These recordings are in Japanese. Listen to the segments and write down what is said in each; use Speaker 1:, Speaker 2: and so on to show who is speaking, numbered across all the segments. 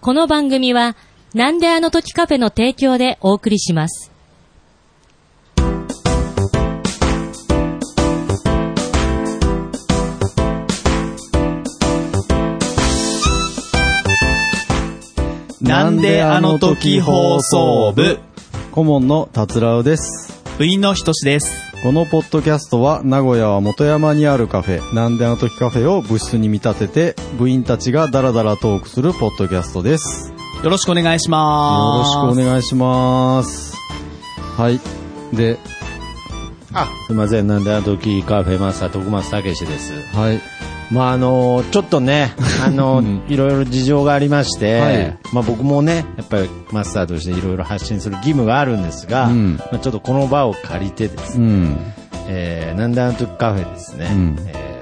Speaker 1: この番組は、なんであの時カフェの提供でお送りします。
Speaker 2: なんであの時放送部、
Speaker 3: 顧問の達郎です。
Speaker 2: 部員のひとしです。
Speaker 3: このポッドキャストは名古屋は元山にあるカフェ、なんであの時カフェを部室に見立てて、部員たちがダラダラトークするポッドキャストです。よ
Speaker 2: よろしくお願いし
Speaker 3: ろ
Speaker 2: ま
Speaker 3: し
Speaker 2: す。
Speaker 3: くお願いします。はい。で、
Speaker 4: あ、すいません、なんであの時カフェマスター、徳松武史です。
Speaker 3: はい。
Speaker 4: まあ、あのちょっ とね、あのいろいろ事情がありまして、
Speaker 3: はい
Speaker 4: まあ僕もね、やっぱりマスターとしていろいろ発信する義務があるんですが、
Speaker 3: うん
Speaker 4: まあ、ちょっとこの場を借りてです
Speaker 3: う
Speaker 4: ね、
Speaker 3: ん。
Speaker 4: えー、なんであの時カフェですね、
Speaker 3: うん
Speaker 4: えー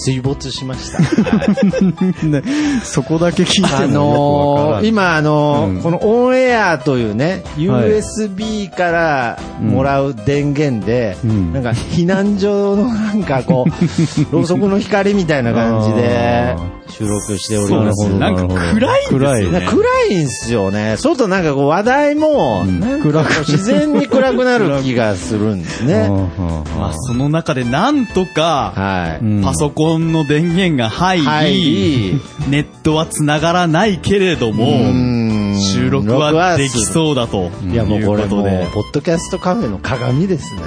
Speaker 4: 水没しました。はい
Speaker 3: ね、そこだけ聞い
Speaker 4: あ
Speaker 3: てもよくわから
Speaker 4: の
Speaker 3: ん
Speaker 4: ー、今、あのー
Speaker 3: うん
Speaker 4: このオンエアというね、
Speaker 3: はい
Speaker 4: USB からもらう電源で、
Speaker 3: うん
Speaker 4: なんか避難所のなんかこう、ろうそくの光みたいな感じで
Speaker 3: あ
Speaker 4: 収録しており
Speaker 2: そうなん
Speaker 4: ま
Speaker 2: です
Speaker 4: す。
Speaker 2: よ。なんか暗いんですよ
Speaker 4: な
Speaker 2: ね。
Speaker 4: んか暗いんすよね。外なんかこう話題も、
Speaker 3: うん
Speaker 4: なんかこう
Speaker 3: 暗く
Speaker 4: 自然に暗くなる気がするんですね。
Speaker 3: うん
Speaker 2: まあ、その中でなんとか、
Speaker 4: は
Speaker 3: うん
Speaker 2: パソコンの電源が入
Speaker 4: い。
Speaker 2: り、
Speaker 4: はい。
Speaker 2: ネットは繋がらないけれども、
Speaker 4: ん
Speaker 2: 収録はできそうだと。
Speaker 4: いやもうこれも
Speaker 2: という
Speaker 4: う、
Speaker 2: こ
Speaker 4: ポッドキャストカフェの鏡ですね。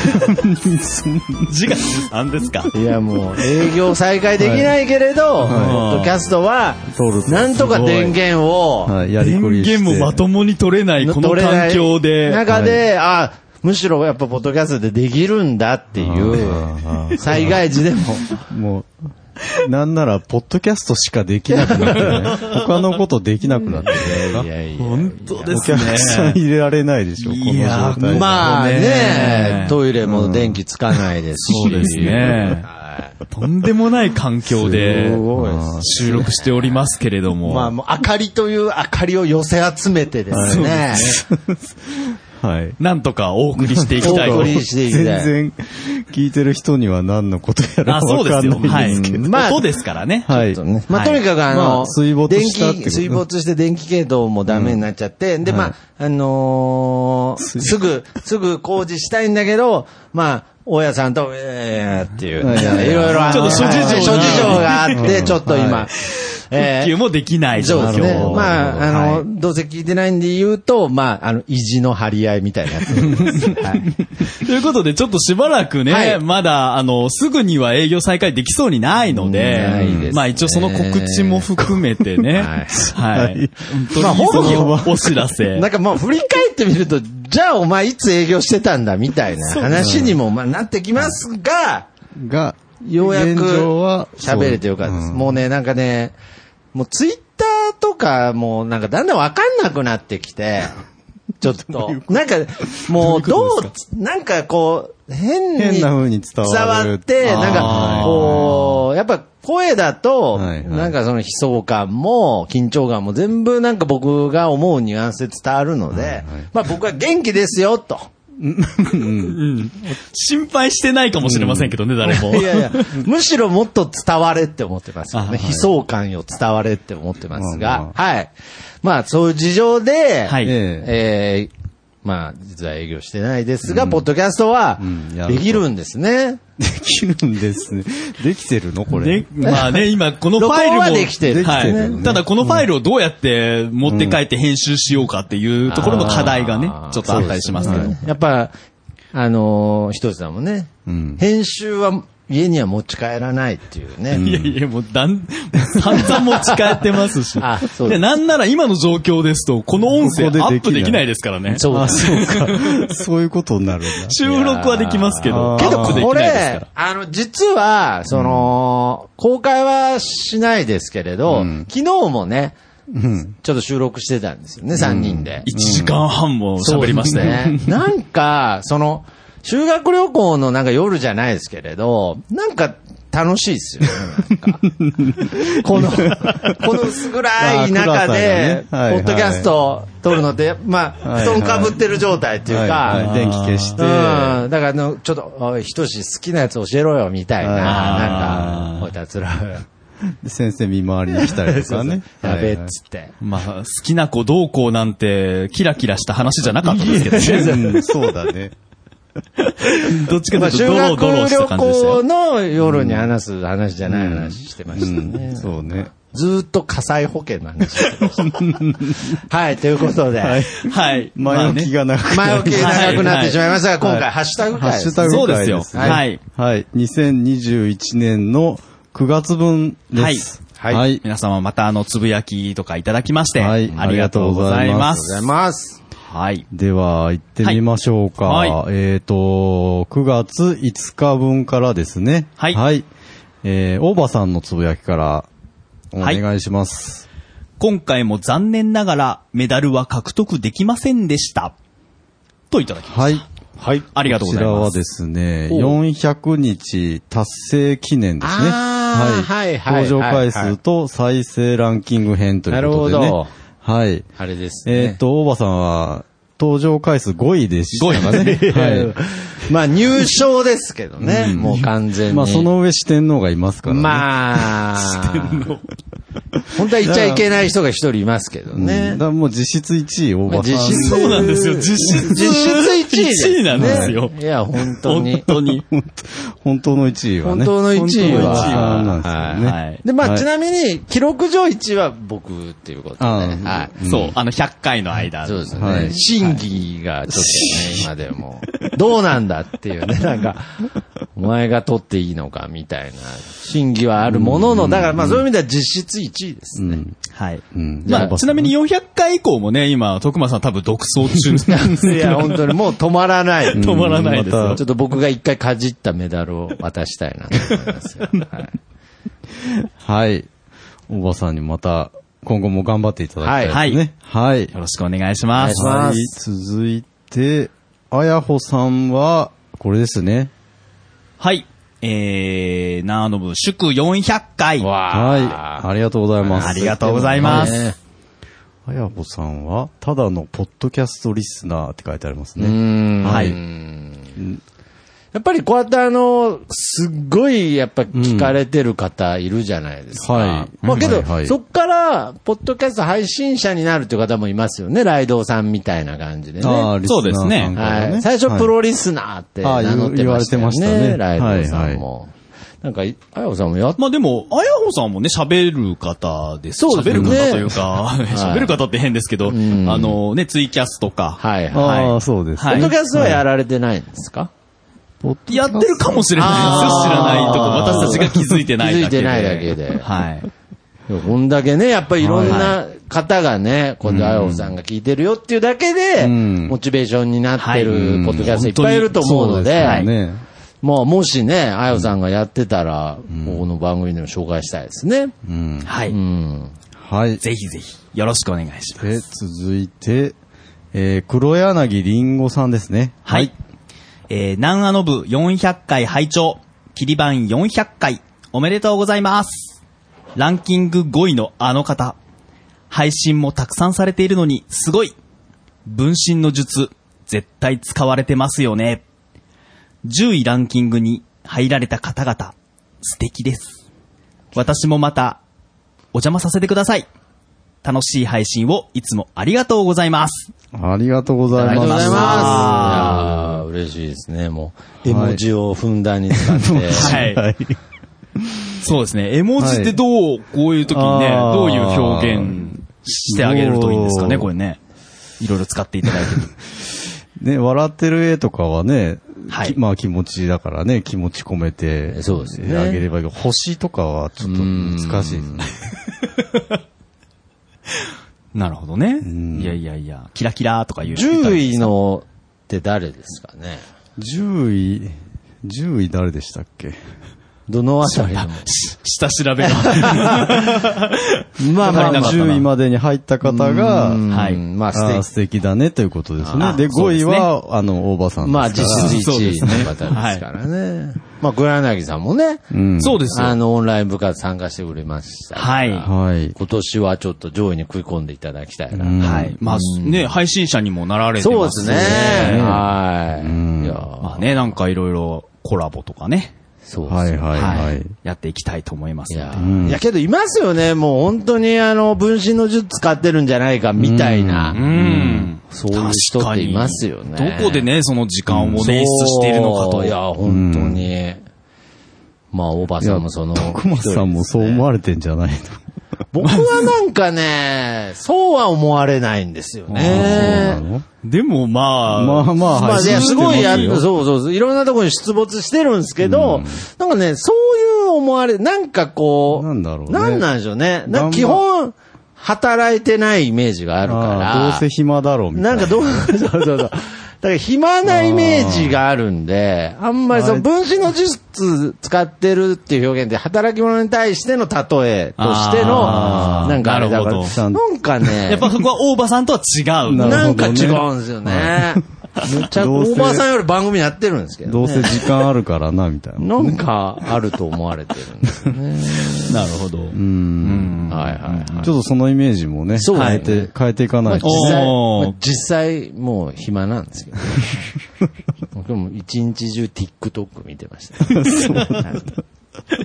Speaker 2: とで、字が何ですか
Speaker 4: いやもう、営業再開できないけれど、ポッドキャストは、
Speaker 3: 通る
Speaker 4: なんとか電源を、
Speaker 3: はい、やり
Speaker 2: 電
Speaker 3: くりして。
Speaker 2: 源もまともに取れない、この
Speaker 4: 取れな
Speaker 2: 環
Speaker 4: い
Speaker 2: 境で。
Speaker 4: 中で、あ、むしろやっぱポッドキャストでできるんだっていう、
Speaker 3: も
Speaker 4: 災害時でも、
Speaker 3: もう、なんなら、ポッドキャストしかできなくなってね。他のことできなくなってるから
Speaker 4: いやいや
Speaker 2: 本当で
Speaker 3: お
Speaker 2: すね。
Speaker 3: 客さん入れられないでしょ、この
Speaker 2: いや
Speaker 3: 状態で。
Speaker 4: まあ
Speaker 2: ね
Speaker 4: ね、トイレも電気つかないですし。
Speaker 2: そうですね
Speaker 4: は
Speaker 2: とんでもない環境
Speaker 4: い。
Speaker 2: です
Speaker 4: ごいです
Speaker 2: 収録しておりますけれども。
Speaker 4: まあもう、明かりという明かりを寄せ集めてですね、
Speaker 3: はい。
Speaker 2: なんとかお送りしていき
Speaker 4: お
Speaker 2: たいと
Speaker 4: 送。りしていき
Speaker 3: 全
Speaker 4: たい。
Speaker 3: 然、聞いてる人には何のことやら
Speaker 2: あ、そ
Speaker 3: わ
Speaker 2: うで
Speaker 3: か
Speaker 2: す
Speaker 3: ん
Speaker 2: よ。
Speaker 3: な
Speaker 2: はい
Speaker 3: んですけ
Speaker 2: い。
Speaker 3: ど。
Speaker 2: まあ、音ですからね。
Speaker 3: はい。
Speaker 4: ねま
Speaker 2: は
Speaker 4: あ、
Speaker 2: い
Speaker 4: とにかくあの、
Speaker 3: まあ水没したってこと
Speaker 4: 電気水没して電気系統もダメになっちゃって、で、まあ、あのーすぐ、すぐ工事したいんだけど、まあ、大家さんと、えーっていう、
Speaker 3: はい
Speaker 4: いやいろいろあの
Speaker 2: ちょっと諸事情が
Speaker 4: 諸事情があって、ちょっと今、え
Speaker 2: 復
Speaker 4: ー
Speaker 2: 旧もできない状
Speaker 4: そうです
Speaker 2: 況。
Speaker 4: ね。まあ、あの、
Speaker 2: はい
Speaker 4: どうせ聞いてないんで言うと、まあ、あの、意地の張り合いみたいなやつです。はい
Speaker 2: ということで、ちょっとしばらくね、
Speaker 4: はい
Speaker 2: まだ、あの、すぐには営業再開できそうにないので、
Speaker 4: ないですね
Speaker 2: まあ一応その告知も含めてね、
Speaker 4: はい
Speaker 2: はい。
Speaker 3: はい
Speaker 2: 本当にそのお知らせ。
Speaker 4: なんかもう振り返ってみると、じゃあお前いつ営業してたんだみたいな話にもまあなってきますが、
Speaker 3: が、
Speaker 4: ようやく
Speaker 3: 現状は、
Speaker 4: 喋れてよかったです。
Speaker 3: うん
Speaker 4: もうね、なんかね、もうツイッターとかもうなんかだんだんわかんなくなってき て、ちょっと、なんかもうどう、なんかこう、変に
Speaker 3: 変な風に伝わる
Speaker 4: 伝って、なんかこう、やっぱ声だと、
Speaker 3: はいはい
Speaker 4: なんかその悲壮感も緊張感も全部なんか僕が思うニュアンスで伝わるので、まあ僕は元気ですよ、と。
Speaker 2: 心配してないかもしれませんけどね、誰も。
Speaker 4: いやいや、むしろもっと伝われって思ってますよ
Speaker 2: あ
Speaker 4: ね。
Speaker 2: はい
Speaker 4: 悲壮感を伝われって思ってますが、
Speaker 3: う
Speaker 4: はい。まあ、そういう事情で、
Speaker 2: はい
Speaker 3: ええ
Speaker 4: えーまあ、実は営業してないですが、ポッドキャストは
Speaker 3: うんや、る
Speaker 4: で
Speaker 3: と
Speaker 4: きるんですね。
Speaker 3: できるんですね。できてるのこれ
Speaker 2: で。まあね、今このファイルも。
Speaker 4: 録音はできてる
Speaker 2: はい
Speaker 3: できてるね
Speaker 2: ただこのファイルをどうやって持って帰って編集しようかっていうところの課題がね
Speaker 4: あ、ー
Speaker 2: ちょっとあったりしますけど。
Speaker 4: やっぱ、あのー、ひとつさんもね、
Speaker 3: うん
Speaker 4: 編集は家には持ち帰らないっていうね。
Speaker 2: いやいや、もう、だん、散々持ち帰ってますし。
Speaker 4: あそうで
Speaker 2: で、
Speaker 4: す
Speaker 2: なんなら今の状況ですと、この音声ア
Speaker 3: ここでできない
Speaker 2: ップできないですからね。
Speaker 4: そう
Speaker 3: あ、そうか。そういうことになるんだ。
Speaker 2: 収録はできますけど、
Speaker 3: いやー
Speaker 2: アップ
Speaker 4: け
Speaker 2: で
Speaker 4: どこ
Speaker 2: きないです
Speaker 4: れ
Speaker 2: か、
Speaker 4: あの、実は、その、公開はしないですけれど、
Speaker 3: うん
Speaker 4: 昨日もね、ちょっと収録してたんですよね、3人で
Speaker 2: ら。。1時間半も喋りましたね。
Speaker 4: そうですね。なんか、その、修学旅行のなんか夜じゃないですけれど、なんか楽しいですよね、 なんかこの、この薄暗い
Speaker 3: あー暗さ
Speaker 4: 中
Speaker 3: が
Speaker 4: で
Speaker 3: ね、
Speaker 4: ポ
Speaker 3: はい
Speaker 4: ッドキャスト撮るのって、まあ、
Speaker 3: はいは
Speaker 4: 布
Speaker 3: い
Speaker 4: 団かぶってる状態っていうか、
Speaker 3: はいはい電気消して。
Speaker 4: うん。だからあの、ちょっと、おい、ひとし好きなやつ教えろよ、みたいな。
Speaker 3: あ
Speaker 2: ー
Speaker 4: なんか、おい、たつら、。
Speaker 3: で先生見回りに来たりとかね
Speaker 4: やべえ
Speaker 3: はいは
Speaker 4: っ
Speaker 3: い
Speaker 4: つって。
Speaker 2: まあ、好きな子どうこうなんて、キラキラした話じゃなかったですけどね。
Speaker 3: うんそうだね。
Speaker 2: どっちかというと、ドロドロした感じでし
Speaker 4: まあ、修学旅
Speaker 2: た
Speaker 4: 行
Speaker 2: よ。
Speaker 4: の夜に話す話じゃない話してましたね。
Speaker 3: そうね。
Speaker 4: ずーっと火災保険の話してま した。はい、ということで、
Speaker 2: はい。
Speaker 3: 前置きが長く
Speaker 4: 前
Speaker 3: な
Speaker 4: 置
Speaker 3: り
Speaker 4: きが長くなってしまいましたが、
Speaker 3: はい
Speaker 4: 今回ハッシュタグ
Speaker 3: ハッ
Speaker 4: 会で
Speaker 3: シュ
Speaker 4: す。
Speaker 3: タグ
Speaker 2: そう
Speaker 3: 会
Speaker 2: ですよ
Speaker 3: ね
Speaker 2: はい。
Speaker 3: はい。2021年の9月分です。
Speaker 2: はい。はい。皆様またあの、つぶやきとかいただきまして、
Speaker 3: はい
Speaker 2: ありがとうございます。
Speaker 4: ありがとうございます。
Speaker 2: はい。
Speaker 3: では、行ってみましょうか。
Speaker 2: はいは
Speaker 3: えっ、と、9月5日分からですね。
Speaker 2: はい
Speaker 3: えー、大場さんのつぶやきから、お
Speaker 2: はい
Speaker 3: 願いします。
Speaker 2: 今回も残念ながらメダルは獲得できませんでした。といただきました。
Speaker 3: はい。
Speaker 2: はい。ありがとうござい
Speaker 3: こ
Speaker 2: ま。
Speaker 3: ちらはですすね、
Speaker 2: おう
Speaker 3: 400日達成記念ですね。
Speaker 4: あーはいはい
Speaker 3: 登場回
Speaker 4: はいは
Speaker 3: 数
Speaker 4: い
Speaker 3: と再生ランキング編ということでね。
Speaker 4: なるほど
Speaker 3: はい。
Speaker 4: あれですね。
Speaker 3: えっ、と、大場さんは、登場回数5位でしたかね。 は
Speaker 4: まあ入賞ですけどね、
Speaker 3: うん
Speaker 4: もう完全
Speaker 3: い。
Speaker 4: に。
Speaker 3: まあ、その上四天王がいますからね。
Speaker 4: まあ、本当は言っちゃいけない人が一人いますけど
Speaker 3: うん
Speaker 4: ね
Speaker 3: だか。らもう実質1位、大場さん。
Speaker 4: まあ実質
Speaker 2: そうなんですよ。実質。
Speaker 4: 実質1位です、ね。
Speaker 2: 1位なんですよ。
Speaker 4: いや、本当
Speaker 2: 本
Speaker 4: に。
Speaker 2: 当に。
Speaker 3: 本当の1位はね。
Speaker 4: 本当の一位は
Speaker 3: 本当の一位はなんですよね。
Speaker 2: はいはい
Speaker 4: で、まあ、
Speaker 3: はい
Speaker 4: ちなみに、記録上1位は僕っていうことで。
Speaker 3: あー
Speaker 4: は
Speaker 2: そう、あの、100回の間。
Speaker 4: い。そうですね。
Speaker 3: はい
Speaker 4: 審議がちょっとね、今でも。どうなんだっていうね、 なんか、お前が取っていいのかみたいな、審議はあるものの、だからまあそういう意味では実質1位ですね。
Speaker 2: はい。
Speaker 3: ん
Speaker 2: まあ、ちなみに400回以降もね、今、徳間さん多分独走中なんです
Speaker 4: いや、本当にもう止まらない。
Speaker 2: 止まらないですよ
Speaker 4: うんまたちょっと僕が一回かじったメダルを渡したいなと思いますよ。はい
Speaker 3: はい。大場さんにまた、今後も頑張っていただきたいですね。はい。
Speaker 2: よろしくお願いします。
Speaker 4: お願いします
Speaker 3: 続いて、あやほさんは、これですね。
Speaker 2: はい。えー、なあのぶ、祝400回。
Speaker 3: はい。
Speaker 4: わ
Speaker 3: ありがとうございます。
Speaker 2: ありがとうございます。
Speaker 4: ね
Speaker 3: あやほさんは、ただのポッドキャストリスナーって書いてあります
Speaker 4: う
Speaker 3: ね。
Speaker 4: ん
Speaker 2: はい
Speaker 4: やっぱりこうやってあの、すっごいやっぱ聞かれてる方いるじゃないですか。
Speaker 3: はい
Speaker 4: まあけ
Speaker 3: は
Speaker 4: ど
Speaker 3: いは、い
Speaker 4: そっから、ポッドキャスト配信者になるっていう方もいますよね。ライドウさんみたいな感じでね。
Speaker 3: ああ、リスナーさんから
Speaker 4: は
Speaker 3: ね
Speaker 4: い。最初、プロリスナーって
Speaker 3: はい
Speaker 4: 名乗ってまし
Speaker 3: あ
Speaker 4: たよね。
Speaker 3: 言われてましたね
Speaker 4: ライドウさんも。なんか、あやこさんもやっ
Speaker 2: まあでも、あやほさんもね、喋る方です。
Speaker 4: そうで
Speaker 2: 喋
Speaker 4: す
Speaker 2: る
Speaker 4: ね
Speaker 2: 方というか、喋る方って変ですけど、あのね、ツイキャスとか。
Speaker 4: はいはい。
Speaker 2: はい
Speaker 3: ああ、そうです
Speaker 2: は
Speaker 4: ポ
Speaker 2: い
Speaker 4: ッ
Speaker 3: ね。
Speaker 4: ドキャストはやられてないんですか
Speaker 2: やってるかもしれないです
Speaker 4: あー
Speaker 2: よ。知らないとこ。私たちが気づいてないだけで。
Speaker 4: 気づいてないだけで
Speaker 2: はい。
Speaker 4: こんだけね、やっぱりいろんな方がね、今度、あやほさんが聞いてるよっていうだけで、
Speaker 3: ん
Speaker 4: モチベーションになって
Speaker 2: は
Speaker 4: る
Speaker 2: い
Speaker 4: ポッドキャストいっぱいいると思う
Speaker 3: そ
Speaker 4: ので、
Speaker 3: うですよね。
Speaker 4: まあ、もしね、あやほさんがやってたら、ここの番組でも紹介したいですね。
Speaker 3: うん。
Speaker 2: はい。
Speaker 4: うん。
Speaker 3: はい。
Speaker 2: ぜひぜひ、よろしくお願いします。
Speaker 3: で、続いて、えー、黒柳りんごさんですね。
Speaker 2: はい。えー、南アノブ400回拝聴切り番400回、おめでとうございます。ランキング5位のあの方。配信もたくさんされているのに、すごい。分身の術、絶対使われてますよね。10位ランキングに入られた方々、素敵です。私もまた、お邪魔させてください。楽しい配信をいつもありがとうございます。
Speaker 3: ありがとうござい
Speaker 4: ありがとうご
Speaker 3: ま
Speaker 4: ざい
Speaker 3: す。
Speaker 4: ます。いやー嬉しいですね、もう。絵文字をふんだんに使 って。
Speaker 2: はい。
Speaker 3: はい。
Speaker 2: そうですね。絵文字ってどう、こういう時にね、
Speaker 3: あー
Speaker 2: どういう表現してあげるといいんですかね、これね。いろいろ使っていただいて。
Speaker 3: ね、笑ってる絵とかはね、
Speaker 2: はい
Speaker 3: きまあ気持ちだからね、気持ち込めて、
Speaker 4: そうですね
Speaker 3: あげればいいけど、星とかはちょっと難しいですね。
Speaker 2: なるほどね。いやいやいや、キラキラとか言う。
Speaker 4: 10位のって誰ですかね。
Speaker 3: 10位、10位誰でしたっけ
Speaker 4: どのあたりの。
Speaker 2: し下調べが。
Speaker 3: ま
Speaker 2: あまあまあ
Speaker 3: 10位までに入った方が、
Speaker 4: うん
Speaker 2: はい
Speaker 4: まあ、
Speaker 3: あー
Speaker 4: 素
Speaker 3: 素敵だねということですね
Speaker 2: あ。
Speaker 3: で、
Speaker 2: そう
Speaker 3: 5
Speaker 2: で
Speaker 3: 位
Speaker 2: すね
Speaker 3: は、あの、大場さん
Speaker 4: 敵。
Speaker 3: ですか
Speaker 4: ま
Speaker 3: ら。
Speaker 4: あ、実質1位の方ですからね。まあ、黒柳さんもね、
Speaker 3: うん
Speaker 2: そうです
Speaker 4: あ
Speaker 2: よ。
Speaker 4: の、オンライン部活参加してくれましたから。
Speaker 2: はい
Speaker 3: はい。
Speaker 4: 今年はちょっと上位に食い込んでいただきたいな。
Speaker 3: うん
Speaker 2: はい。まあ、ね、配信者にもなられて
Speaker 4: そうで
Speaker 2: ますす
Speaker 4: ね。
Speaker 2: ね。
Speaker 4: はい。いや
Speaker 2: まあね、なんかいろいろコラボとかね。
Speaker 4: そうですよ
Speaker 3: はいはいはい。
Speaker 2: やっていきたいと思います
Speaker 4: い
Speaker 2: の
Speaker 4: や
Speaker 2: で。
Speaker 4: ー、いやけどいますよね。もう本当にあの、分身の術使ってるんじゃないかみたいな。
Speaker 2: うん。
Speaker 4: そういう人
Speaker 2: 確かに
Speaker 4: っていますよね
Speaker 2: どこでね、その時間を捻出しているのか
Speaker 4: そ
Speaker 2: と。
Speaker 4: ういや、本当に。まあ、大場さんもその、
Speaker 3: 徳松さんもそう思われてんじゃない
Speaker 4: 僕はなんかね、そうは思われないんですよね。
Speaker 3: の
Speaker 2: でもまあ、
Speaker 3: まあまあ、
Speaker 4: まあ、いや、すごいや、
Speaker 3: る
Speaker 4: そうそうそう、いろんなところに出没してるんですけど、なんかね、そういう思われ、なんかこう、
Speaker 3: なんだろうね
Speaker 4: なんなんでしょうね。な
Speaker 3: 頑張
Speaker 4: んか基本、働いてないイメージがあるから。
Speaker 3: どうせ暇だろうみた
Speaker 4: ないん
Speaker 3: な。
Speaker 4: かどう、そうそうそう。だから暇なイメージがあるんで、あんまりその分身の術使ってるっていう表現で働き者に対しての例えとしての、
Speaker 2: あー
Speaker 4: なんかあれだか
Speaker 2: な
Speaker 4: ら、
Speaker 2: る
Speaker 3: ほど
Speaker 4: なんかね、
Speaker 2: やっぱそこは大場さんとは違う。
Speaker 3: なる
Speaker 4: なん
Speaker 3: ほ
Speaker 4: か
Speaker 3: どね
Speaker 4: 違うんですよね。むっちゃ、
Speaker 3: どうせ
Speaker 4: おばあさんより番組やってるんですけど、
Speaker 3: どうせ時間あるからな、みたいな。
Speaker 4: なんかあると思われてるんですよね。
Speaker 2: なるほど。
Speaker 3: うん。
Speaker 4: はいはいはい。
Speaker 3: ちょっとそのイメージもね、
Speaker 4: そう
Speaker 3: 変
Speaker 4: ね
Speaker 3: えて、変えていか
Speaker 4: ま
Speaker 3: な
Speaker 4: あ
Speaker 3: いと
Speaker 4: 実。際、
Speaker 2: おー
Speaker 4: まあ実際もう暇なんですけど、僕も一日中 TikTok 見てました、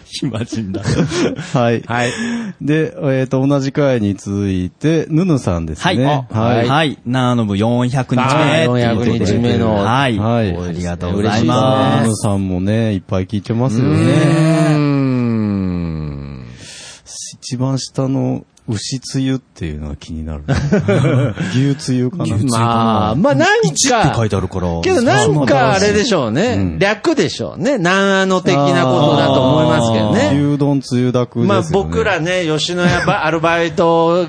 Speaker 2: 暇人 だ。
Speaker 3: はい。
Speaker 4: はい。
Speaker 3: で、えっと、同じ回に続いて、ぬぬさんです
Speaker 2: はい。
Speaker 3: ね。
Speaker 2: あはい。
Speaker 3: はい。
Speaker 2: はい。ナーノブ400日目。
Speaker 4: あー400日目の
Speaker 2: はい。
Speaker 3: はい
Speaker 2: ありがとうご
Speaker 4: 嬉
Speaker 2: ざ
Speaker 4: し
Speaker 2: い
Speaker 4: い
Speaker 2: ま
Speaker 4: です
Speaker 3: ぬ
Speaker 4: ね。
Speaker 3: ぬさんもね、いっぱい聞いてますよ
Speaker 4: う
Speaker 3: ね。
Speaker 4: ーん。
Speaker 3: 一番下の牛つゆっていうのが気になるね。牛つゆかな。
Speaker 4: まあ、まあなん
Speaker 2: 1って書い
Speaker 4: か、
Speaker 2: てあるから。
Speaker 4: けどなんかあれでしょう
Speaker 3: う
Speaker 4: ね
Speaker 3: ん。
Speaker 4: 略でしょうね。南アの的なことだと思いますけど
Speaker 3: あ
Speaker 4: ね。
Speaker 3: ー牛丼つゆだくですよ
Speaker 4: まあ
Speaker 3: ね。
Speaker 4: 僕らね、吉野家ばアルバイト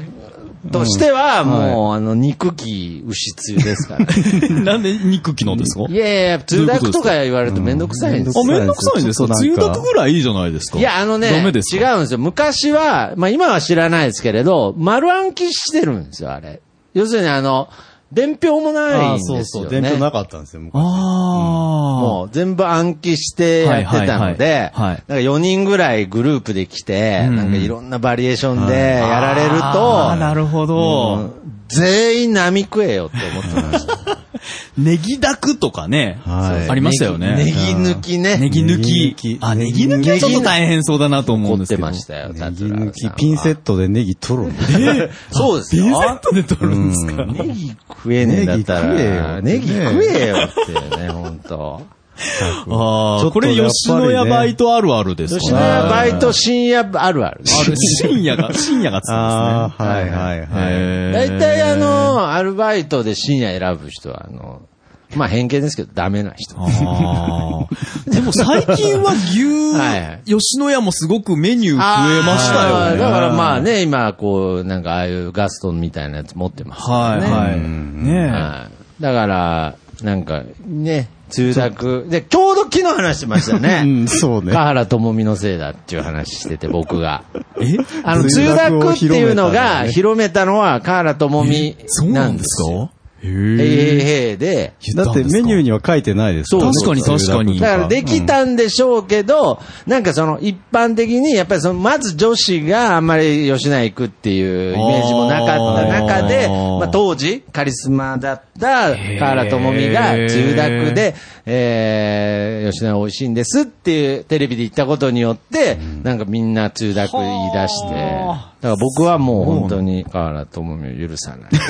Speaker 4: としては、もうあの、肉気牛つゆですから。
Speaker 2: なんで肉機能ですか
Speaker 4: いやいや、通学とか言われるとめんどくさいんですよ
Speaker 2: あ、めんどくさいんですか
Speaker 3: ちょっと
Speaker 2: 梅
Speaker 3: なん
Speaker 2: 雨
Speaker 3: か
Speaker 2: だくぐらいいいじゃないですか。
Speaker 4: いや、あのね、
Speaker 2: ダ
Speaker 4: 違うん
Speaker 2: メ
Speaker 4: で
Speaker 2: です
Speaker 4: す
Speaker 2: か。
Speaker 4: よ。昔は、まあ今は知らないですけれど、丸暗記してるんですよ、あれ。要するにあの、伝票もないん
Speaker 3: あ
Speaker 4: で
Speaker 3: ー
Speaker 4: すよ、
Speaker 3: そ
Speaker 4: ね。
Speaker 3: うそう。伝票なかったんですよ、昔
Speaker 2: あ
Speaker 4: もう全部暗記してやってたの
Speaker 2: はいはい
Speaker 4: で、
Speaker 2: はいは
Speaker 4: ないんか4人ぐらいグループで来て、
Speaker 2: うん
Speaker 4: なんかいろんなバリエーションでやられる
Speaker 2: あーな
Speaker 4: と、
Speaker 2: るほ
Speaker 4: も
Speaker 2: ど。
Speaker 4: う全員波食えよって思ってました。
Speaker 2: ネギだくとかね。
Speaker 3: はい
Speaker 2: ありましたよ
Speaker 4: ネ
Speaker 2: ね。
Speaker 4: ギ抜き ね。
Speaker 2: ネギ抜き。あ、ネギ抜きはちょっと大変そうだなと思うん
Speaker 4: 怒
Speaker 2: で
Speaker 4: っ
Speaker 2: す
Speaker 4: て
Speaker 2: けど。
Speaker 4: ましたよ、
Speaker 3: ネギ
Speaker 4: 桂さん
Speaker 3: 抜
Speaker 4: は
Speaker 3: き、ピンセット でネギ取るんだ
Speaker 4: そうですよ。
Speaker 2: ピンセットで取るんですか
Speaker 4: ネギ食えねえんだったら、
Speaker 3: ネ
Speaker 4: ネ
Speaker 3: ギ
Speaker 4: ギ
Speaker 3: 食えよ
Speaker 4: 食えよっていうね、ほんと。
Speaker 2: あ
Speaker 3: ちょ
Speaker 2: あ、
Speaker 3: っ
Speaker 2: こと
Speaker 3: ね
Speaker 2: れ吉野
Speaker 3: やっぱ
Speaker 2: 家
Speaker 3: りね
Speaker 2: バイトあるあるですか
Speaker 4: 吉野家バイト深夜あ るある。
Speaker 2: ある、深夜が、深夜がつく
Speaker 3: ああ、
Speaker 2: ん
Speaker 3: はいはいはい。
Speaker 2: ですね。
Speaker 4: 大体あの、アルバイトで深夜選ぶ人は、あの、まあ偏見ですけど、ダメな人。
Speaker 2: あーでも最近は
Speaker 4: はいはい
Speaker 2: 牛、吉野家もすごくメニュー増えました
Speaker 4: あ
Speaker 2: よ
Speaker 4: ー
Speaker 2: ね。
Speaker 4: だからまあね、今、こう、なんかああいうガストンみたいなやつ持ってますよ
Speaker 2: はい
Speaker 4: ね。
Speaker 2: はい。ね
Speaker 4: はい。だから、なんか、ね、通学。で、ちょうど昨日話してましたね。
Speaker 3: うん、そうね。
Speaker 4: 河原智美のせいだっていう話してて、僕が。
Speaker 2: え
Speaker 4: あの、通学っていうのが広めたのは河原智美
Speaker 2: そうな
Speaker 4: なんん
Speaker 2: で
Speaker 4: ですすよ。
Speaker 2: かへ
Speaker 4: ええ
Speaker 2: え。
Speaker 4: へえで。
Speaker 3: だってメニュー
Speaker 2: に。
Speaker 3: には書いてないです
Speaker 2: そう確かに確 かに
Speaker 4: だからできたんでしょうけど、なんかその一般的に、やっぱりその、まず女子があんまり吉野家行くっていうイメージもなかった中で、
Speaker 2: あー
Speaker 4: まあ当時、カリスマだった河原智美が
Speaker 2: へー
Speaker 4: 中学で、えー、吉野家美味しいんですっていうテレビで言ったことによって、なんかみんな中学言い出して、だ
Speaker 2: は
Speaker 4: から僕はもう本当に河原智美を許さない。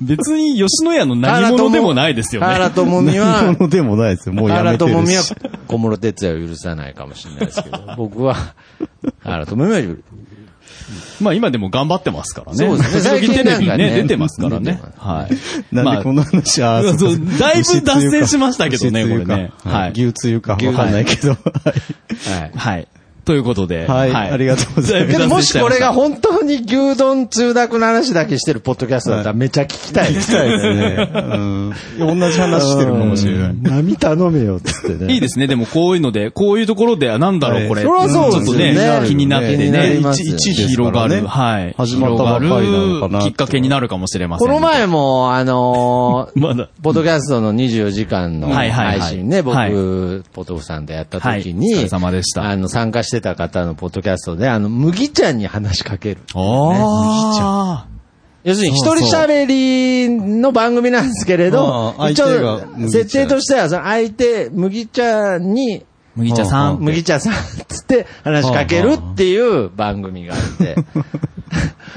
Speaker 2: 別に吉野家の 何者でもないですよ
Speaker 4: 河
Speaker 2: ね。
Speaker 4: 原智美は
Speaker 3: 何、者でもないですよ。もうや
Speaker 4: 原
Speaker 3: めて
Speaker 4: と
Speaker 3: る
Speaker 4: もみは
Speaker 3: し。
Speaker 4: 小室哲也を許さないかもしれないですけど、僕は、原ともみは許
Speaker 2: まあ今でも頑張ってますからね。
Speaker 4: そうで すね
Speaker 2: 時々テレビに
Speaker 4: 最近なんか
Speaker 2: ね、
Speaker 4: ね
Speaker 2: 出てますからね。はい。
Speaker 3: なん
Speaker 2: ま
Speaker 3: で
Speaker 2: あ
Speaker 3: こんな話、あー
Speaker 2: そう
Speaker 3: うか
Speaker 2: だいぶ脱線しましたけどね
Speaker 3: 牛つゆか
Speaker 2: これね
Speaker 3: は
Speaker 2: はい
Speaker 3: い。牛つゆか、わかんないけど。
Speaker 4: はい。
Speaker 2: はい。ということで。
Speaker 3: はいありがとうございます
Speaker 4: けどもしこれが
Speaker 2: 本
Speaker 4: 本当に牛丼通学の話だけしてるポッドキャストだったらめっちゃ聞きたいです。
Speaker 3: たいですね。うん。同じ話してるかもしれない。
Speaker 4: 波頼めよっつっ
Speaker 2: い
Speaker 4: て
Speaker 2: い
Speaker 4: ね。
Speaker 2: ですね。でもこういうので、こういうところで、なんだろ
Speaker 3: は
Speaker 2: う、
Speaker 3: い
Speaker 2: これ。
Speaker 4: そりゃそうですよね
Speaker 2: ちょっとね、気になって
Speaker 4: 気にな
Speaker 2: ね。
Speaker 4: ります
Speaker 2: 一一広が
Speaker 3: です
Speaker 2: る。
Speaker 3: から
Speaker 2: はい。
Speaker 3: 始まったばっかりなのかな
Speaker 2: 広がるきっかけになるかもしれません
Speaker 4: こ
Speaker 2: ね。
Speaker 4: の前も、あのー
Speaker 2: まだ。
Speaker 4: ポッドキャストの24時間の
Speaker 2: はいはいはい
Speaker 4: 配信ね、
Speaker 2: はい
Speaker 4: 僕、ポトフさんでやった時に、
Speaker 2: はいお疲れ様でした
Speaker 4: あの、参加してた方のポッドキャストで、あの、麦ちゃんに話しかける。
Speaker 2: ああ。
Speaker 4: 要するに一
Speaker 3: そう
Speaker 4: 人
Speaker 3: そう
Speaker 4: 喋りの番組なんですけれど、
Speaker 3: うん
Speaker 4: 一
Speaker 3: 相手
Speaker 4: 応
Speaker 3: が麦、茶
Speaker 4: 設定としては、その相手、麦茶に、
Speaker 2: 麦茶さ
Speaker 3: うん
Speaker 2: ん。
Speaker 4: 麦茶さんっつって話しかけるっていう番組があって。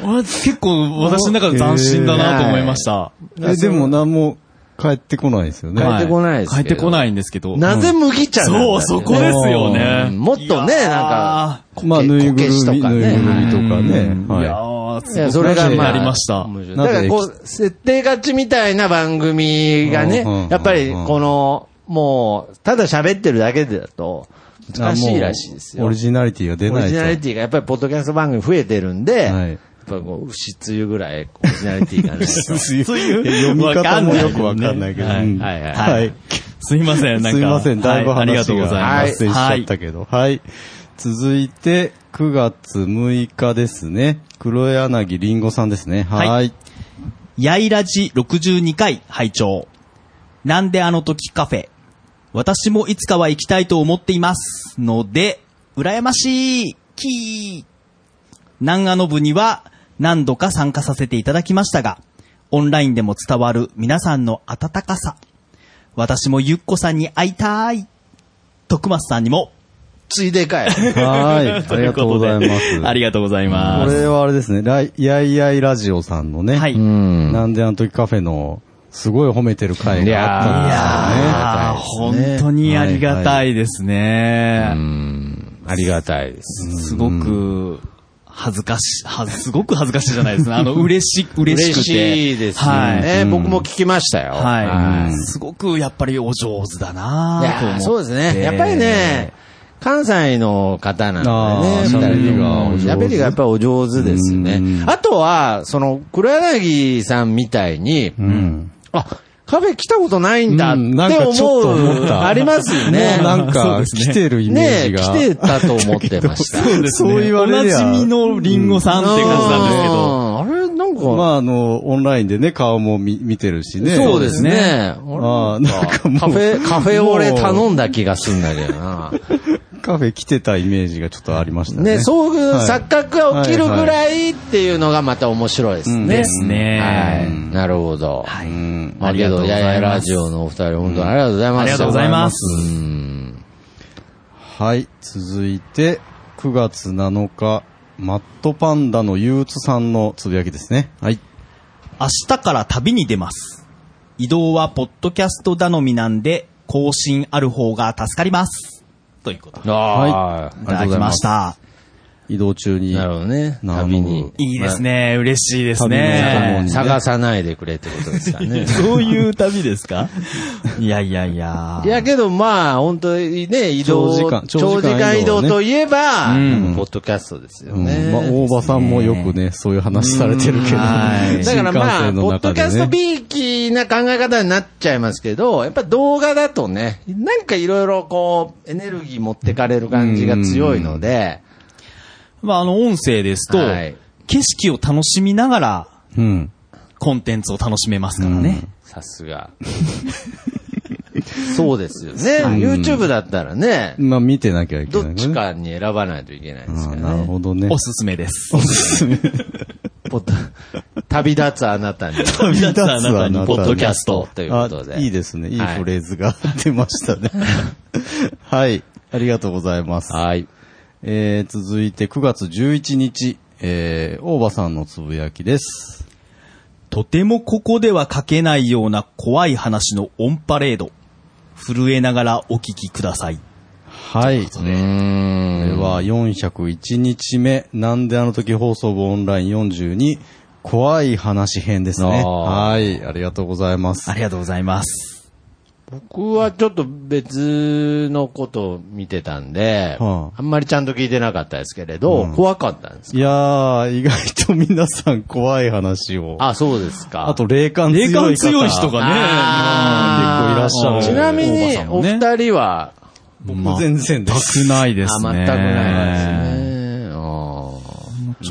Speaker 2: 俺結構私の中で斬新だなと思いました。
Speaker 3: え、でも何も帰ってこないですよね。
Speaker 4: 帰ってこないですけ
Speaker 2: 帰
Speaker 4: ど
Speaker 2: ってこないんですけど。
Speaker 4: なぜ麦茶なんだ
Speaker 2: そう、そこですよね。
Speaker 4: うんもっとね、なんか、こけ
Speaker 3: まあ、ぬいぐ
Speaker 4: こ
Speaker 3: る
Speaker 4: けしと
Speaker 3: み、
Speaker 4: か
Speaker 3: ぬいぐる
Speaker 4: ね。
Speaker 3: みとかね。
Speaker 2: いや
Speaker 3: は
Speaker 2: ー
Speaker 4: い
Speaker 2: すご
Speaker 4: や
Speaker 2: い
Speaker 4: それ
Speaker 2: 面
Speaker 4: が
Speaker 2: 白い
Speaker 4: まあ、
Speaker 2: ありました。
Speaker 4: 面白い
Speaker 3: な
Speaker 4: だ
Speaker 3: ん
Speaker 4: か
Speaker 3: で
Speaker 4: らこう、設定勝ちみたいな番組が
Speaker 3: うんうんうんう
Speaker 4: ね
Speaker 3: ん、
Speaker 4: やっぱりこの、もう、ただ喋ってるだけだと、
Speaker 3: い。
Speaker 4: 難しいらしいですよ。
Speaker 3: オリジナリティが出
Speaker 4: オ
Speaker 3: ない
Speaker 4: リ
Speaker 3: と。
Speaker 4: ジナリティがやっぱりポッドキャスト番組増えてるんで、
Speaker 3: はい
Speaker 4: やっぱこう、牛つゆぐらいオリジナリティがない と。
Speaker 2: そうい
Speaker 3: 読
Speaker 2: う
Speaker 3: み方もよくわかんないけど。
Speaker 2: は
Speaker 3: う
Speaker 2: い
Speaker 3: ん
Speaker 4: はいはい
Speaker 3: はい。
Speaker 2: すいません、なんか。
Speaker 3: すいません、だいぶ
Speaker 2: はいありが
Speaker 3: 話
Speaker 2: とうござい
Speaker 3: が
Speaker 2: ま
Speaker 3: 発
Speaker 2: す。
Speaker 3: 生しち
Speaker 2: は
Speaker 3: ゃ
Speaker 2: い
Speaker 3: っ。たけど。はい。続いて、9月6日ですね。黒柳りんごさんですね。はい。
Speaker 2: はいやいらじ62回拝聴なんであの時カフェ。私もいつかは行きたいと思っています。ので、羨ましいキー南アの部には何度か参加させていただきましたが、オンラインでも伝わる皆さんの温かさ。私もゆっこさんに会いたい。徳松さんにも。
Speaker 4: ついで かい。
Speaker 3: はい。 ありがとうございます。
Speaker 2: ありがとうございま
Speaker 3: こ
Speaker 2: す。
Speaker 3: れはあれですね、ライやいやいラジオさんのね、
Speaker 2: はい。
Speaker 4: ん。
Speaker 3: なんであの時カフェの、すごい褒めてる回
Speaker 4: い
Speaker 3: があったんですよね。
Speaker 4: やー
Speaker 2: 本当にありがたいですね。
Speaker 4: ありがたいです。
Speaker 2: すごく、恥ずかし、は、すごく恥ずかしいじゃないですね。あの、嬉し、 嬉し
Speaker 4: 嬉
Speaker 2: くて。
Speaker 4: しいです
Speaker 2: はい。
Speaker 4: ね。僕も聞きましたよ。
Speaker 2: は
Speaker 4: うん
Speaker 2: い。すごく、やっぱりお上手だ
Speaker 4: い
Speaker 2: な
Speaker 4: や
Speaker 2: と思っ
Speaker 4: ー
Speaker 2: て。
Speaker 4: そうですね。やっぱりね、関西の方なんでね、
Speaker 3: あー
Speaker 4: 二人とも
Speaker 3: 喋りがお上手
Speaker 4: 喋りがやっぱりお上手ですね
Speaker 3: う。ん
Speaker 4: あとは、その、黒柳さんみたいに、
Speaker 3: うん。
Speaker 4: あ、カフェ来たことないんだっ
Speaker 3: うんなん
Speaker 4: て
Speaker 3: かち
Speaker 4: 思
Speaker 3: ょっと思っ
Speaker 4: う、
Speaker 3: た
Speaker 4: ありますよね。
Speaker 3: もうなん
Speaker 2: そう
Speaker 3: か
Speaker 2: で、すね
Speaker 3: 来てるイメー
Speaker 4: ね
Speaker 3: ジが。
Speaker 4: 来てたと思ってました。
Speaker 2: そうですね。
Speaker 3: そう言われりゃ
Speaker 2: おなじみのリンゴさんって感じなんですけど。
Speaker 4: あーあれ、なんか、
Speaker 3: まあ、あの、オンラインでね、顔も見見てるしね。
Speaker 4: そうですね。
Speaker 3: ああ、なんかもう、
Speaker 4: カフェ、カフェオレ
Speaker 3: も
Speaker 4: 頼んだ気がすんだけどな。
Speaker 3: うカフェ来てたイメージがちょっとありましたね。
Speaker 4: ね、そういう
Speaker 3: はい
Speaker 4: 錯覚が起きるぐらいっていうのがまた面白いですね。
Speaker 2: ですね
Speaker 4: はい。なるほど。
Speaker 2: は
Speaker 3: う
Speaker 2: い。
Speaker 3: ん。
Speaker 4: まあけど、ややラジオのお二人、本当にありがとうございます。
Speaker 2: ありがとうございます。
Speaker 4: うん。
Speaker 3: はい、続いて、9月7日、マットパンダの憂鬱さんのつぶやきですね。はい。
Speaker 2: 明日から旅に出ます。移動はポッドキャスト頼みなんで、更新ある方が助かります。ということで。
Speaker 4: あ
Speaker 3: あ
Speaker 2: い
Speaker 3: りがと
Speaker 2: た
Speaker 3: う
Speaker 2: だ
Speaker 3: ご
Speaker 2: き
Speaker 3: ざい
Speaker 2: ま
Speaker 3: ま
Speaker 2: し
Speaker 3: す
Speaker 2: た。
Speaker 3: 移動中
Speaker 4: あ。
Speaker 3: に。
Speaker 4: なるほどね。
Speaker 3: なるほど
Speaker 4: 旅に。
Speaker 2: いいですね。嬉しいです
Speaker 3: 旅の
Speaker 2: ね。
Speaker 3: ね。
Speaker 4: 探さないでくれってことですか ね
Speaker 2: そういう旅ですかいやいやいや。
Speaker 4: いやけど、まあ、本当にね、移
Speaker 3: 長
Speaker 4: 動、
Speaker 3: 時間
Speaker 4: 長時間移動といえば、
Speaker 2: うん
Speaker 4: ポッドキャストですよ
Speaker 3: うん
Speaker 4: ね。
Speaker 3: まあ、大場さんもよくね、そういう話されてるけ
Speaker 2: うん
Speaker 3: ど。
Speaker 2: はい
Speaker 4: だからまあ、
Speaker 3: 新幹線の
Speaker 4: ポッ
Speaker 3: 中
Speaker 4: ドキ
Speaker 3: でね
Speaker 4: ャスト B きな考え方になっちゃいますけど、やっぱ動画だとね、なんかいろいろこう、エネルギー持ってかれる感じが強いので、
Speaker 2: まあ、あの、音声ですと、
Speaker 4: はい
Speaker 2: 景色を楽しみながら、
Speaker 3: うん。
Speaker 2: コンテンツを楽しめますからね。
Speaker 4: さすが。 そうですよね。YouTube だったらね、
Speaker 3: まあ、見てなきゃいけない、
Speaker 4: どっ
Speaker 3: ね。
Speaker 4: ち。かに選ばないといけないです
Speaker 3: あ
Speaker 4: か
Speaker 3: あ、
Speaker 4: ら
Speaker 3: なる
Speaker 4: ね。
Speaker 3: ほどね。
Speaker 2: おすすめです。
Speaker 4: ポッド旅立つあ なたに。
Speaker 2: 旅立つあなたに、ポッドキャスト。
Speaker 4: ということで。
Speaker 3: あいいですね。いい
Speaker 4: はい
Speaker 3: フレーズが出ました ね。はい。ありがとうございます。
Speaker 4: はい。
Speaker 3: えー、続いて9月11日、えー、大場さんのつぶやきです。
Speaker 2: とてもここでは書けないような怖い話のオンパレード。震えながらお聞きください。
Speaker 3: はい。こ
Speaker 4: うー
Speaker 3: れ
Speaker 4: ん。
Speaker 3: は401日目、なんであの時放送部オンライン42、怖い話編ですね。
Speaker 4: あー
Speaker 3: はい。ありがとうございます
Speaker 2: あ。りがとうございます。
Speaker 4: 僕はちょっと別のことを見てたんで、
Speaker 3: はあ
Speaker 4: あ、んまりちゃんと聞いてなかったですけれど、
Speaker 3: うん
Speaker 4: 怖かったんですか
Speaker 3: いやー、意外と皆さん怖い話を。
Speaker 4: あ、そうですか。
Speaker 3: あと霊感強い
Speaker 2: 霊
Speaker 3: 方。
Speaker 2: 感強い人がね、
Speaker 4: あー
Speaker 3: 結構いらっしゃる
Speaker 4: ちなみ
Speaker 3: 大場
Speaker 4: に
Speaker 3: さん、も
Speaker 4: お
Speaker 3: ね
Speaker 4: 二人は、
Speaker 3: 僕全然です。
Speaker 2: 全くないです
Speaker 4: あ、
Speaker 2: ね。
Speaker 4: 全くないですね。あー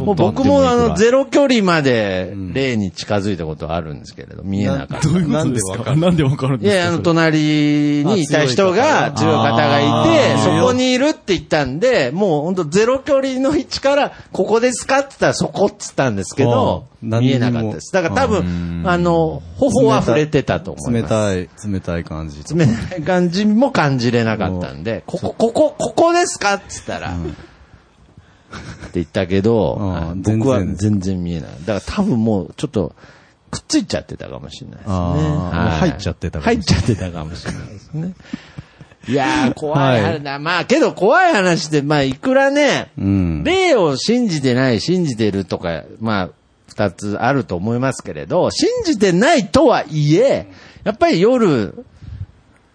Speaker 4: もう僕もあの、ゼロ距離まで、霊に近づいたことはあるんですけれど、見えなかった。
Speaker 2: どういうことですかなんでわかるん
Speaker 4: い
Speaker 2: ですか
Speaker 4: や、あの、隣にいた人が、
Speaker 2: あ
Speaker 4: 強
Speaker 2: 強い
Speaker 4: い方
Speaker 2: 方
Speaker 4: が
Speaker 2: が
Speaker 4: いて、
Speaker 2: あー
Speaker 4: そこにいるって言ったんで、もう本当ゼロ距離の位置から、ここですかって言ったらそこって言ったんですけど、
Speaker 3: あー
Speaker 4: 見えなかったです。だから多分、あの、頬は触れてたと思い
Speaker 3: 冷
Speaker 4: ます。
Speaker 3: たい、冷たい感じ。
Speaker 4: 冷たい感じも感じれなかったんで、ここ、ここ、ここですかって言ったら、って言ったけど、
Speaker 3: うん
Speaker 4: あ
Speaker 3: 全然
Speaker 4: 僕は全然見えない。だから多分もうちょっと、くっついちゃってたかもしれないですね。
Speaker 3: あー
Speaker 4: はい
Speaker 3: もう入っちゃってたか
Speaker 4: 入っ
Speaker 3: も
Speaker 4: ちゃってたかもしれないですね。いやー、怖い話だ。まあ、けど怖い話で、まあ、いくらね、
Speaker 3: うん。
Speaker 4: 霊を信じてない、信じてるとか、まあ、二つあると思いますけれど、信じてないとはいえ、やっぱり夜、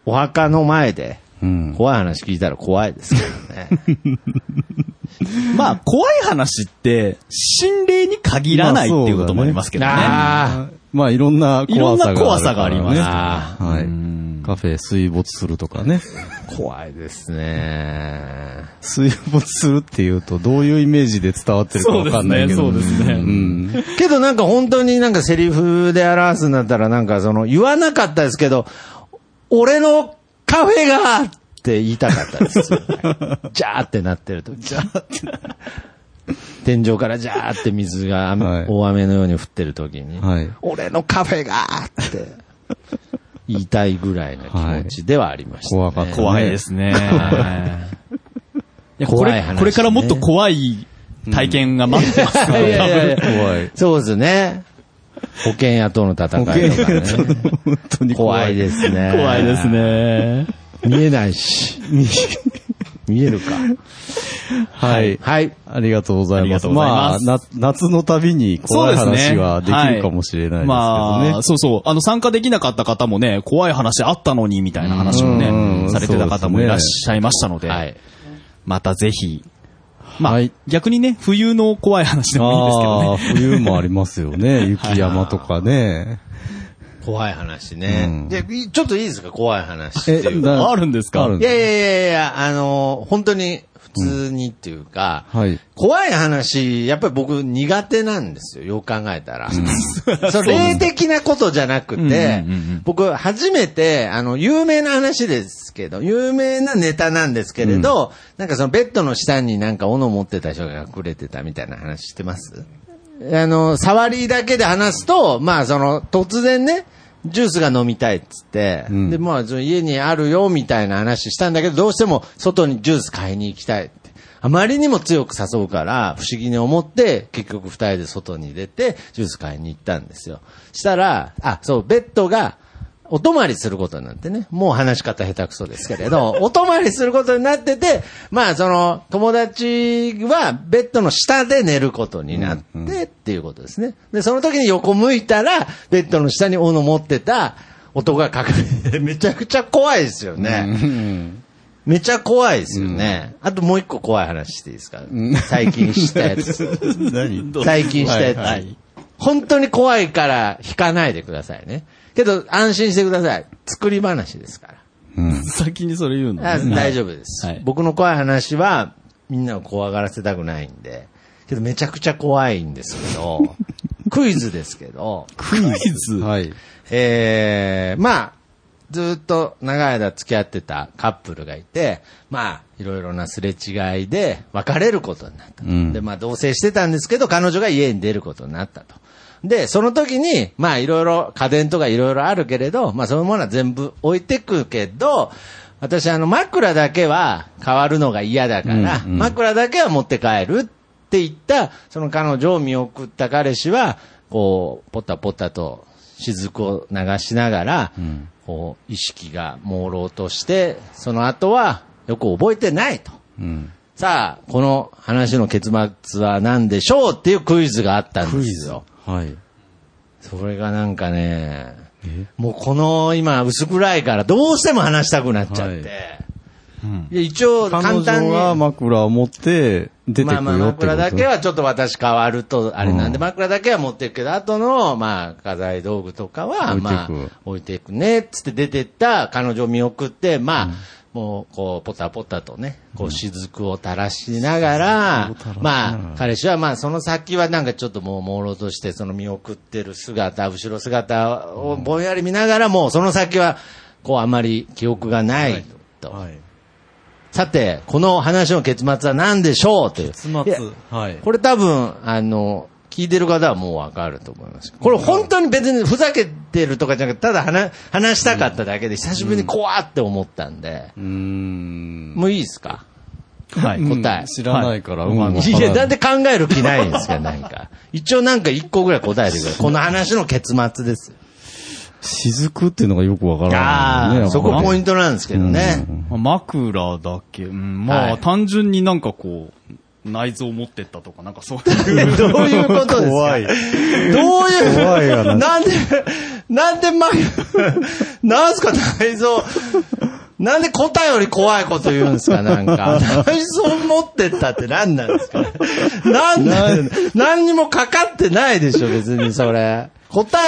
Speaker 4: お墓の前で、
Speaker 3: うん。
Speaker 4: 怖い話聞いたら怖いですけどね。
Speaker 2: まあ、怖い話って、心霊に限らないっていうこともありますけどね。
Speaker 4: あ
Speaker 3: まあ、いろんな怖さがあるからね。
Speaker 2: いろんな怖さがあります
Speaker 4: あ
Speaker 3: は
Speaker 2: う
Speaker 3: い。
Speaker 2: ん
Speaker 3: カフェ水没するとかね。
Speaker 4: ー、怖いですね。
Speaker 3: 水没するっていうと、どういうイメージで伝わってるかわかんないけど。
Speaker 2: そうですねそうですね
Speaker 3: うん。
Speaker 4: けどなんか本当になんかセリフで表すんだったらなんかその言わなかったですけど、俺のカフェがって言いたかった ですよね。ジャーってなってると。ジャーって。天井からジャーって水が雨、
Speaker 3: はい
Speaker 4: 大雨のように降ってる時に、
Speaker 3: はい
Speaker 4: 俺のカフェがって言いたいぐらいの気持ちではありました、ね
Speaker 3: はい怖かった
Speaker 2: 怖いです ね。いやこ
Speaker 4: 怖い
Speaker 2: れ
Speaker 4: 話ね
Speaker 2: これからもっと怖い体験が待ってますから、
Speaker 4: いやいやいや
Speaker 3: 怖い。
Speaker 4: そうですね。保険屋との戦いとかね。
Speaker 3: 本当に
Speaker 4: 怖
Speaker 3: 怖
Speaker 4: い
Speaker 3: い。
Speaker 4: ですね。
Speaker 2: 怖いです。ね。
Speaker 4: 見えないし。見えるか。
Speaker 3: はい。
Speaker 4: はい。
Speaker 3: ありがとうございます。
Speaker 2: ありがとうございます
Speaker 3: あ、な夏の旅に怖い話はできるかもしれないですけどね。
Speaker 2: はいまあ、そうそう。あの、参加できなかった方もね、怖い話あったのに、みたいな話を
Speaker 3: うんう
Speaker 2: ね、
Speaker 3: ん
Speaker 2: されてた方もいらっしゃいましたので、
Speaker 4: はい。
Speaker 2: またぜひ。まあ、
Speaker 3: はい
Speaker 2: 逆にね、冬の怖い話でもいいんですけ
Speaker 3: ああ
Speaker 2: どね。
Speaker 3: ー、冬もありますよね。雪山とかね。
Speaker 4: 怖い話ね
Speaker 3: う。ん
Speaker 4: で、いちょっといいですか怖い話。
Speaker 3: え、な
Speaker 2: あるんですか
Speaker 3: あるん
Speaker 4: い
Speaker 3: で
Speaker 4: や
Speaker 3: す
Speaker 4: いやいやいや、あの、本当に普通にっていうか、
Speaker 3: はい。
Speaker 4: 怖い話、やっぱり僕苦手なんですよ。よく考えたら。 そう霊的なことじゃなく
Speaker 2: うんうん
Speaker 4: て
Speaker 2: うんうん、
Speaker 4: 僕初めて、あの、有名な話ですけど、有名なネタなんですけれど、なんかそのベッドの下になんか斧持ってた人が隠れてたみたいな話してますあの、触りだけで話すと、まあその、突然ね、ジュースが飲みたいっつって、
Speaker 3: うん
Speaker 4: で、まあその家にあるよみたいな話したんだけど、どうしても外にジュース買いに行きたいって。あまりにも強く誘うから、不思議に思って、結局二人で外に出て、ジュース買いに行ったんですよ。したら、あ、そう、ベッドが、お泊まりすることになってね。もう話し方下手くそですけれど、お泊まりすることになってて、まあその友達はベッドの下で寝ることになってっていうことですね。で、その時に横向いたら、ベッドの下に斧持ってた男が隠れて、 めちゃくちゃ怖いですよね。めちゃ怖いですよね。あともう一個怖い話していいですか最近したやつ。
Speaker 3: 何
Speaker 4: 最近したやつ。
Speaker 3: はいは
Speaker 4: 本当に怖いから引かないでくださいね。けど安心してください。作り話ですから。
Speaker 3: うん。
Speaker 2: 先にそれ言うの、
Speaker 4: あ
Speaker 2: ね。
Speaker 4: 大丈夫です、
Speaker 2: はい
Speaker 4: 僕の怖い話は、みんなを怖がらせたくないんで、けどめちゃくちゃ怖いんですけど、 クイズですけど、
Speaker 2: クイズ。
Speaker 3: はい。
Speaker 4: えー、まあ、ずっと長い間付き合ってたカップルがいて、まあ、いろいろなすれ違いで別れることになった。
Speaker 3: うん
Speaker 4: で、まあ、同棲してたんですけど、彼女が家に出ることになったと。で、その時に、まあ、いろいろ家電とかいろいろあるけれど、まあ、そういうものは全部置いてくけど、私、あの、枕だけは変わるのが嫌だから、
Speaker 3: うんうん
Speaker 4: 枕だけは持って帰るって言った、その彼女を見送った彼氏は、こう、ポタポタと雫を流しながら、こう、意識が朦朧として、その後はよく覚えてないと。
Speaker 3: うん。
Speaker 4: さあ、この話の結末は何でしょうっていうクイズがあったんですよ。
Speaker 3: はい。
Speaker 4: それがなんかね、もうこの今薄暗いからどうしても話したくなっちゃって。
Speaker 2: うん
Speaker 4: いや一応簡
Speaker 3: 彼
Speaker 4: 単
Speaker 3: 女
Speaker 4: に。
Speaker 3: が枕を持って出てく
Speaker 4: まあまあ
Speaker 3: よってこと
Speaker 4: 枕だけはちょっと私変わると、あれなんで、
Speaker 3: うん
Speaker 4: 枕だけは持っていくけど、後の、まあ、家財道具とかは、
Speaker 3: 置いていく
Speaker 4: まあ、置いていくね、つって出てった彼女を見送って、まあ、もう、こう、ポタポタとね、こう、雫を垂らしながら、まあ、彼氏は、まあ、その先はなんかちょっともう、朦朧として、その見送ってる姿、後ろ姿をぼんやり見ながら、もう、その先は、こう、あまり記憶がないと。
Speaker 3: はい。
Speaker 4: さて、この話の結末は何でしょうという。
Speaker 3: つ
Speaker 4: いや
Speaker 3: はい。
Speaker 4: これ多分、あの、聞いてる方はもうわかると思います。これ本当に別にふざけてるとかじゃなくて、ただ話、話したかっただけで、久しぶりに怖って思ったんで、
Speaker 3: うーん。
Speaker 4: もういいですか
Speaker 2: はい。
Speaker 4: ん答え
Speaker 3: うん知らないから、うん。
Speaker 4: いや、だって考える気ないんですか、なんか。一応なんか一個ぐらい答えてくれ。この話の結末です。
Speaker 3: 雫っていうのがよくわからない、
Speaker 4: ああ、そこポイ
Speaker 3: ン
Speaker 4: ントなんですけどね。
Speaker 2: まあ枕だけ、うん、まあ、
Speaker 4: はい
Speaker 2: 単純になんかこう、内臓を持ってったとか、なんかそういう。
Speaker 4: え どういうことですか
Speaker 3: 怖い。
Speaker 4: どういう、
Speaker 3: 怖いがな
Speaker 4: なんで、なんで ま、なんすか内臓。なんで答えより怖いこと言うんですかなんか。内臓持ってったって何なんですかなんなん何にもかかってないでしょ、別にそれ。答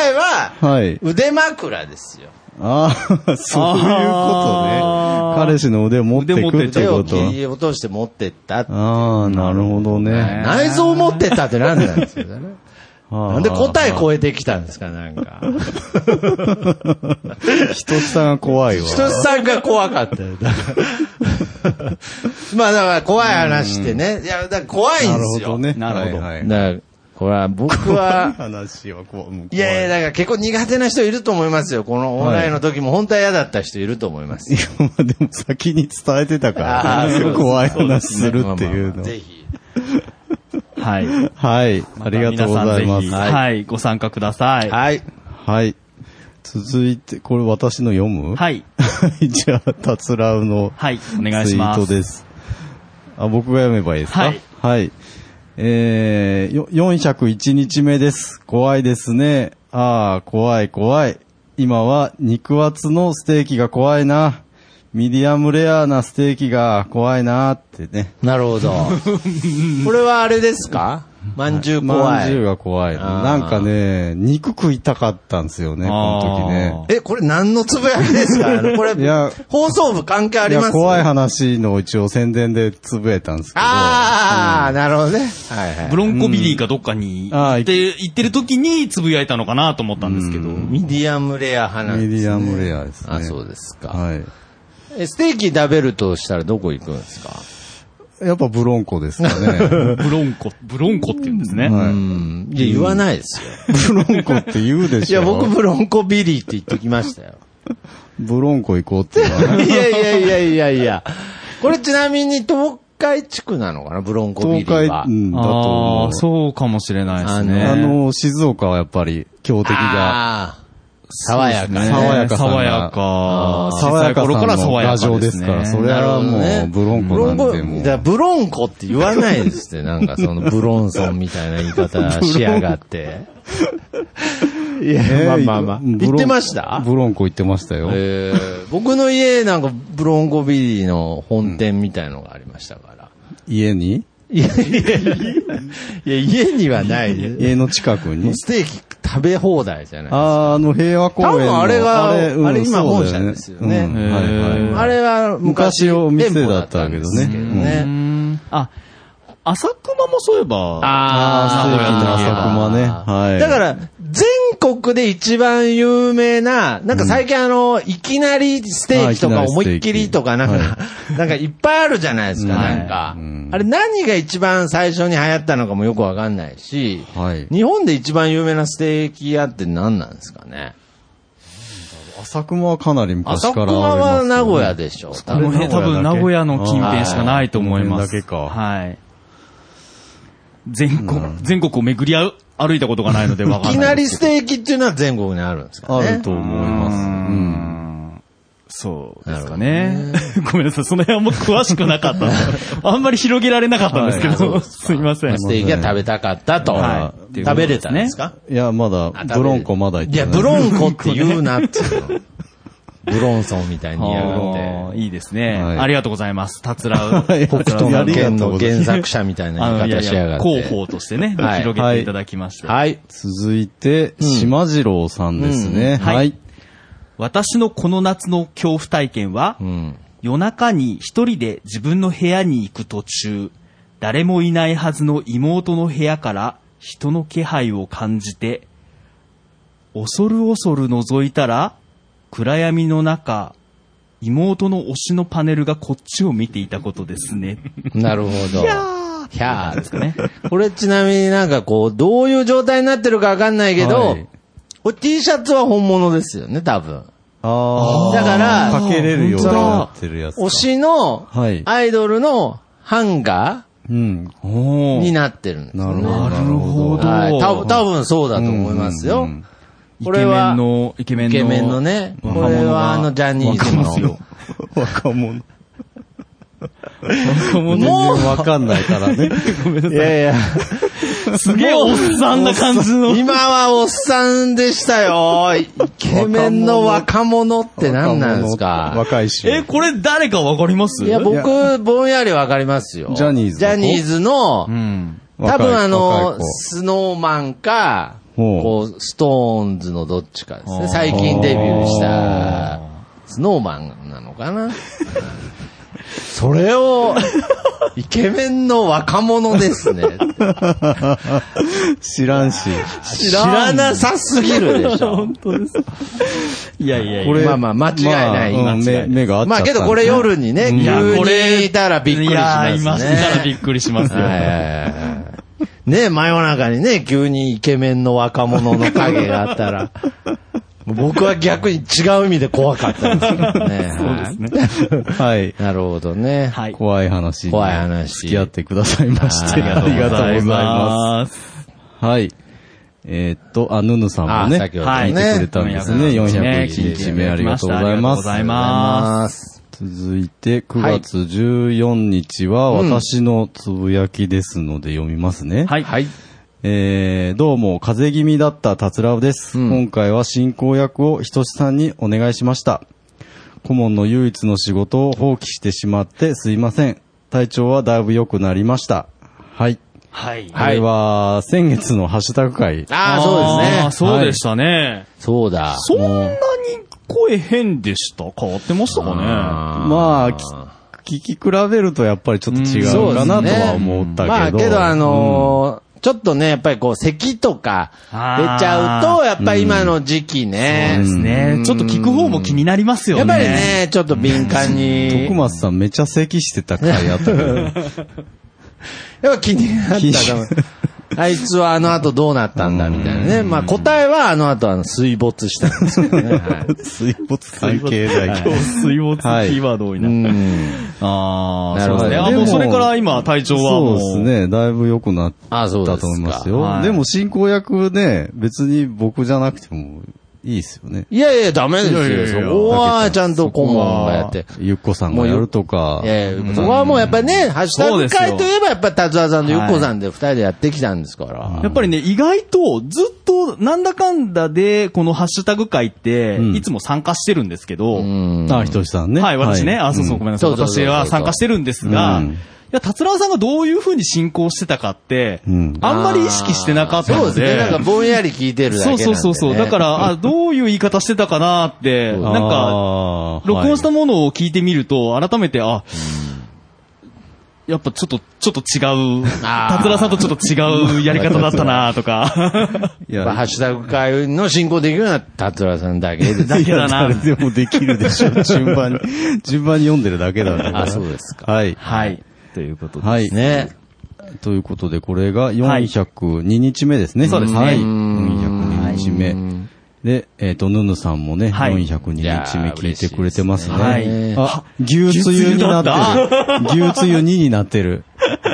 Speaker 4: えは、
Speaker 3: はい。
Speaker 4: 腕枕ですよ。
Speaker 3: ああ、 そういうこ
Speaker 2: あ
Speaker 3: とね。彼氏の腕を持ってくって
Speaker 4: 手
Speaker 3: こ
Speaker 4: を
Speaker 3: と
Speaker 4: 切。り落として持ってったって。
Speaker 3: ああ、なるほどね。
Speaker 4: 内臓持ってったって何なんですかね。な
Speaker 3: なん
Speaker 4: で答え超えてきたんですかなんか。
Speaker 3: 人さが怖いわ。
Speaker 4: 人さんが怖かったよ。だから まあだから怖い話ってね。いや、だから怖いん
Speaker 3: な
Speaker 4: で
Speaker 3: るほ
Speaker 4: すよ。
Speaker 3: どね。
Speaker 2: なるほど
Speaker 3: はいはい
Speaker 4: だから、これは僕は、
Speaker 3: 話はこうもう怖い。
Speaker 4: いやいや、だから結構苦手な人いると思いますよ。このオンラインの時も本当は嫌だった人いると思います。
Speaker 3: いや、まあでも先に伝えてたか
Speaker 4: あーそうです
Speaker 3: ら、 怖い話するってい
Speaker 4: まあ
Speaker 3: う
Speaker 4: まあま
Speaker 3: の
Speaker 4: あ。ぜひ。
Speaker 2: はい。
Speaker 3: はい。ありがとうございま
Speaker 2: 皆さん
Speaker 3: す。
Speaker 2: ぜひはい、ご参加ください。
Speaker 4: はい。
Speaker 3: はい。続いて、これ私の読む
Speaker 2: はい。
Speaker 3: い。 じゃあ、たつらうの
Speaker 2: はい、お願い
Speaker 3: ツ
Speaker 2: し
Speaker 3: イ
Speaker 2: ま
Speaker 3: ート
Speaker 2: す。
Speaker 3: です。あ、僕が読めばいいですか
Speaker 2: はい。
Speaker 3: はい。えー、よ401日目です。怖いですね。あー、怖い怖い。今は肉厚のステーキが怖いな。ミディアムレアなステーキが怖いなってね。
Speaker 4: なるほど。 これはあれですかまんじゅう
Speaker 3: ま
Speaker 4: 怖
Speaker 3: んじゅう
Speaker 4: い。
Speaker 3: が怖い。
Speaker 4: あー
Speaker 3: なんかね、肉食いたかったんですよね、この時ね。
Speaker 4: え、これ何のつぶやきですかこれ
Speaker 3: いや、
Speaker 4: 放送部関係あ
Speaker 3: い
Speaker 4: りま
Speaker 3: や、
Speaker 4: す
Speaker 3: 怖い話の一応宣伝でつぶえたんですけど。
Speaker 4: ああ、なるほどね。はいはい
Speaker 2: ブ。ロンコビリーかどっかに
Speaker 3: うんあー
Speaker 2: 行って、行ってる時につぶやいたのかなと思ったんですけど。
Speaker 4: ミディアムレア花。
Speaker 3: ミディアムレアですね。
Speaker 4: あ、そうですか。
Speaker 3: はい。
Speaker 4: え、ステーキ食べるとしたらどこ行くんですか
Speaker 3: やっぱブロンコですかね。
Speaker 2: ブロンコ、ブロンコって言うんですね。
Speaker 3: は
Speaker 4: うん。いや、言わないですよ。
Speaker 3: い。ブロンコって言うで
Speaker 4: い
Speaker 3: しょ。
Speaker 4: や、僕、 ブロンコビリーって言ってきましたよ。
Speaker 3: ブロンコ行こうって言わない
Speaker 4: いやいやいやいやいや。これちなみに東海地区なのかなブロンコビリ
Speaker 3: 東
Speaker 4: ー
Speaker 3: 海
Speaker 4: は。
Speaker 3: うんだと
Speaker 2: あ
Speaker 3: 思
Speaker 2: あ、
Speaker 3: う。
Speaker 2: そうかもしれないですね。
Speaker 3: あの、静岡はやっぱり強敵が。
Speaker 4: あー爽やかね。
Speaker 3: 爽やかさんが
Speaker 2: 爽や
Speaker 3: 爽や
Speaker 2: か。
Speaker 3: か
Speaker 2: 小さい頃か
Speaker 3: さん
Speaker 2: ら
Speaker 3: の
Speaker 2: 爽や
Speaker 3: ラジ
Speaker 2: か
Speaker 3: オ
Speaker 2: で
Speaker 3: ですす
Speaker 2: ね。
Speaker 3: から、それ
Speaker 4: なるほ
Speaker 3: は
Speaker 4: ど
Speaker 3: も
Speaker 4: ね
Speaker 3: うブロン
Speaker 4: ブ
Speaker 3: コ
Speaker 4: ロン
Speaker 3: なん
Speaker 4: コ、
Speaker 3: ても
Speaker 4: だ
Speaker 3: う
Speaker 4: からブロンコって言わないですって、なんかそのブロンソンみたいな言い方しやがって。いや、
Speaker 3: えー
Speaker 4: まあまあまあ。
Speaker 3: ブロン
Speaker 4: 言ってました
Speaker 3: ブロンコ行ってましたよ。
Speaker 4: えー僕の家なんかブロンコビリーの本店みたいのがありましたから。
Speaker 3: 家に
Speaker 4: いやいやいや、家にはないです。
Speaker 3: 家の近くに
Speaker 4: ステーキ食べ放題じゃない。
Speaker 3: あー、あの、平和公園の。
Speaker 4: 多分あれがあれ今
Speaker 3: そうだ
Speaker 4: 本社ですよね
Speaker 3: うんはいはい
Speaker 4: あれは昔
Speaker 3: 昔お店だったわけ
Speaker 4: 店
Speaker 3: どね
Speaker 4: 舗だったんですけど
Speaker 2: う
Speaker 4: ね。
Speaker 2: んあ、浅熊もそういえば、
Speaker 4: あ
Speaker 2: ー
Speaker 3: ステーキの浅
Speaker 4: あ
Speaker 3: 熊ね。はい。
Speaker 4: だか、ら、全国で一番有名な、なんか最近あの、いきなりステーキと
Speaker 3: あ
Speaker 4: か
Speaker 3: いきなりステー
Speaker 4: 思
Speaker 3: キ
Speaker 4: いっきりとかなん
Speaker 3: は
Speaker 4: か、 なんかいっぱいあるじゃないですか、
Speaker 2: うん
Speaker 4: なんか
Speaker 3: うん。
Speaker 4: あれ何が一番最初に流行ったのかもよくわかんないし、
Speaker 3: はい。
Speaker 4: 日本で一番有名なステーキ屋って何なんですかね。
Speaker 3: 浅熊はかなり昔
Speaker 4: 浅
Speaker 3: か
Speaker 4: 熊
Speaker 3: らありま
Speaker 4: は
Speaker 3: すよね
Speaker 4: 名古屋でしょ。
Speaker 2: この辺多分名古屋の近辺しかないと思います。
Speaker 3: はいこの辺だけか
Speaker 2: はい。全国、全国を巡り歩歩いたことがないのでわ
Speaker 4: い
Speaker 2: か
Speaker 4: き
Speaker 2: んな
Speaker 4: ない
Speaker 2: で
Speaker 4: り
Speaker 2: す
Speaker 4: ス
Speaker 2: けど。
Speaker 4: テーキっていうのは全国にあるんですかね。
Speaker 3: あると思います。うん。
Speaker 2: そうですかね。ごめんなさい、その辺はもう詳しくなかったんで。あんまり広げられなかったんですけど、 すいません。
Speaker 4: ステーキが食べたかったと。
Speaker 2: は
Speaker 4: 食べれたんですか
Speaker 3: いや、まだ
Speaker 4: あ、
Speaker 3: ブロンコまだ行っ
Speaker 4: い
Speaker 3: てな
Speaker 4: や、
Speaker 3: い。
Speaker 4: ブロンコって言うなっていうの。ブロンソンみたいに言いやが
Speaker 2: あ
Speaker 4: っ
Speaker 2: ーいいですね。
Speaker 3: はい
Speaker 2: ありがとうございます。たつらう。
Speaker 3: はい
Speaker 2: たつらう
Speaker 3: や
Speaker 4: て。
Speaker 3: りがとう
Speaker 4: 剣の原作者みたい
Speaker 2: あ
Speaker 4: な
Speaker 2: の、い
Speaker 4: 言い
Speaker 2: や
Speaker 4: 方
Speaker 2: い
Speaker 4: しやが
Speaker 2: や、
Speaker 4: って。
Speaker 2: 広報としてね、
Speaker 4: はい
Speaker 2: 広げていただきまして。
Speaker 4: はい。
Speaker 3: 続いて、島次郎さんです
Speaker 2: う
Speaker 3: ね。
Speaker 2: んはい
Speaker 3: はい。
Speaker 2: 私のこの夏の恐怖体験は、
Speaker 4: うん。
Speaker 2: 夜中に一人で自分の部屋に行く途中、誰もいないはずの妹の部屋から人の気配を感じて、恐る恐る覗いたら、暗闇の中、妹の推しのパネルがこっちを見ていたことですね。
Speaker 4: なるほど。ひ
Speaker 2: ー
Speaker 4: ゃー
Speaker 2: ですかね。
Speaker 4: これちなみになんかこう、どういう状態になってるかわかんないけど、
Speaker 3: はい
Speaker 4: これ T シャツは本物ですよね、多分。
Speaker 3: あ
Speaker 4: だから
Speaker 3: かけれるように
Speaker 4: その
Speaker 3: なってるやつか。
Speaker 4: 推しの
Speaker 3: はい、
Speaker 4: アイドルのハンガ
Speaker 3: うん。
Speaker 2: お
Speaker 4: ーに
Speaker 2: ー
Speaker 4: なってるんです
Speaker 3: な
Speaker 4: よ
Speaker 3: るほど。
Speaker 4: ね。
Speaker 2: なるほど
Speaker 4: はい。多分多分そうだと思います
Speaker 3: う
Speaker 4: よ
Speaker 3: んうん。
Speaker 2: イ
Speaker 4: こ
Speaker 2: ケ
Speaker 4: れ
Speaker 2: メ
Speaker 4: は
Speaker 2: ンの、イケメン
Speaker 4: イ
Speaker 2: の。
Speaker 4: ケメンのね。こ
Speaker 2: 若者が
Speaker 4: れはあの、ジャニーズ
Speaker 2: わかります
Speaker 4: の
Speaker 2: よ。
Speaker 3: 若者。
Speaker 2: 若者
Speaker 4: もう
Speaker 3: 全然わかんないから ね。
Speaker 2: ごめんないさい。
Speaker 4: やいや、
Speaker 2: すげえおっさんな感じの。
Speaker 4: 今はおっさんでしたよ。イケメンの若者って何なんです
Speaker 3: 若者
Speaker 4: か
Speaker 3: 若いし。
Speaker 2: え、これ誰かわかります
Speaker 4: いや、
Speaker 3: い
Speaker 4: 僕、ぼんやりわかりますよ。
Speaker 3: ジャニーズ
Speaker 4: ジ
Speaker 3: の子
Speaker 4: ャニーズの
Speaker 2: う、ん。
Speaker 4: 多分あの
Speaker 3: 若い、子
Speaker 4: スノーマンか、
Speaker 3: ほう
Speaker 4: こう、ストーンズのどっちかです
Speaker 2: あー
Speaker 4: ね。最近デビューした、スノーマンなのかなそれを、 イケメンの若者ですね。
Speaker 3: 知らん し。
Speaker 4: 知らなさすぎるでしょ。
Speaker 2: 当です。いやいやいや。
Speaker 3: これ
Speaker 4: まあまあ、間違いない。
Speaker 3: まあうん
Speaker 4: 間違い
Speaker 3: 目
Speaker 4: ない
Speaker 3: 目が合っちゃったんですね
Speaker 4: まあけどこれ夜にね、
Speaker 2: いや
Speaker 4: 急
Speaker 2: これ
Speaker 4: にいたらびっくりしま
Speaker 2: い
Speaker 4: すね。
Speaker 2: や、今したらびっくりしますよ。
Speaker 4: はいはいはいはいねえ、真夜中にね、急にイケメンの若者の影があったら、 僕は逆に違う意味で怖かったですけどね。
Speaker 2: そうですね。
Speaker 3: はい。
Speaker 4: なるほどね。
Speaker 2: はい。。
Speaker 3: 怖い話。
Speaker 4: 怖い話
Speaker 3: 付き合ってくださいまして。
Speaker 4: あー
Speaker 3: ありがとうございますす。はい。えーっと、あ、ヌヌさん
Speaker 4: あ
Speaker 3: も
Speaker 4: あ、
Speaker 3: ね。
Speaker 4: 先ほど
Speaker 2: はい
Speaker 4: ね。
Speaker 3: 見てくれたんですね。
Speaker 2: ね
Speaker 3: 401日目ありがとうございます。
Speaker 2: ありがとうございま
Speaker 4: ます。
Speaker 3: 続いて、9月14日は
Speaker 4: はいうん
Speaker 3: 私のつぶやきですので読みますね。
Speaker 2: はい。
Speaker 4: はい。
Speaker 3: えー、どうも、風邪気味だった達郎です。
Speaker 4: うん
Speaker 3: 今回は進行役をひとしさんにお願いしました。顧問の唯一の仕事を放棄してしまってすいません。体調はだいぶ良くなりました。はい。
Speaker 2: はい。
Speaker 3: これは、先月のハッシュタグ会。
Speaker 4: あ
Speaker 2: ー
Speaker 4: あ、そうですね。
Speaker 2: そうでしたね。
Speaker 4: そうだ。
Speaker 2: そんなに声変でした変わってましたかね
Speaker 3: まあ、き聞き比べるとやっぱりちょっと違うかなとは思ったけど。
Speaker 4: まあけどあのーちょっとね、やっぱりこう、咳とか出ちゃうと、やっぱり今の時期ね、
Speaker 2: ですね。ちょっと聞く方も気になりますよね。
Speaker 4: やっぱりね、ちょっと敏感に
Speaker 3: 徳。松さんめちゃ咳してた回あったけど。
Speaker 4: やっぱ気になっ たから。あいつはあの後どうなったんだみたいなね。まあ答えはあの後あの水没したんですけどね。はい
Speaker 3: 水没関係 ない
Speaker 2: 今日水没キーワード多いな。
Speaker 4: うん
Speaker 2: ああ、
Speaker 4: なるほど
Speaker 2: そうですね。あ、
Speaker 3: でも
Speaker 2: もうそれから今、体調は
Speaker 3: そう
Speaker 2: もう。
Speaker 3: ですね。だいぶ良くなっ
Speaker 4: あ、そうで
Speaker 3: た
Speaker 4: す
Speaker 3: と
Speaker 4: か。
Speaker 3: 思います
Speaker 2: そうですか
Speaker 3: よ。
Speaker 2: はい
Speaker 3: でも進行役ね、別に僕じゃなくてもいいですよね。
Speaker 4: いやいや、ダメです
Speaker 2: いやいやいや
Speaker 4: よ。そこはちゃんと顧問がやって。
Speaker 3: ゆっこさんがやるとか。
Speaker 4: いやいや、そこはもうやっぱりね、ハッシュタグ会といえばやっぱ達和さんとゆっこさんで二人でやってきたんですから。
Speaker 2: やっぱりね、意外と、ずっと、なんだかんだで、このハッシュタグ会って、
Speaker 3: うん
Speaker 2: いつも参加してるんですけど、
Speaker 4: うん。
Speaker 3: あ、ひとしさんね。
Speaker 2: はい、私ね、あ、そうそう、ごめんなさい。
Speaker 4: そうそうそう
Speaker 2: 私
Speaker 4: そう
Speaker 2: は参加してるんですが、
Speaker 3: うん
Speaker 2: いや、達郎さんがどういう風に進行してたかって、
Speaker 3: うん
Speaker 2: あんまり意識してなかったの
Speaker 4: そう
Speaker 2: で、
Speaker 4: ですね。なんかぼんやり聞いてるだけ
Speaker 2: そ
Speaker 4: なん
Speaker 2: う
Speaker 4: でね。
Speaker 2: そうそうそう。だから、あ、どういう言い方してたかなって、
Speaker 4: そう
Speaker 2: なんか、
Speaker 3: あー
Speaker 2: 録音
Speaker 3: は
Speaker 2: したものを聞いてみると、改めて、あ、やっぱちょっと、ちょっと違う、
Speaker 4: あー
Speaker 2: 達郎さんとちょっと違うやり方だったなとか、
Speaker 3: いい
Speaker 4: やっぱハ
Speaker 3: や、
Speaker 4: ッシュタグ会の進行できるのは達和さんだけです
Speaker 2: だけだな
Speaker 3: 誰。でもできるでしょ。順番 に、順番に読んでるだけだから。
Speaker 4: あそうです
Speaker 3: か。はい。
Speaker 2: はい。ということで。
Speaker 3: はい。
Speaker 4: ね。
Speaker 3: ということで、これが
Speaker 2: はい
Speaker 3: 402日目ですね。
Speaker 2: そうですね
Speaker 3: はい。
Speaker 4: ん
Speaker 3: 402日目。で、えっ、と、ヌヌさんもね、
Speaker 2: はい
Speaker 3: 402日
Speaker 4: いや
Speaker 3: 目
Speaker 4: ー
Speaker 3: 聞いてくれてますね。
Speaker 2: 嬉しい
Speaker 4: ですね
Speaker 3: あ、牛つゆになってる。牛つゆ2になってる。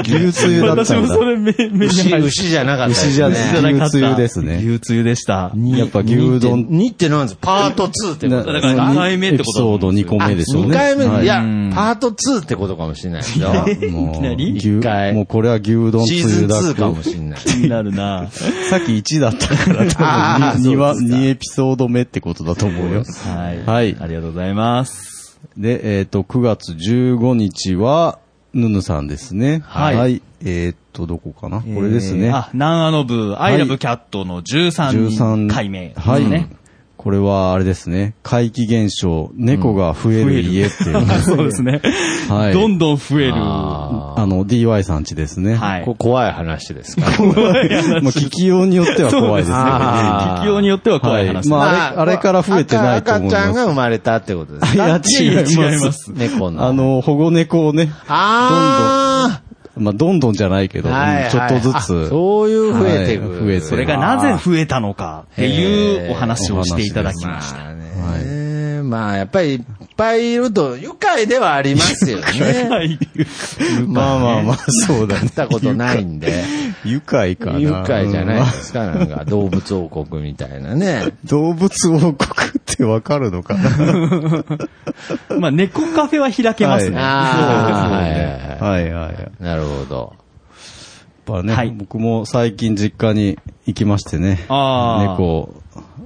Speaker 3: 牛つゆだった
Speaker 2: 私
Speaker 3: ん
Speaker 2: も
Speaker 3: だ
Speaker 2: そ。れ目、目に
Speaker 4: 牛、
Speaker 2: 入っ
Speaker 4: 牛じゃなかったですね。
Speaker 3: 牛じゃ
Speaker 2: 牛じゃなかった
Speaker 3: 牛つゆですね
Speaker 2: 牛つゆでした。
Speaker 3: やっぱ牛丼。
Speaker 4: 2って何ですパート2ってこと
Speaker 2: だから二回目ってこと
Speaker 3: エピ
Speaker 2: だと
Speaker 3: ソー
Speaker 2: 思
Speaker 3: ド
Speaker 2: うん
Speaker 3: 2
Speaker 2: ですよ
Speaker 3: 個目でしょうね。
Speaker 4: 2回目、
Speaker 3: はい
Speaker 4: いや、パート2ってことかもしれないですよ。
Speaker 3: もう
Speaker 2: いきなり
Speaker 3: 牛
Speaker 4: 一回
Speaker 3: もうこれは牛丼つ
Speaker 4: シーズ
Speaker 3: ゆ
Speaker 4: ン
Speaker 3: だ
Speaker 4: 2かも
Speaker 3: け。
Speaker 4: しれない。
Speaker 2: 気になるな
Speaker 3: さっき1だったから
Speaker 4: あ
Speaker 3: 多
Speaker 4: ー
Speaker 3: 分 2, は
Speaker 4: そうですか
Speaker 3: 2エピソード目ってことだと思うよ。
Speaker 2: はい。
Speaker 3: はい
Speaker 2: ありがとうございます。
Speaker 3: で、えっ、と、9月15日は、ヌヌさんですね。
Speaker 2: はい
Speaker 3: えっ、と、どこかなこれですね。
Speaker 2: えーあ、ナンアノブ、アイラブキャットの
Speaker 3: 13
Speaker 2: 13回目です
Speaker 3: はい。
Speaker 2: ね。
Speaker 3: これはあれですね。怪奇現象、猫が増える家っていう。
Speaker 2: そうですね。
Speaker 3: はい
Speaker 2: どんどん増える。
Speaker 4: あ
Speaker 3: あの、DY さんちですね。
Speaker 2: はい
Speaker 4: ーこ怖い話ですか
Speaker 3: まあ、聞きようによっては怖いですね。
Speaker 4: そうですねあー
Speaker 2: 聞きようによっては怖い話。
Speaker 3: はいまあ
Speaker 4: ま
Speaker 3: あれあれから増えてないと思います
Speaker 4: 赤赤ちゃんが生まれたってことです
Speaker 3: い
Speaker 4: か
Speaker 3: や、違いま。
Speaker 2: 違いますす。
Speaker 4: 猫の。
Speaker 3: あ、の、保護猫をね、
Speaker 4: あー
Speaker 3: まあ、どんどんじゃないけど、
Speaker 4: はいはい
Speaker 3: ちょっとずつ。
Speaker 4: あそういう増えていく
Speaker 3: はい増えて
Speaker 2: それがなぜ増えたのかっていうお話をしていただきました。
Speaker 4: まあね。まあ、やっぱりいっぱいいると愉快ではありま すよね。
Speaker 2: はい。
Speaker 3: まあまあ まあ、そうだ
Speaker 4: や
Speaker 3: ね
Speaker 4: っ。たことないんで。
Speaker 3: 愉快かな。
Speaker 4: 愉快じゃない
Speaker 3: うん
Speaker 4: ですか、なんか動物王国みたいなね。
Speaker 3: 動物王国ってわかるのかな
Speaker 2: まあ、猫カフェは開けますね。
Speaker 3: はい
Speaker 4: ああ、
Speaker 3: はいはいはい。やっ
Speaker 4: なるほど。
Speaker 3: ぱね、
Speaker 2: はい
Speaker 3: 僕も最近実家に行きましてね。
Speaker 2: あー
Speaker 3: 猫を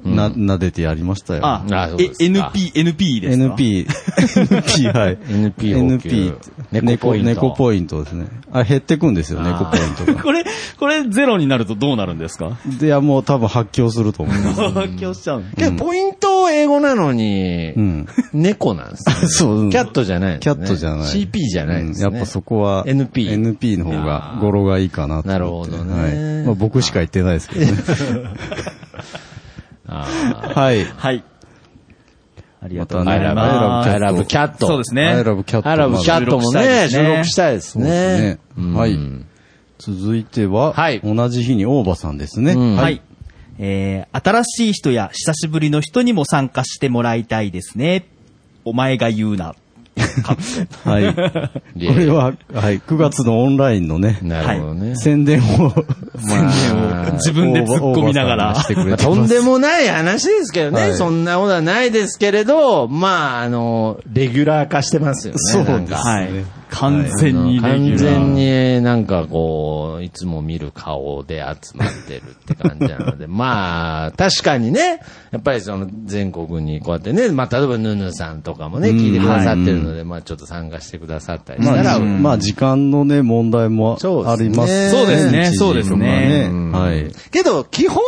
Speaker 3: な、撫でてやりましたよ。
Speaker 2: あ
Speaker 4: あそう
Speaker 2: え
Speaker 4: ですか
Speaker 2: NP、NP ですか
Speaker 3: NP、NP、はい。
Speaker 4: NP 補給
Speaker 3: NP、
Speaker 4: 猫ポイント
Speaker 3: 猫ポイントですね。あ、減ってくんですよ、猫ポイントが。
Speaker 2: これ、これゼロになるとどうなるんですか
Speaker 3: で、いや、もう多分発狂すると思い ます。
Speaker 2: 発狂しちゃうの
Speaker 4: けど、ポイント英語なのに
Speaker 3: う、ん。
Speaker 4: 猫なんですね。
Speaker 3: そう、うん
Speaker 4: キャットじゃないんです
Speaker 3: キャ
Speaker 4: ね。
Speaker 3: ットじゃない。
Speaker 4: CP じゃないんですね。
Speaker 3: うんやっぱそこは、
Speaker 4: NP
Speaker 3: NP の方が語呂がいいかなと思って
Speaker 4: なるほどね
Speaker 3: はい。まあ僕しか言ってないですけどね。 はい。
Speaker 2: はい。ありがとうご
Speaker 3: ま
Speaker 2: ざ
Speaker 3: た
Speaker 2: い
Speaker 3: ね
Speaker 2: ま
Speaker 3: キャット。
Speaker 2: す
Speaker 4: アラブキャット。
Speaker 2: そうですね。
Speaker 3: アイラブキャット。
Speaker 4: アラブキャットもね、収
Speaker 2: 収
Speaker 4: 録
Speaker 2: 録
Speaker 4: し
Speaker 2: した
Speaker 4: いです
Speaker 3: そうで
Speaker 4: ね。
Speaker 3: すね。はい。続いては、
Speaker 4: はい
Speaker 3: 同じ日に大場さんですね。
Speaker 4: うん
Speaker 2: はい。えー、新しい人や久しぶりの人にも参加してもらいたいですね。お前が言うな。
Speaker 3: はい。 これは、はい、9月のオンラインのね、
Speaker 4: なるほどね。
Speaker 3: 宣伝 を、
Speaker 4: まあ
Speaker 2: 自分で突っ込みな
Speaker 3: 大場
Speaker 2: がら
Speaker 3: さん。してく
Speaker 4: ま
Speaker 3: れ
Speaker 4: あ
Speaker 3: てま
Speaker 4: と
Speaker 3: す
Speaker 4: んでもない話ですけどね、
Speaker 3: はい
Speaker 4: そんなことはないですけれど、まあ、あの、レギュラー化してますよね。
Speaker 3: そうです
Speaker 4: なんか
Speaker 2: は
Speaker 3: そうで
Speaker 2: い
Speaker 3: すね。
Speaker 2: 完全にレギ
Speaker 4: 完
Speaker 2: ュラー。
Speaker 4: 全になんかこう、いつも見る顔で集まってるって感じなので、まあ、確かにね、 やっぱりその全国にこうやってね、まあ、例えばヌヌさんとかもね、聞いてくださってるので、まあ、ちょっと参加してくださったりし
Speaker 3: ま
Speaker 4: たら、
Speaker 3: あ、まあ、時間のね、問題もあります
Speaker 4: そうです
Speaker 2: ね
Speaker 3: し
Speaker 2: そうですね
Speaker 3: 時間がねはい。
Speaker 4: けど、基本、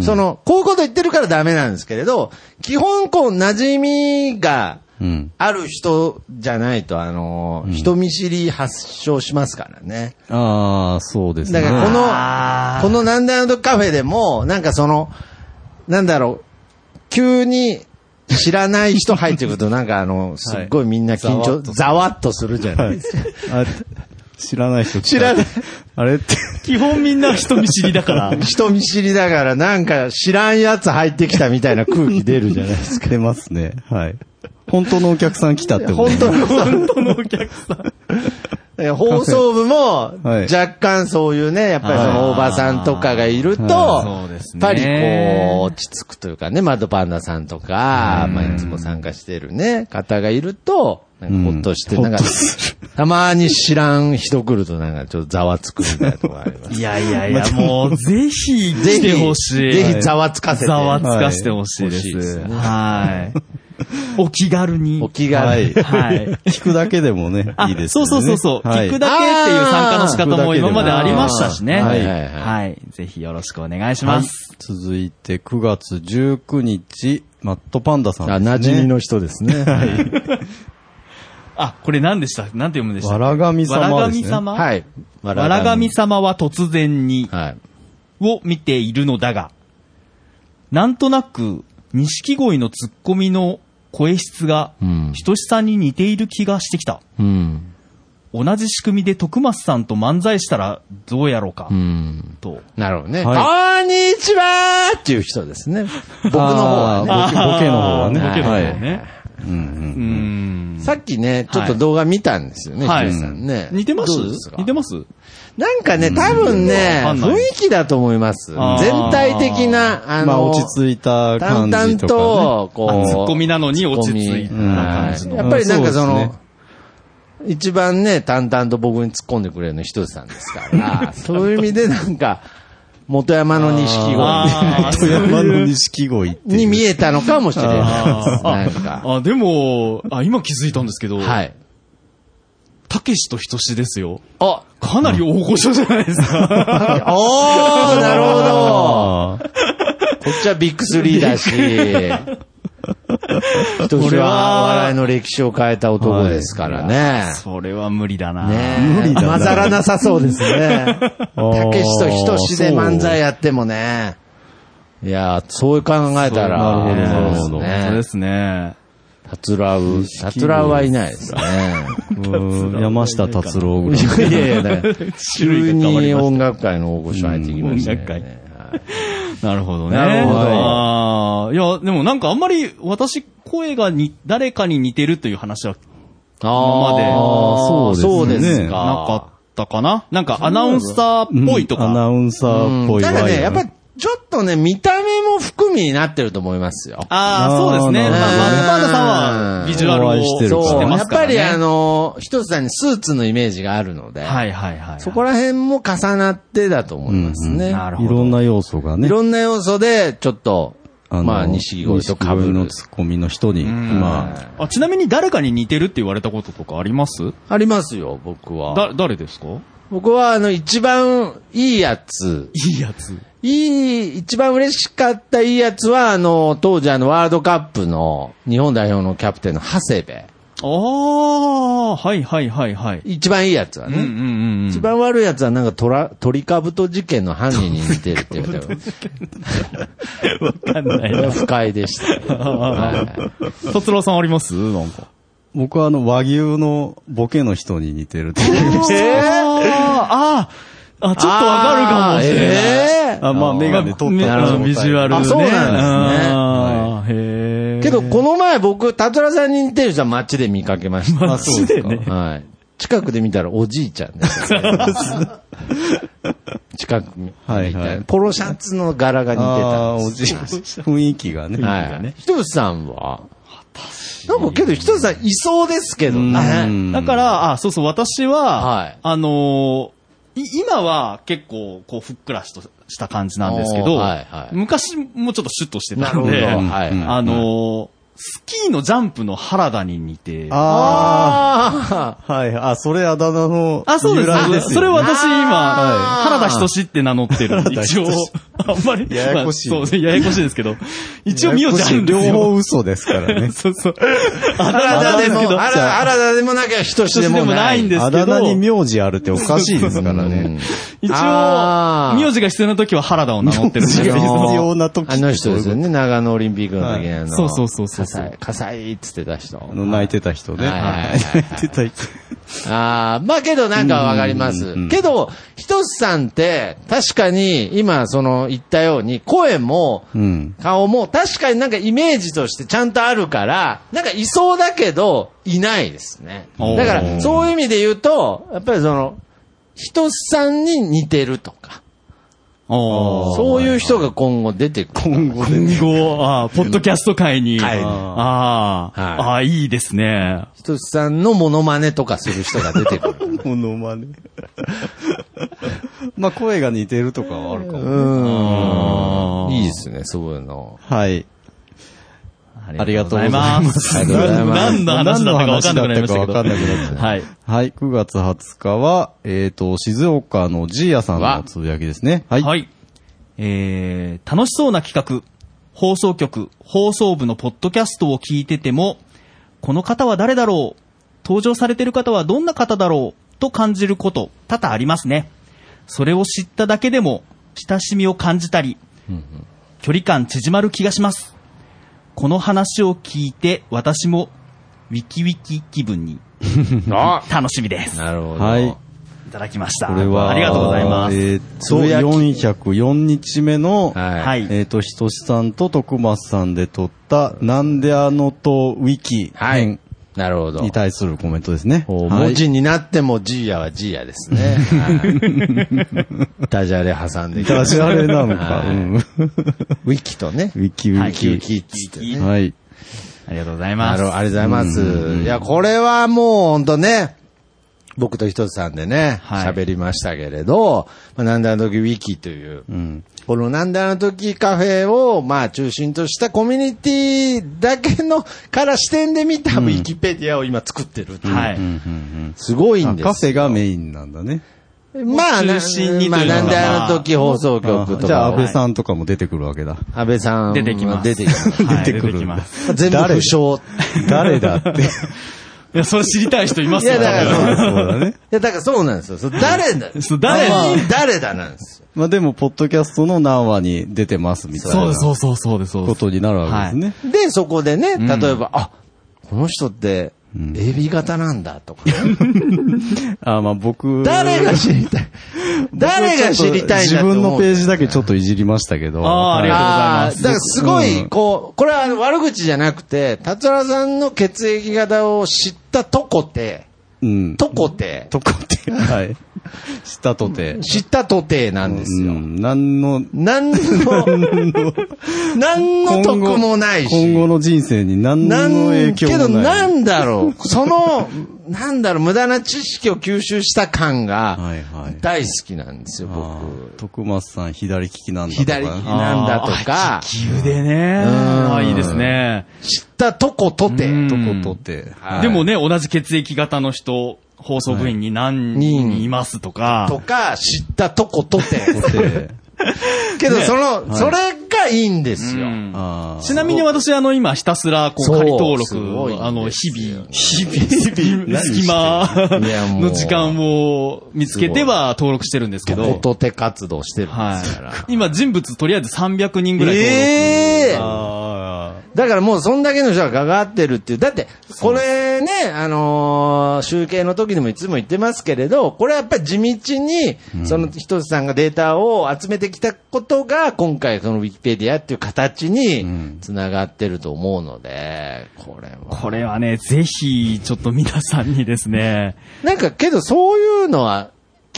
Speaker 4: その、こういうこと言ってるからダメなんですけれど、基本、こう、馴染みが、
Speaker 3: うん。
Speaker 4: ある人じゃないと、あの、人見知り発症しますからね。
Speaker 3: ああ、そうですね。
Speaker 4: だからこの
Speaker 2: あー
Speaker 4: このなんだなんだカフェでも、なんかその、なんだろう、急に知らない人入ってくると、なんかあの、すっごいみんな緊張、ざわっとするじゃないですか。
Speaker 3: あ知らない人
Speaker 4: 知らない。
Speaker 3: あれって、
Speaker 2: 基本みんな人見知りだから。
Speaker 4: 人見知りだから、なんか知らんやつ入ってきたみたいな空気出るじゃないです
Speaker 3: 出ますね。はい。本当のお客さん来たって
Speaker 4: か。
Speaker 3: こと
Speaker 4: 本当 の
Speaker 2: 本当のお客さん。
Speaker 4: えー放送部も、
Speaker 3: はい
Speaker 4: 若干そういうね、やっぱりそのおばさんとかがいる
Speaker 2: は
Speaker 4: と、
Speaker 2: いそう
Speaker 4: や
Speaker 2: です
Speaker 4: っ
Speaker 2: ね
Speaker 4: ぱりこう、落ち着くというかね、マドパンダさんとか、まあいつも参加してるね、方がいると、なんかほっとして、なんか、たまに知らん人来るとなんかちょっとざわつくみたいなとこがあります。
Speaker 2: いやいやいや、もう、 ぜひ来てほしい。
Speaker 4: ぜひざわつかせて。
Speaker 2: ざわつかしてほしいで
Speaker 4: はい欲しいです
Speaker 2: す。
Speaker 4: ね
Speaker 2: はい。お気軽に。
Speaker 4: お気が、
Speaker 3: はい
Speaker 2: はい。
Speaker 3: 聞くだけだけでもね、
Speaker 2: あ
Speaker 3: いいです
Speaker 2: そ
Speaker 3: よ
Speaker 2: う
Speaker 3: ね。
Speaker 2: そうそうそう、
Speaker 3: はい
Speaker 2: 聞くだけっていう参加の仕方も今までありましたしね。
Speaker 4: あー
Speaker 2: は、
Speaker 4: はいい
Speaker 2: は
Speaker 4: はいい
Speaker 2: ぜひよろしくお願いします。
Speaker 3: はい続いて、9月19日、マットパンダさん
Speaker 4: あ、
Speaker 3: ですね。
Speaker 4: 馴染みの人ですね。はい。
Speaker 2: あ、これ何でした何て読むんでした
Speaker 3: わらがみ様ですね
Speaker 2: わらがみ様。
Speaker 4: はいい。
Speaker 2: わらがみ様は突然に
Speaker 4: はい。
Speaker 2: を見ているのだが、なんとなく、錦鯉のツッコミの声質が
Speaker 4: うん、
Speaker 2: ひとしさんに似ている気がしてきた。
Speaker 4: うん。
Speaker 2: 同じ仕組みで徳松さんと漫才したらどうやろうか、
Speaker 4: うん。
Speaker 2: と。
Speaker 4: なるほどね。
Speaker 3: は
Speaker 4: こんにちはっていう人ですね。僕の方はね。
Speaker 3: あボケボケの方はね
Speaker 2: ボケの方はね。
Speaker 3: うんうん
Speaker 2: う。ん。
Speaker 4: さっきね、ちょっと動画見たんですよね、
Speaker 2: はい
Speaker 4: ヒデさんね。
Speaker 2: 似てます
Speaker 4: どうですか
Speaker 2: 似てます
Speaker 4: なんかね、多分ね、
Speaker 2: わかんない
Speaker 4: 雰囲気だと思います。
Speaker 2: あー
Speaker 4: 全体的な、あの、
Speaker 3: まあ、落ち着いた
Speaker 4: 淡
Speaker 3: 感じと
Speaker 4: 々
Speaker 3: か、ね。
Speaker 4: と、こ
Speaker 2: あ
Speaker 4: う。
Speaker 2: ツッコミなのに落ち着いた感じ
Speaker 4: う
Speaker 2: の
Speaker 4: ん。やっぱりなんかその、
Speaker 3: うんそうです
Speaker 4: 一番ね、淡々と僕に突っ込んでくれるのひとつさんで すから、そういう意味でなんか、元山の錦鯉
Speaker 2: あー
Speaker 3: 富山の錦鯉っていう。
Speaker 4: に見えたのかもしれないです。なんか。
Speaker 2: あ、でも、あ、今気づいたんですけど、
Speaker 4: はい。
Speaker 2: たけしとひとしですよ。
Speaker 4: あ
Speaker 2: かなり大御所じゃないですか。
Speaker 4: おー、なるほど。
Speaker 3: あー
Speaker 4: こっちはビッグスリーだし、ひときわ笑いの歴史を変えた男ですからね。
Speaker 2: それは無理だな。
Speaker 4: ね
Speaker 3: 無理だな
Speaker 4: 混ざらなさそうですね。たけしとひとしで漫才やってもね。いや、そう考えたら、
Speaker 3: そうなるほどなるほど
Speaker 4: そう
Speaker 2: そう
Speaker 4: で
Speaker 2: ですすね。
Speaker 4: ね。たつらう、たつらうはいないです ね。
Speaker 3: うん山下達郎ぐらい。
Speaker 4: いやいや、だから
Speaker 2: 種類
Speaker 4: 急
Speaker 2: が変わり
Speaker 4: に
Speaker 2: ました
Speaker 4: 音楽界の大御所入ってきました
Speaker 2: うん音楽界
Speaker 4: ね。はい
Speaker 2: なるほどね。
Speaker 4: なるほど
Speaker 2: あーいや、でもなんかあんまり私、声がに、誰かに似てるという話は今まで
Speaker 4: あ
Speaker 3: そ
Speaker 4: ー
Speaker 3: うですね
Speaker 4: そうです
Speaker 2: な
Speaker 4: か。
Speaker 2: かったかななんかアナウンサーっぽいと
Speaker 3: うんアナ
Speaker 2: か。
Speaker 3: ウンサーっ
Speaker 4: う
Speaker 3: ぽ
Speaker 4: ん
Speaker 3: い
Speaker 4: ただね、やっぱ
Speaker 3: り。
Speaker 4: ちょっとね、見た目も含みになってると思いますよ。
Speaker 2: ああ、そうですね。
Speaker 3: あー
Speaker 2: まあ
Speaker 4: な
Speaker 2: パン
Speaker 4: るほどね
Speaker 2: ダさんはビジュアル
Speaker 3: お
Speaker 2: を
Speaker 3: 会いしてるから
Speaker 2: 知
Speaker 4: そ
Speaker 2: って
Speaker 4: う、や
Speaker 2: ま
Speaker 4: っ
Speaker 2: すか
Speaker 4: ぱ
Speaker 2: らね。
Speaker 4: りあの、ひとつさんにスーツのイメージがあるので、
Speaker 2: はいはいはい。
Speaker 4: そこら辺も重なってだと思いますね。
Speaker 2: なるほ
Speaker 3: い
Speaker 2: ど。
Speaker 3: ろんな要素が
Speaker 4: い
Speaker 3: ね。
Speaker 4: ろんな要素で、ちょっと、
Speaker 3: の
Speaker 4: まあ、錦鯉と被
Speaker 3: 錦鯉
Speaker 4: る
Speaker 3: の。ツッコミの人に、ま
Speaker 2: あ、ちなみに誰かに似てるって言われたこととかあります
Speaker 4: ありますよ、僕は。
Speaker 2: だ、誰ですかい
Speaker 4: 僕は、あの、一番いいやつ、
Speaker 2: いやつ。
Speaker 4: いい、一番嬉しかったいいやつは、あの、当時あの、ワールドカップの日本代表のキャプテンの長谷部。
Speaker 2: ああ、はいはいはいはい。
Speaker 4: 一番いいやつは
Speaker 2: うんうん
Speaker 4: ね。
Speaker 2: うんうん。
Speaker 4: 一番悪いやつはなんかトラ、トリカブト事件の犯人に似てるって言われたよ。
Speaker 2: わかんない
Speaker 4: これは
Speaker 2: な。
Speaker 4: 不快で した。はい
Speaker 2: 卒郎さんありますなんか。
Speaker 3: あ、僕はあの、和牛のボケの人に似てるっていう。
Speaker 2: あーあー、あちょっとわかるかもしれない。
Speaker 4: あーえー
Speaker 3: あ、まあ、メガネ取った
Speaker 4: なるほど
Speaker 2: ビジュアルね。
Speaker 4: あそうな
Speaker 2: あーへえ。
Speaker 4: けど、この前僕、たつらさんに似てる人は街で見かけま した。
Speaker 3: あ、そうですか。
Speaker 4: はい。近くで見たらおじいちゃんです。近く見た
Speaker 3: はいは
Speaker 4: ら
Speaker 3: い
Speaker 4: ポロシャツの柄が似て
Speaker 3: あ
Speaker 4: た
Speaker 3: あ、
Speaker 4: んです。
Speaker 3: おじい、雰囲気がね。
Speaker 4: はい。ひとつさんはなんかけど、ひとつさんいそうですけどね。
Speaker 2: だから、あ、そうそう、私は、
Speaker 4: はい
Speaker 2: あのーい今は結構、こう、ふっくらしとした感じなんですけど、
Speaker 4: おーはいはい
Speaker 2: 昔もちょっとシュッとして
Speaker 4: な
Speaker 2: た
Speaker 4: る
Speaker 2: ん
Speaker 4: ほど。
Speaker 2: で、
Speaker 4: はい。
Speaker 3: うん
Speaker 2: あのースキーのジャンプの原田に似て、あ、
Speaker 3: あ
Speaker 4: あ
Speaker 3: あ、はい。あ、それあだ名の
Speaker 2: そうで
Speaker 3: 由
Speaker 2: す。
Speaker 3: 来ですよね。
Speaker 2: それ私今、
Speaker 4: はい
Speaker 2: 原田仁って名乗ってるんで、一応、あんまり、
Speaker 3: ややこしい
Speaker 2: まあそう、ややこしいですけど、一応ミオちゃんで
Speaker 3: 両
Speaker 2: すよ。。
Speaker 3: 方嘘ですからね
Speaker 2: そうそう。
Speaker 4: あ、原田でも、
Speaker 2: 原
Speaker 4: 原原田でもなきゃひとし
Speaker 2: 田
Speaker 4: で
Speaker 2: で
Speaker 4: も
Speaker 2: も
Speaker 4: な
Speaker 2: ないいん。です
Speaker 3: あ
Speaker 2: けど、
Speaker 3: だ名に名字あるっておかしいですからね。
Speaker 2: 一
Speaker 4: あ
Speaker 2: 応、
Speaker 4: ー
Speaker 2: 名字が必要な時は原田を名乗ってるんです
Speaker 4: あ
Speaker 2: け
Speaker 4: の
Speaker 2: ど。
Speaker 4: ー
Speaker 3: 必要な時
Speaker 4: あの人ですよね、長野オリンピックの時にあの、
Speaker 2: そうそうそうそう
Speaker 4: 火災、火災っつってた人。
Speaker 3: あの、泣いてた人ね。
Speaker 4: はいはいはい
Speaker 3: 泣いてた人。
Speaker 4: ああ、まあけどなんかわかります。けど、ひとしさんって、確かに、今、その、言ったように、声も、
Speaker 3: うん。
Speaker 4: 顔も、確かになんかイメージとしてちゃんとあるから、なんかいそうだけど、いないですね。
Speaker 2: おー
Speaker 4: だから、そういう意味で言うと、やっぱりその、ひとしさんに似てるとか、
Speaker 2: おー
Speaker 4: そういう人が今後出てくる。
Speaker 3: 今後で。
Speaker 2: 今後、あーポッドキャスト界に。
Speaker 4: はい
Speaker 2: あー
Speaker 4: は
Speaker 2: あー、いいですね。
Speaker 4: ひとしさんのモノマネとかする人が出てく
Speaker 3: も
Speaker 4: る。
Speaker 3: のまね。 まあ、声が似てるとかはあるかも。
Speaker 2: あー
Speaker 4: いいですね、そういうの。
Speaker 3: はい。
Speaker 2: ありがとうござい
Speaker 3: あり
Speaker 2: ま
Speaker 3: がとうご
Speaker 2: す
Speaker 4: ざい。ま
Speaker 2: 何
Speaker 4: す
Speaker 2: の話だったか分かんなくなりました
Speaker 3: 何の話だったか
Speaker 2: けど。
Speaker 3: 分かんなくなっ
Speaker 2: はい。
Speaker 3: はい。9月20日は、えっと、静岡のジーヤさんのつぶやきですね。はい。
Speaker 2: はい。えー、楽しそうな企画。放送局、放送部のポッドキャストを聞いてても、この方は誰だろう登場されてる方はどんな方だろうと感じること、多々ありますね。それを知っただけでも、親しみを感じたり、距離感縮まる気がします。この話を聞いて、私も、ウィキウィキ気分に、 楽しみです。
Speaker 4: なるほど。
Speaker 3: はい。
Speaker 2: いただきました。
Speaker 3: これは、
Speaker 2: ありがとうございます。
Speaker 3: えっ
Speaker 4: つ
Speaker 3: と、
Speaker 4: ぶやき
Speaker 3: 404日目の、
Speaker 4: は。
Speaker 2: はいい
Speaker 3: えっ、と、ひとしさんと徳松さんで撮った、なんであのとウィキ
Speaker 4: はい。なるほど。
Speaker 3: に対するコメントですね。
Speaker 4: こう
Speaker 3: はい
Speaker 4: 文字になってもジーヤはジーヤですね。はいダジャレ挟んできま
Speaker 3: ダ
Speaker 4: した
Speaker 3: ジャレなのか。
Speaker 4: は
Speaker 3: う
Speaker 4: い
Speaker 3: んウ
Speaker 4: ウィキとね。
Speaker 3: ィキウ
Speaker 2: は
Speaker 3: ィ
Speaker 2: い
Speaker 4: キウィ
Speaker 3: キ。
Speaker 4: キっつってね。
Speaker 3: はい。
Speaker 2: ありがとうござい
Speaker 4: な
Speaker 2: ま
Speaker 4: る
Speaker 2: す
Speaker 4: ほど。ありがとうございます。いや、これはもうほんとね、僕とひとつさんでね、
Speaker 2: はい
Speaker 4: 喋りましたけれど、まあなんであの時ウィキという、このなんであの時カフェを、まあ中心としたコミュニティだけの、から視点で見たウィキペディアを今作ってるっていう。
Speaker 2: はい。
Speaker 4: すごいんですよ。
Speaker 3: カフェがメインなんだね。
Speaker 4: まあ、
Speaker 2: 中心にというか
Speaker 4: まあ、なんで
Speaker 2: ま
Speaker 4: あ
Speaker 2: あ
Speaker 4: の時放送局とか。
Speaker 3: じゃあ、安
Speaker 4: 安
Speaker 3: 倍さんとかも出てくるわけだ。
Speaker 4: 倍さん。
Speaker 2: 出てきます。
Speaker 4: 出てきます。
Speaker 2: はい
Speaker 3: 出てくる
Speaker 2: 出てきます。
Speaker 4: 全部不詳。
Speaker 3: 誰だ って。
Speaker 2: いや、それ知りたい人いますよ。
Speaker 4: いやだか
Speaker 2: 多分
Speaker 4: ら
Speaker 3: そうだね。
Speaker 4: いや、だからそうなんですよ。そう誰だ
Speaker 2: そう誰
Speaker 4: 誰だなんですよ。
Speaker 3: まあでも、ポッドキャストの何話に出てますみたい
Speaker 2: そうで
Speaker 3: な
Speaker 2: す、そうそう、そうです、そうで
Speaker 3: こ
Speaker 2: す。
Speaker 3: とになるわけですね。
Speaker 4: で、そこでね、例えば、あ、この人って、AB 型なんだとか。
Speaker 3: あ、まあ僕、
Speaker 4: 誰が知りたい誰が知りたいんだ
Speaker 3: 自
Speaker 4: と思う
Speaker 3: 分のページだけちょっといじりましたけど。
Speaker 2: あーありがとうございます
Speaker 4: ーだからすごい、こう、これは悪口じゃなくて、達原さんの血液型を知ったとこて、
Speaker 3: うん。
Speaker 4: とこて、
Speaker 3: とこって、はい。 したとて。
Speaker 4: 知ったとてなんです
Speaker 3: う
Speaker 4: よ。
Speaker 3: ん。何の、
Speaker 4: 何の、何の得もないし。
Speaker 3: 今後の人生に何の
Speaker 4: なん
Speaker 3: 影響
Speaker 4: けど
Speaker 3: もない。
Speaker 4: なんだろう、その、なんだろう、無駄な知識を吸収した感が、
Speaker 3: はいはい。
Speaker 4: 大好きなんですよ、
Speaker 3: あ
Speaker 4: 僕。
Speaker 3: ー徳松さん左利きなんだとか。
Speaker 4: 左利きなんだとか、
Speaker 2: 気球でね。
Speaker 4: ん
Speaker 2: あいいですね。
Speaker 4: 知ったとことて、
Speaker 2: うん
Speaker 3: とことて。
Speaker 4: はい
Speaker 2: でもね、同じ血液型の人、放送部員に何人いますとか。
Speaker 4: とか、知ったとことて。
Speaker 3: とて。
Speaker 4: けど、その、それがいいんですよ
Speaker 2: う。ん
Speaker 3: あ
Speaker 2: ちなみに私、あの、今、ひたすら、こ、
Speaker 4: そうう
Speaker 2: 仮登
Speaker 4: すご
Speaker 2: 録、
Speaker 4: いんですよ
Speaker 2: あの、日々、日々、日々、隙間
Speaker 4: いやもう
Speaker 2: の時間を見つけては登録してるんですけ
Speaker 4: とこ
Speaker 2: ど、
Speaker 4: とて活動してるん
Speaker 2: は
Speaker 4: ですから。
Speaker 2: い。今、人物とりあえず300人ぐらい登録。
Speaker 4: ええ
Speaker 3: あ。あ
Speaker 4: だからもうそんだけの人が関わってるっていう。だって、これね、あのー集計の時にもいつも言ってますけれど、これはやっぱり地道に、そのひとつさんがデータを集めてきたことが、今回そのウィキペディアっていう形に繋がってると思うので、これは。
Speaker 2: これはね、ぜひ、ちょっと皆さんにですね、
Speaker 4: なんかけどそういうのは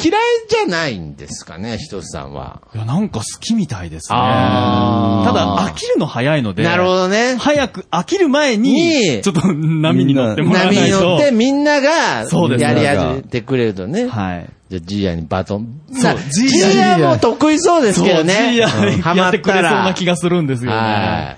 Speaker 4: 嫌いじゃないんですかね、ひとつさんは。
Speaker 2: いや、なんか好きみたいですね。
Speaker 4: あー
Speaker 2: ただ、飽きるの早いので、
Speaker 4: なるほどね。
Speaker 2: 早く飽きる前
Speaker 4: に
Speaker 2: に、ちょっと波に乗ってもらわ
Speaker 4: 波
Speaker 2: な
Speaker 4: に
Speaker 2: いと。
Speaker 4: 乗ってみんなが
Speaker 2: そうです
Speaker 4: やり始めてくれるとね。
Speaker 2: はい。
Speaker 4: じゃあ、ジーヤにバトン。そう、ジ
Speaker 2: ジーヤ
Speaker 4: ーヤも得意そうです
Speaker 2: そう、
Speaker 4: けどね。
Speaker 2: G や
Speaker 4: うん
Speaker 2: やってくれそうな気がするんですよ
Speaker 4: は
Speaker 2: ね。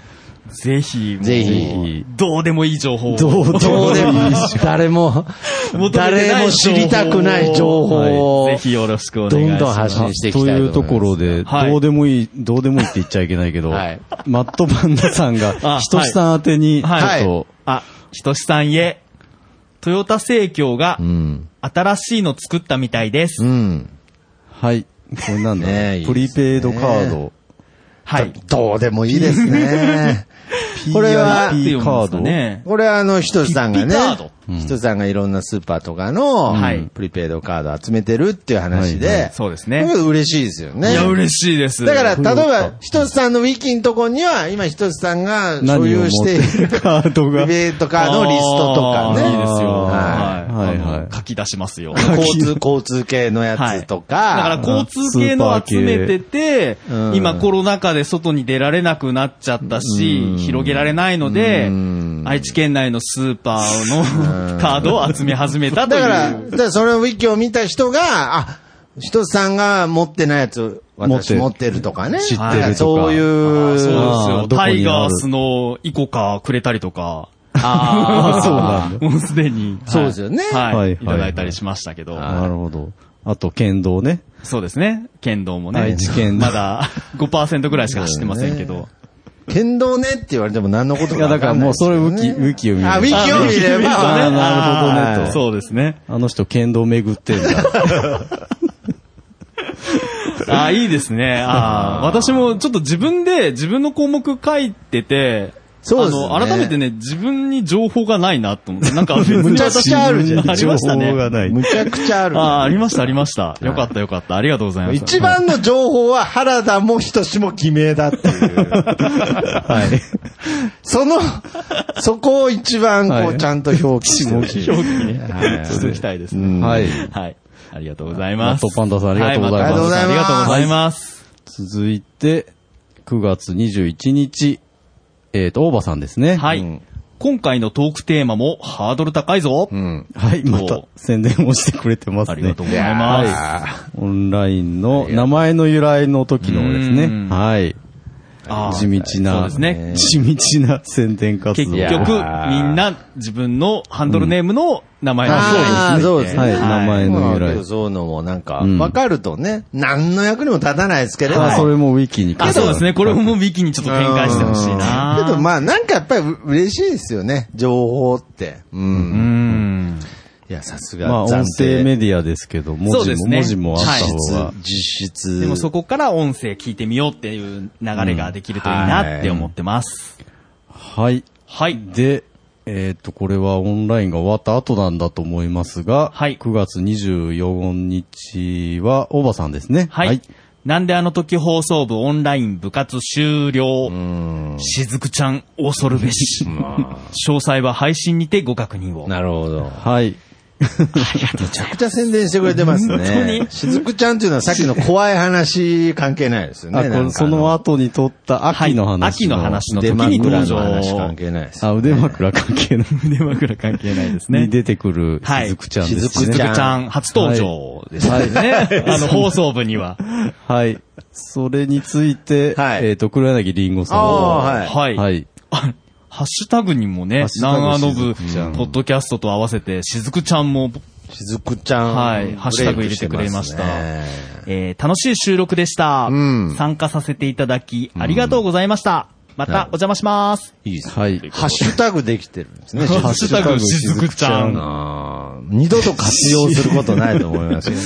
Speaker 2: ぜひ、
Speaker 4: ぜひ
Speaker 2: もう、どうでもいい情報を。
Speaker 3: どう
Speaker 4: い。どうでもいいし、誰も
Speaker 2: 求め、てない
Speaker 4: 誰も知りたくない情報を
Speaker 2: はいぜ、ひよろしくお
Speaker 4: ど
Speaker 2: 願いし
Speaker 4: ん
Speaker 2: ます。
Speaker 4: どん発信していきたい
Speaker 3: という
Speaker 4: 思
Speaker 3: と
Speaker 4: ます
Speaker 3: ころ。で、
Speaker 2: はい
Speaker 3: どうでもいい、どうでもいいって言っちゃいけないけど、
Speaker 4: はい
Speaker 3: マットパンダさんが、
Speaker 2: あ
Speaker 3: ひとしさん宛てに、ちょ
Speaker 2: はい
Speaker 3: っと、
Speaker 2: あ、ひとしさんへ、トヨタ生協が
Speaker 4: うん。
Speaker 2: 新しいの作ったみたいです。
Speaker 4: うん。
Speaker 3: はい、これなんだ、
Speaker 4: ねえいいですね
Speaker 3: プリペイドカード、
Speaker 2: はい。
Speaker 4: どうでもいいですね。これは
Speaker 3: PIP カード、
Speaker 2: ね。
Speaker 4: これはあの、ひとしさんがね
Speaker 2: ピッピカード、
Speaker 4: ひとしさんがいろんなスーパーとかの
Speaker 2: はい、
Speaker 4: プリペイドカード集めてるっていう話
Speaker 3: はいは
Speaker 4: で、
Speaker 2: そうですね
Speaker 4: これ嬉しいですよね。
Speaker 2: いや、嬉しいです。
Speaker 4: だから、
Speaker 3: これを
Speaker 4: 例えば、ひとしさんのウィキのとこには、今ひとしさんが
Speaker 3: 何を
Speaker 4: 所有してい
Speaker 3: 持って
Speaker 4: る
Speaker 3: るカードが
Speaker 4: リベートカードのリストとか
Speaker 2: あー
Speaker 4: ね。
Speaker 2: いいですよ。はい。
Speaker 4: は
Speaker 3: はいはい
Speaker 2: あの書き出しますよ。
Speaker 4: い交通、交通系のやつと
Speaker 2: だから
Speaker 4: か。
Speaker 2: 交通系の集めてて
Speaker 4: ーパー、系う
Speaker 2: 今
Speaker 4: ん
Speaker 2: コロナ禍で外に出られなくなっちゃったし、広げられないので
Speaker 4: うん、
Speaker 2: 愛知県内のスーパーのカードを集め始めたと
Speaker 4: だ
Speaker 2: い
Speaker 4: から、
Speaker 2: う。
Speaker 4: だからそのウィキを見た人が、あ、ひとしさんが持ってないやつ、私持
Speaker 3: 持
Speaker 4: っ
Speaker 3: って
Speaker 4: るとかね。
Speaker 3: 知ってるとか
Speaker 4: だらそうい
Speaker 2: そうです
Speaker 3: あ
Speaker 4: う。
Speaker 3: ー
Speaker 2: よ。
Speaker 3: どこにあ
Speaker 2: タ
Speaker 3: る
Speaker 2: イガースのイコカくれたりとか、
Speaker 4: あ
Speaker 3: あそうなんだ。
Speaker 2: もうすでに。はい
Speaker 4: そうですよね
Speaker 2: は
Speaker 3: はい
Speaker 2: い。
Speaker 3: はい
Speaker 2: いただいたりしましたけど。
Speaker 3: なるほど。あと、剣道ね。
Speaker 2: そうですね。剣道もね。
Speaker 3: 愛知県道
Speaker 2: まだ5%ぐらいしか走ってませんけど。
Speaker 4: ー剣道ねって言われても何のこと
Speaker 3: い
Speaker 4: か
Speaker 3: や、だ
Speaker 4: わ
Speaker 3: から
Speaker 4: んな
Speaker 3: も
Speaker 4: いうです
Speaker 3: それ
Speaker 4: よね。
Speaker 3: ウキ、ウキを見る。
Speaker 4: あ、ウィキを見れば。
Speaker 3: あなるほどねと
Speaker 2: そうですね。
Speaker 3: あの人、剣道巡ってん だ。
Speaker 2: あいいですね。あー私もちょっと自分で自分の項目書いてて、
Speaker 4: そうですね
Speaker 2: あの、改めてね、自分に情報がないなと思って。な んか別に、
Speaker 4: むちゃくちゃあるじゃん
Speaker 2: ありました
Speaker 3: 情報が
Speaker 2: ね。
Speaker 3: ない。
Speaker 4: むちゃくちゃある。
Speaker 2: ああー、ありました、ありました。よかった、よかった。ありがとうございます。
Speaker 4: 一番の情報は原田も仁志も偽名だっていう。はい。そ の、そこを一番こ
Speaker 3: は
Speaker 4: う
Speaker 3: い
Speaker 4: ちゃんと表記して
Speaker 2: 表記ね
Speaker 4: はい。
Speaker 2: 続きたいですね。
Speaker 4: うん
Speaker 3: はい。
Speaker 2: はい。ありがとうございます。
Speaker 3: マットパンダさんありがとうございます
Speaker 2: はマットパンダさんありがとうございます。
Speaker 3: 続いて、9月21日、えっ、と、大場さんですね。。
Speaker 2: はいい。今回のトークテーマもハードル高いぞ。
Speaker 4: うん。
Speaker 3: はい、また宣伝をしてくれてますね。
Speaker 2: ありがとうございます。
Speaker 3: オンラインの名前の由来の時のです
Speaker 2: う
Speaker 3: ね。
Speaker 2: ん
Speaker 3: はい。
Speaker 2: あー
Speaker 3: 地道な、
Speaker 2: そうですね。
Speaker 3: 地道な宣伝活
Speaker 2: 結
Speaker 3: 動。
Speaker 2: 局、み
Speaker 4: い
Speaker 2: ん
Speaker 4: や
Speaker 2: な自分のハンドルネームの名前
Speaker 4: あーそうですね
Speaker 3: はい、
Speaker 4: はい
Speaker 3: 名前の由
Speaker 4: まあ
Speaker 3: 来
Speaker 4: け。どそういうのもなんか、
Speaker 3: ん
Speaker 4: わかるとね、何の役にも立たないですけれども。
Speaker 3: あ、それもウィキに書いてあ
Speaker 2: あ
Speaker 3: る
Speaker 2: そうですね。これもウィキにちょっと展開してほしいな。
Speaker 4: けどまあなんかやっぱりう嬉しいですよね、情報って。うん。
Speaker 2: うん。
Speaker 4: いや、さすが。
Speaker 3: まあ、音声メディアですけど、文
Speaker 2: そうで
Speaker 3: 字
Speaker 2: す
Speaker 3: も、
Speaker 2: ね
Speaker 3: 文字もあった
Speaker 4: 実質
Speaker 3: 方が。、
Speaker 4: 実質。
Speaker 2: でもそこから音声聞いてみようっていう流れができるといいなって思ってます。
Speaker 3: はい。
Speaker 2: はい。
Speaker 3: で、えっ、と、これはオンラインが終わった後なんだと思いますが、
Speaker 2: はい
Speaker 3: 9月24日は、大場さんですね。
Speaker 2: はい。なんであの時放送部オンライン部活終了。しずくちゃん恐るべし。詳細は配信にてご確認を。
Speaker 4: なるほど。
Speaker 3: はい。
Speaker 4: めちゃくちゃ宣伝してくれてますね。
Speaker 2: 本当に
Speaker 4: しずくちゃんっていうのはさっきの怖い話関係ないですよね。
Speaker 3: あ、
Speaker 4: なん
Speaker 3: こ
Speaker 4: かあ
Speaker 3: れその後に撮った秋の話の、
Speaker 2: はい秋の話の時
Speaker 4: 腕
Speaker 2: に登
Speaker 4: 枕の話
Speaker 2: 場
Speaker 4: 関。係ないです。
Speaker 3: あ、腕枕関係ない。
Speaker 2: 腕枕関係ないですね
Speaker 3: に。出てくる、
Speaker 2: はい
Speaker 3: しずくちゃんですね。
Speaker 2: しずくちゃん初登場ですね。 あの放送部には。
Speaker 3: はい。それについて、
Speaker 4: はい
Speaker 3: えっ、と、黒柳りんごさん
Speaker 4: あはい
Speaker 2: はい。
Speaker 3: はい。
Speaker 2: あハッシュタグにもね
Speaker 3: ッ、シュタグ
Speaker 2: 南アノブ、
Speaker 3: しずくちゃん
Speaker 2: ポッドキャストと合わせて、しずくちゃんも、
Speaker 4: しずくちゃん。
Speaker 2: はい、ハッシュタグ入れてくれました。えー楽しい収録でした、
Speaker 4: ん
Speaker 2: 参加させていただき、ありがとうございました。またお邪魔します。
Speaker 4: いいですね。
Speaker 3: はい。
Speaker 4: ハッシュタグできてるんですね。
Speaker 2: ハッシュタグしずくちゃん。
Speaker 4: あー二度と活用することないと思いますけ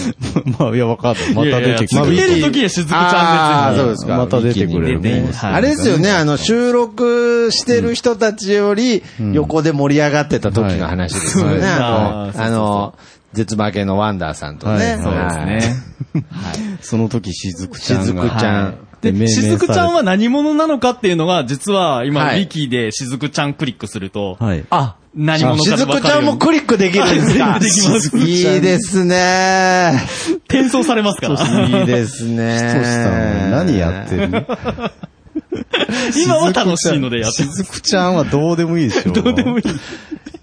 Speaker 4: ど。
Speaker 3: まあ、いや、わかんない。また出てく
Speaker 2: いやい
Speaker 3: る。
Speaker 2: や続ける時はしずくちゃ
Speaker 4: あ
Speaker 2: ん
Speaker 4: ー
Speaker 2: です
Speaker 4: そう
Speaker 2: よ。
Speaker 4: ですか。
Speaker 3: また出てくれる
Speaker 2: 出ていい はい
Speaker 4: あれですよね、あの、収録してる人たちより、横で盛り上がってた時の話ですよね。
Speaker 3: うんはい
Speaker 4: あ
Speaker 2: そう
Speaker 4: の、あの絶負けのワンダーさんとね。
Speaker 3: はいそうです
Speaker 2: そうですね。
Speaker 3: その時、しずくちゃんが。
Speaker 4: しずくちゃん
Speaker 3: で
Speaker 2: で、しずくちゃ
Speaker 3: 命
Speaker 2: ん、
Speaker 3: 名さ
Speaker 2: は何者なのかっていうのが、実は今、
Speaker 4: は
Speaker 2: ウ
Speaker 4: い
Speaker 2: ィキでしずくちゃんクリックすると、
Speaker 3: れはい。
Speaker 4: あ、
Speaker 2: 何者
Speaker 4: し
Speaker 2: かで
Speaker 4: ず
Speaker 2: 分
Speaker 4: く
Speaker 2: か
Speaker 4: ちゃ
Speaker 2: る
Speaker 4: ん
Speaker 2: よう
Speaker 4: も
Speaker 2: に
Speaker 4: クリックできるん です
Speaker 2: 全
Speaker 4: か
Speaker 2: 部できます
Speaker 4: いいですね。
Speaker 2: 転送されますから。
Speaker 4: いいで
Speaker 3: ひ
Speaker 4: すね
Speaker 3: とし。さんは何やってるの
Speaker 2: 今は楽しいのでやって
Speaker 3: し
Speaker 2: ます。
Speaker 3: ずくちゃんはどうでもいいでしょ。
Speaker 2: どうでもいい。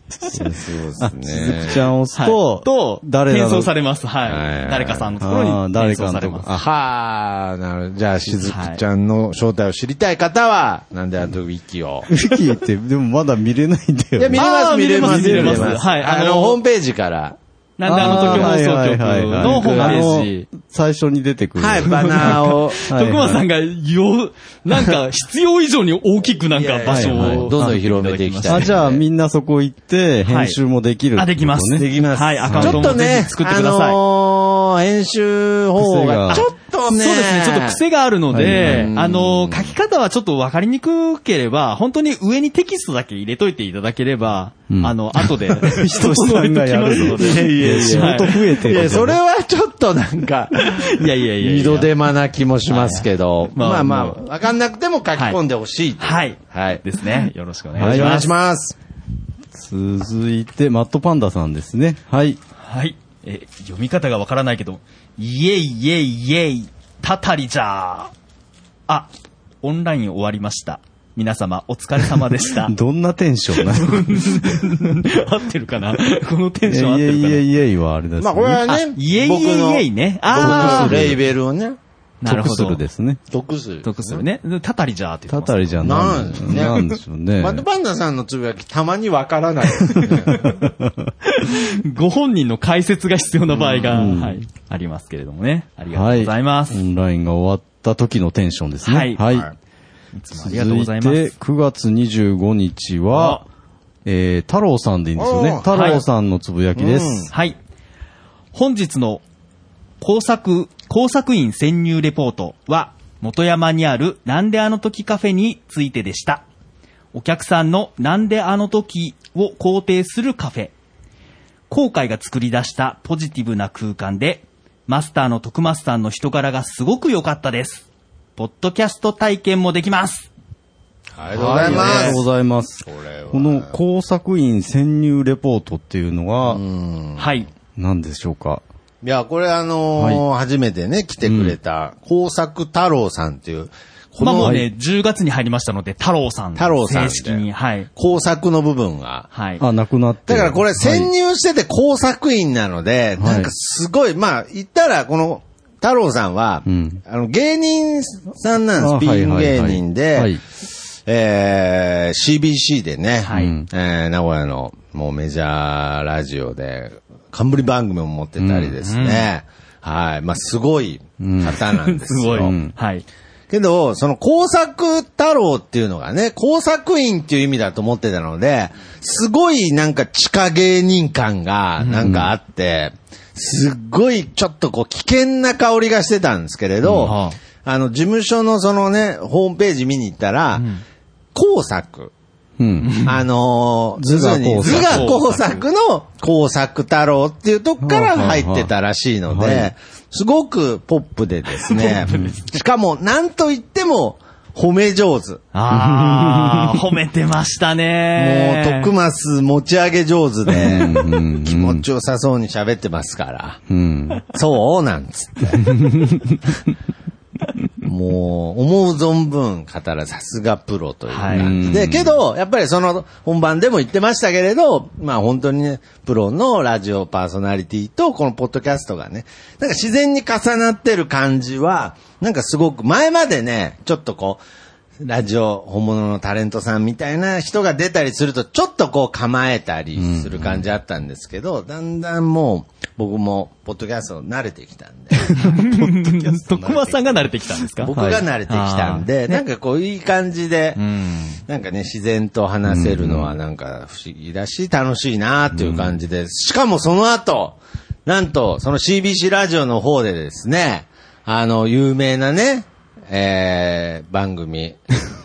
Speaker 4: そうですね。
Speaker 3: しずくちゃんを押す
Speaker 2: はい
Speaker 3: と、
Speaker 2: と、
Speaker 3: 誰なの
Speaker 2: 転 送されます。はい
Speaker 4: はい。
Speaker 2: 誰かさんのとこ
Speaker 3: あ
Speaker 2: ろ
Speaker 3: ー
Speaker 2: に
Speaker 3: 誰
Speaker 2: 転
Speaker 3: かの
Speaker 2: 送さ
Speaker 3: と
Speaker 2: れ
Speaker 3: こ
Speaker 2: ます。
Speaker 4: あはー、なるほどじゃあ、しずくちゃんの正体を知りたい方は、なんであのウィキを。
Speaker 3: ウィキって、でもまだ見れないんだ
Speaker 4: いや、
Speaker 3: よね。
Speaker 4: 見れま
Speaker 2: あー
Speaker 4: す、見れます、
Speaker 2: 見
Speaker 4: 見
Speaker 2: れ
Speaker 4: れ
Speaker 2: ま
Speaker 4: ますす。
Speaker 2: はい
Speaker 4: あ
Speaker 2: あの
Speaker 4: の、ホームページから。
Speaker 2: なんであの時放送局
Speaker 3: はいはいはい
Speaker 2: のホームページ。
Speaker 3: あの最初に出てくる。
Speaker 4: はい、バナーを。
Speaker 3: はいはい
Speaker 2: 徳間さんが、よ、なんか、必要以上に大きくなんか場所
Speaker 4: いやいやは
Speaker 2: を。
Speaker 4: いどんどん広めていきたい
Speaker 3: あ、じゃあみんなそこ行って、編集もできる、
Speaker 2: あ、できます。
Speaker 3: ね。
Speaker 2: きます。はい、アカウ
Speaker 4: ち
Speaker 2: ン
Speaker 4: ょ
Speaker 2: ト
Speaker 4: っ
Speaker 2: も
Speaker 4: と
Speaker 2: ぜ
Speaker 4: ね
Speaker 2: ひ、作って
Speaker 4: あ
Speaker 2: ください。
Speaker 4: のー、編集方法が、
Speaker 3: 癖
Speaker 4: ち
Speaker 3: が
Speaker 4: ょっとね、
Speaker 2: そうですね。ちょっと癖があるの
Speaker 3: はい
Speaker 2: で、あの、書き方はちょっとわかりにくければ、本当に上にテキストだけ入れといていただければ、あの、後で、人
Speaker 3: さんがやる
Speaker 2: 整えておきますので。
Speaker 3: いやいや仕事増えてる。
Speaker 4: いや、それはちょっとなんか、
Speaker 2: いやいやいやいや
Speaker 4: 二度手間な気もしますけど、
Speaker 2: まあ
Speaker 4: まあまあ、
Speaker 2: ま
Speaker 4: わかんなくても書き込んでほしい。
Speaker 2: はい。
Speaker 4: はい。
Speaker 2: ですね。よろしくお願
Speaker 4: お
Speaker 2: いし
Speaker 4: 願
Speaker 2: ま
Speaker 4: い
Speaker 2: す
Speaker 4: し。ます。
Speaker 3: 続いて、マットパンダさんですね。はい。
Speaker 2: はい。え、読み方がわからないけど、イエイイエイイエイ、たたりじゃー。あ、オンライン終わりました。皆様、お疲れ様で した。
Speaker 3: どんなテンションなの
Speaker 2: 合ってるかなこのテンション合っ
Speaker 3: い
Speaker 2: て
Speaker 3: え
Speaker 2: る
Speaker 3: い
Speaker 2: か
Speaker 3: え
Speaker 2: な
Speaker 3: イエイはあれですね。
Speaker 4: まあ、これは
Speaker 2: あ
Speaker 4: ね、
Speaker 2: イエイイ
Speaker 4: 僕の
Speaker 2: エイイエイねあー
Speaker 4: 僕のレーベルをね、
Speaker 2: なるほど。
Speaker 3: 得するですね。
Speaker 4: 得する。
Speaker 2: 得するね。たたりじゃーって言
Speaker 3: た
Speaker 2: ってま
Speaker 3: たりじゃ
Speaker 4: な
Speaker 3: なんい
Speaker 4: でしょうね
Speaker 3: なんでしょうね
Speaker 4: バ。ッドパンダさんのつぶやき、たまにわから ないですね。
Speaker 2: す。ご本人の解説が必要な場合が、はい、ありますけれどもね。ありがとうございます。
Speaker 3: オ
Speaker 2: い、
Speaker 3: ンラインが終わった時のテンションですね。
Speaker 2: はい
Speaker 3: はい。
Speaker 2: つもあ
Speaker 3: 続
Speaker 2: りがとうご
Speaker 3: い
Speaker 2: ざいます。
Speaker 3: て、9月25日は、えー、太郎さんでいいんですよ
Speaker 4: お
Speaker 3: ね
Speaker 4: ー。
Speaker 3: 太郎さんのつぶやきです。
Speaker 2: はい。本日の工作、工作員潜入レポートは、元山にあるなんであの時カフェについてでした。お客さんのなんであの時を肯定するカフェ。後悔が作り出したポジティブな空間で、マスターの徳マスさんの人柄がすごく良かったです。ポッドキャスト体験もできます。
Speaker 4: ありがとうございま
Speaker 3: ありがとうご
Speaker 4: す。
Speaker 3: ざいます。この工作員潜入レポートっていうのは、
Speaker 2: はい。
Speaker 3: 何でしょうか。
Speaker 4: いや、これあのー初めてね、来てくれた、工作太郎さんっていう、こ
Speaker 2: まあもう
Speaker 4: の
Speaker 2: ね、10月に入りましたので、太郎さん。
Speaker 4: 太郎さん
Speaker 2: 正式に。はい。
Speaker 4: 工作の部分が、
Speaker 2: はい。
Speaker 3: あ、なくなって
Speaker 4: だ
Speaker 3: る。
Speaker 4: からこれ
Speaker 3: はい
Speaker 4: 潜入してて工作員なので、
Speaker 3: はい
Speaker 4: なんかすごい、まあ言ったらこの、太郎さんは、
Speaker 3: うん
Speaker 4: あの、芸人さんなん
Speaker 3: あ
Speaker 4: です。ピン
Speaker 3: はいはい
Speaker 4: 芸
Speaker 3: はい
Speaker 4: 人で、
Speaker 3: はい
Speaker 4: えー、CBC でね、
Speaker 3: い
Speaker 4: うんえー名古屋のもうメジャーラジオで、冠番組を持ってたりですね、はい。まあ、すごい方なんです
Speaker 2: す
Speaker 4: よ。
Speaker 2: ごい。
Speaker 3: うん
Speaker 2: はい。
Speaker 4: けど、その工作太郎っていうのがね、工作員っていう意味だと思ってたので、すごいなんか地下芸人感がなんかあって、すっごいちょっとこう危険な香りがしてたんですけれど、
Speaker 2: うんは
Speaker 4: あの事務所のそのね、ホームページ見に行ったら、工作。
Speaker 3: うん。
Speaker 4: あのー、
Speaker 3: 図画工作
Speaker 4: 図画工作の工作太郎っていうとこから入ってたらしいの
Speaker 3: はいはいは
Speaker 4: で、すごくポップでで すね、しかもなんと言っても褒め上手。
Speaker 2: あ ー、褒めてました
Speaker 4: も
Speaker 2: ね
Speaker 4: う、
Speaker 2: も
Speaker 4: 徳松持ち上げ上手で
Speaker 3: うんうん、
Speaker 4: 気持ちよさそうに喋ってますから。
Speaker 3: うん。
Speaker 4: そうなんつって。もう、思う存分語らさすがプロという感じで、
Speaker 3: はい
Speaker 4: けど、やっぱりその本番でも言ってましたけれど、まあ本当にね、プロのラジオパーソナリティとこのポッドキャストがね、なんか自然に重なってる感じは、なんかすごく前までね、ちょっとこう、ラジオ本物のタレントさんみたいな人が出たりすると、ちょっとこう構えたりする感じあったんですけど、だんだんもう僕もポッドキャスト慣れてきたんで。
Speaker 2: 徳間さんが慣れてきたんですか
Speaker 4: 僕が慣れてきたんで、なんかこういい感じで、なんかね、自然と話せるのはなんか不思議だし、楽しいなっていう感じで、しかもその後、なんと、その CBC ラジオの方でですね、あの、有名なね、えー、番組、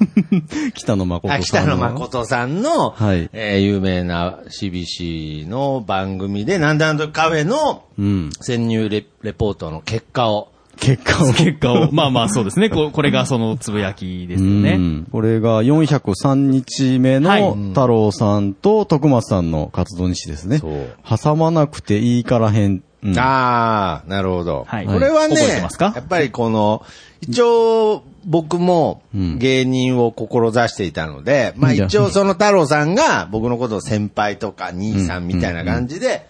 Speaker 3: 北野誠さん。
Speaker 4: あ北野。誠さんの、
Speaker 3: はい
Speaker 4: えー有名な CBC の番組で、なんだなんだカフェの
Speaker 3: うん。
Speaker 4: 潜入レレポートの結果を、
Speaker 3: 結果を。
Speaker 2: 結果を。まあまあそうですね。こうこれがそのつぶやきですよ
Speaker 3: う
Speaker 2: ね。
Speaker 3: んこれが403日目
Speaker 2: はい
Speaker 3: の太郎さんと徳松さんの活動日誌ですね。
Speaker 4: そう
Speaker 3: 挟まなくていいからへん。うん
Speaker 4: ああ、なるほど。
Speaker 2: はい
Speaker 4: これはね、
Speaker 2: 覚えてますか
Speaker 4: やっぱりこの、一応、僕も
Speaker 3: ん
Speaker 4: 芸人を志していたので、まあ
Speaker 3: いいじゃん
Speaker 4: 一応その太郎さんが僕のことを先輩とか兄さんみたいな感じで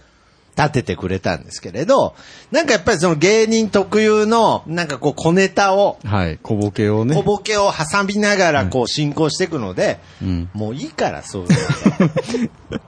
Speaker 4: 立ててくれたんですけれど、なんかやっぱりその芸人特有の、なんかこう小ネタを、
Speaker 3: はい。小ボケをね。
Speaker 4: 小ボケを挟みながらこう進行していくので、
Speaker 3: うん
Speaker 4: もういいから、そういう の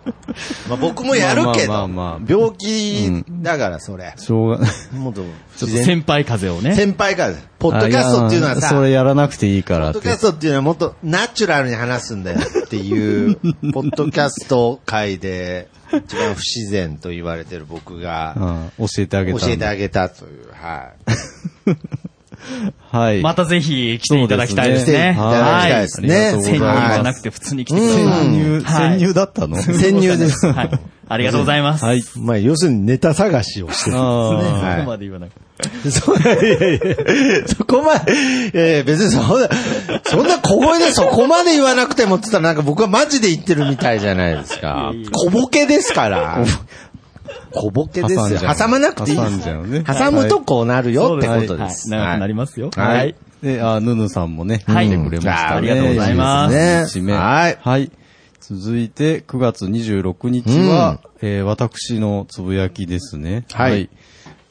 Speaker 4: まあ僕もやる
Speaker 3: まあまあ
Speaker 4: けど、
Speaker 3: まあまあ
Speaker 4: 病気だからそれ。
Speaker 3: しょうが、
Speaker 4: もっ
Speaker 2: ち
Speaker 4: と
Speaker 2: ょっと
Speaker 4: 自然、
Speaker 2: 先輩風をね。
Speaker 4: 先輩から、ポッドキャストっていうのはさ、
Speaker 3: そ
Speaker 4: ポ
Speaker 3: れやらなくていいから
Speaker 4: ッ
Speaker 3: って
Speaker 4: ドキ。ャストっていうのはもっとナチュラルに話すんだよっ ていう、ポッドキャスト界で一番不自然と言われてる僕
Speaker 3: う
Speaker 4: が、
Speaker 3: ん教えてあげ
Speaker 4: 教
Speaker 3: たんだ。
Speaker 4: えてあげたという、はい。
Speaker 3: はい。
Speaker 2: またぜひ来ていただきたいです
Speaker 3: そうです
Speaker 2: ね。
Speaker 3: ね
Speaker 2: はい。
Speaker 4: 来
Speaker 2: 潜
Speaker 4: ていただきたいです
Speaker 2: 入
Speaker 4: ね
Speaker 2: じゃなくて普通に来てください。
Speaker 3: 潜入、
Speaker 2: はい
Speaker 3: 潜入だったの
Speaker 4: 潜入です。
Speaker 2: はい。ありがとうございます。
Speaker 3: はい。
Speaker 4: まあ、要するにネタ探しをしてる
Speaker 3: あ
Speaker 2: ね
Speaker 3: ー
Speaker 2: そ
Speaker 4: はい
Speaker 2: こまで言わなくて。
Speaker 4: そいやいやいやそこまで、いやいや別にそんな、そんな小声でそこまで言わなくてもって言ったらなんか僕はマジで言ってるみたいじゃないですか。小ボケですから。小ボケですよ。
Speaker 3: 挟んじゃう
Speaker 4: 挟まなくていい
Speaker 3: 挟
Speaker 4: で
Speaker 3: ん
Speaker 4: す
Speaker 3: じゃうね
Speaker 4: 挟むとこうなるよってこと
Speaker 2: は
Speaker 4: で
Speaker 2: い
Speaker 4: す。
Speaker 2: 長くな
Speaker 4: はい
Speaker 2: りますよ。
Speaker 4: はい
Speaker 2: はい。
Speaker 3: で、あ、ヌヌさんもね、
Speaker 2: はい
Speaker 3: 来てくれましたね。
Speaker 2: ありがとうございます
Speaker 4: ですねはい
Speaker 3: はい。続いて、9月26日は、えー私のつぶやきですね。
Speaker 4: はい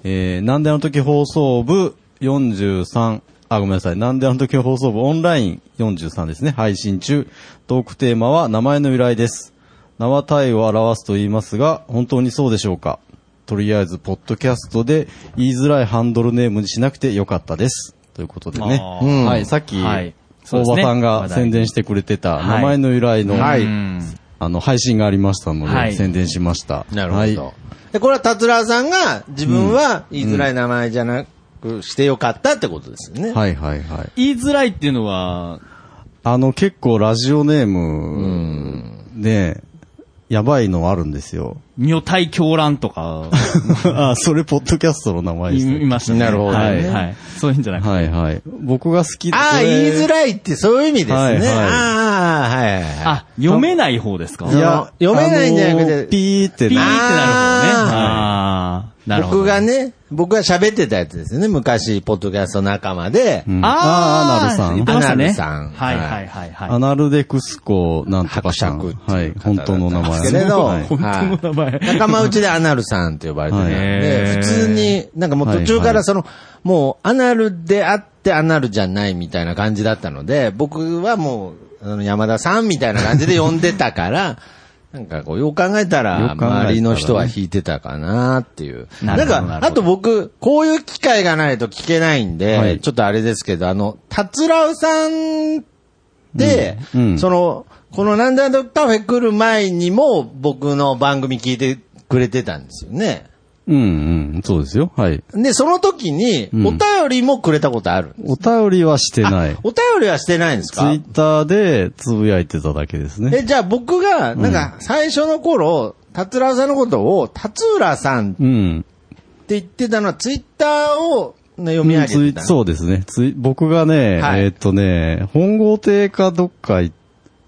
Speaker 3: えーなんであの時放送部43、あ、ごめんなさい。なんであの時放送部オンライン43ですね。配信中。トークテーマは名前の由来です。名は体を表すと言いますが、本当にそうでしょうかとりあえず、ポッドキャストで言いづらいハンドルネームにしなくてよかったです。ということでね。
Speaker 2: あー
Speaker 4: うん
Speaker 3: はい、さっき、
Speaker 2: はい
Speaker 3: 大場さんが宣伝してくれてた、
Speaker 2: はい
Speaker 3: 名前の由来の、
Speaker 4: はい
Speaker 2: うん
Speaker 3: あの、配信がありましたので、
Speaker 2: はい
Speaker 3: 宣伝しました。
Speaker 4: なる
Speaker 3: は
Speaker 4: ほ
Speaker 3: い。
Speaker 4: ど。で、これは達郎さんが自分は言いづらい名前じゃなくしてよかったってことですよね。
Speaker 3: はいはいはい。
Speaker 2: 言いづらいっていうのは、
Speaker 3: あの、結構ラジオネームで、やばいのあるんです よ。
Speaker 2: 女体狂乱とか、
Speaker 3: あ、それ、ポッドキャストの名前で
Speaker 2: 言
Speaker 3: す
Speaker 2: い
Speaker 3: ね。
Speaker 2: ましたね。
Speaker 4: なるほどね
Speaker 2: はい。はいそういうんじゃなくて。
Speaker 3: はいはい。僕が好きで
Speaker 4: ああ、言いづ
Speaker 3: い。
Speaker 4: らいってそういう意味ですね。
Speaker 3: はいはい
Speaker 4: ああああ、はいはいはい。
Speaker 2: あ、読めない方ですか
Speaker 3: い
Speaker 4: や読めないんじゃなくて
Speaker 3: あのピーって
Speaker 2: ピーってなる方ね。
Speaker 3: な。
Speaker 2: あーなるほど。
Speaker 4: 僕が。ね、僕が喋ってたやつですよね。昔、ポッドキャスト仲間で、
Speaker 3: うん
Speaker 2: あー、
Speaker 3: あーアナルさん
Speaker 2: 言ってましたね
Speaker 4: アナルさん
Speaker 2: はいはいはいはい。
Speaker 3: アナルデクスコなんとか
Speaker 4: 伯
Speaker 3: さん。
Speaker 4: 爵って
Speaker 3: はいい、
Speaker 4: う方
Speaker 3: 本当の名
Speaker 4: だった
Speaker 3: 前
Speaker 4: んですけれど、
Speaker 3: はい
Speaker 2: 本当の名前
Speaker 4: はい仲間内でアナルさんって呼ばれてたん
Speaker 3: はい
Speaker 4: で、普通に、なんかもう途中からその、もうアナルであってアナルじゃないみたいな感じだったので、僕はもう、あの山田さんみたいな感じで呼んでたから、 なんかこう、よく考えた
Speaker 3: よ
Speaker 4: ら、
Speaker 3: く考えたらね
Speaker 4: 周りの人は引いてたかなっていう。
Speaker 2: なる
Speaker 4: なん
Speaker 2: ほどなるほ
Speaker 4: か、
Speaker 2: ど
Speaker 4: あと僕、こういう機会がないと聞けないんで、
Speaker 3: はい
Speaker 4: ちょっとあれですけど、あの、達郎さんで、
Speaker 3: うんうん
Speaker 4: その、このなんだなんだカフェ来る前にも僕の番組聞いてくれてたんですよね。
Speaker 3: うんうん、そうですよ。はい。
Speaker 4: で、その時に、
Speaker 3: うん
Speaker 4: お便りもくれたことあるんです。
Speaker 3: お便りはしてない。
Speaker 4: お便りはしてないんです
Speaker 3: ツイ
Speaker 4: か
Speaker 3: ッターでつぶやいてただけですね。
Speaker 4: え、じゃあ僕が、なんか、最初の頃、達郎さんのことを、達浦さんって
Speaker 3: うん。
Speaker 4: 言ってたのは、ツイッターをね読み上げてた
Speaker 3: うんん
Speaker 4: で
Speaker 3: ツ
Speaker 4: す
Speaker 3: イそうですね。ツイ僕がね、
Speaker 4: はい
Speaker 3: えーっとね、本郷亭かどっか行っ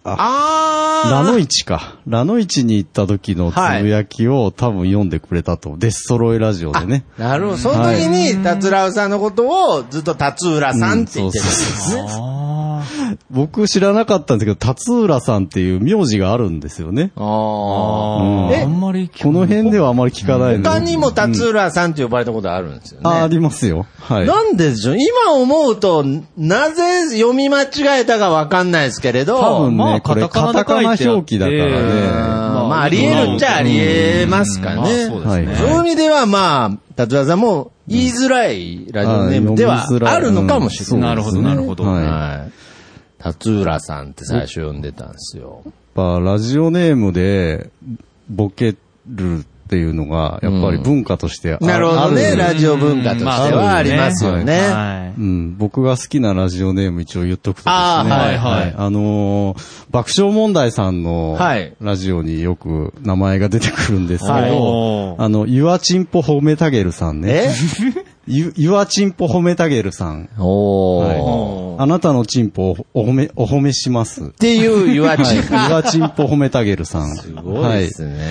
Speaker 4: あー。
Speaker 3: ラノイチか。ラノイチに行った時のつぶやきを多分読んでくれたと。デストロイラジオでね。
Speaker 4: なるほど。その時に、達郎さんのことをずっと達浦さんって言ってたんですね。
Speaker 2: あー
Speaker 3: 僕知らなかったんですけど、辰浦さんっていう名字があるんですよね。う
Speaker 2: あ
Speaker 4: あ
Speaker 3: ん
Speaker 2: ー。あんまり
Speaker 3: この辺ではあまり聞かない
Speaker 4: ー
Speaker 3: の
Speaker 4: 他にも達浦さんって呼ばれたことあるんですよね。
Speaker 3: あ、ありますよ。はい。
Speaker 4: なんででしょう今思うと、なぜ読み間違えたかわかんないですけれど。
Speaker 3: 多分
Speaker 2: まあ
Speaker 3: ね、これ
Speaker 2: カ
Speaker 3: カタ
Speaker 2: タカ
Speaker 3: カ
Speaker 2: ナ
Speaker 3: ナ
Speaker 2: 書い
Speaker 3: 表
Speaker 2: て
Speaker 3: 記だか
Speaker 4: うん
Speaker 3: らね。
Speaker 2: まあ
Speaker 4: まあ、あり得るっちゃあり得ますか
Speaker 2: まあ
Speaker 4: ね。
Speaker 2: そうですね
Speaker 3: はい。
Speaker 4: そういう意味では、まあ、達郎さんも言いづらいラジオネームではあるのかもしれな
Speaker 2: な
Speaker 4: い。
Speaker 2: るほど、なるほど。
Speaker 3: はい
Speaker 4: はい。達浦さんって最初呼んでたんですよ。
Speaker 3: やっぱラジオネームでボケるっていうのが、やっぱり文化としてあ
Speaker 4: なるほど
Speaker 3: あ
Speaker 4: ね。
Speaker 3: んで
Speaker 4: ラジオ文化としてはありますよね。
Speaker 2: はい
Speaker 3: うん、僕が好きなラジオネーム一応言っとくとですね。
Speaker 4: あーはい
Speaker 2: はい
Speaker 3: あのー爆笑問題さんの
Speaker 4: はい
Speaker 3: ラジオによく名前が出てくるんですけど、
Speaker 4: はい
Speaker 2: おー
Speaker 3: あの、ゆわちんぽ褒めたげるさんね。
Speaker 4: え
Speaker 3: ゆ、ゆわちんぽ褒めたげるさん。
Speaker 4: おー。
Speaker 2: おー
Speaker 3: あなたのちんぽをお褒め、お褒めします
Speaker 4: っ。ていう岩地。
Speaker 3: はい。
Speaker 4: す
Speaker 3: ゆわちんぽ褒めたげるさん。す
Speaker 4: ごいですね。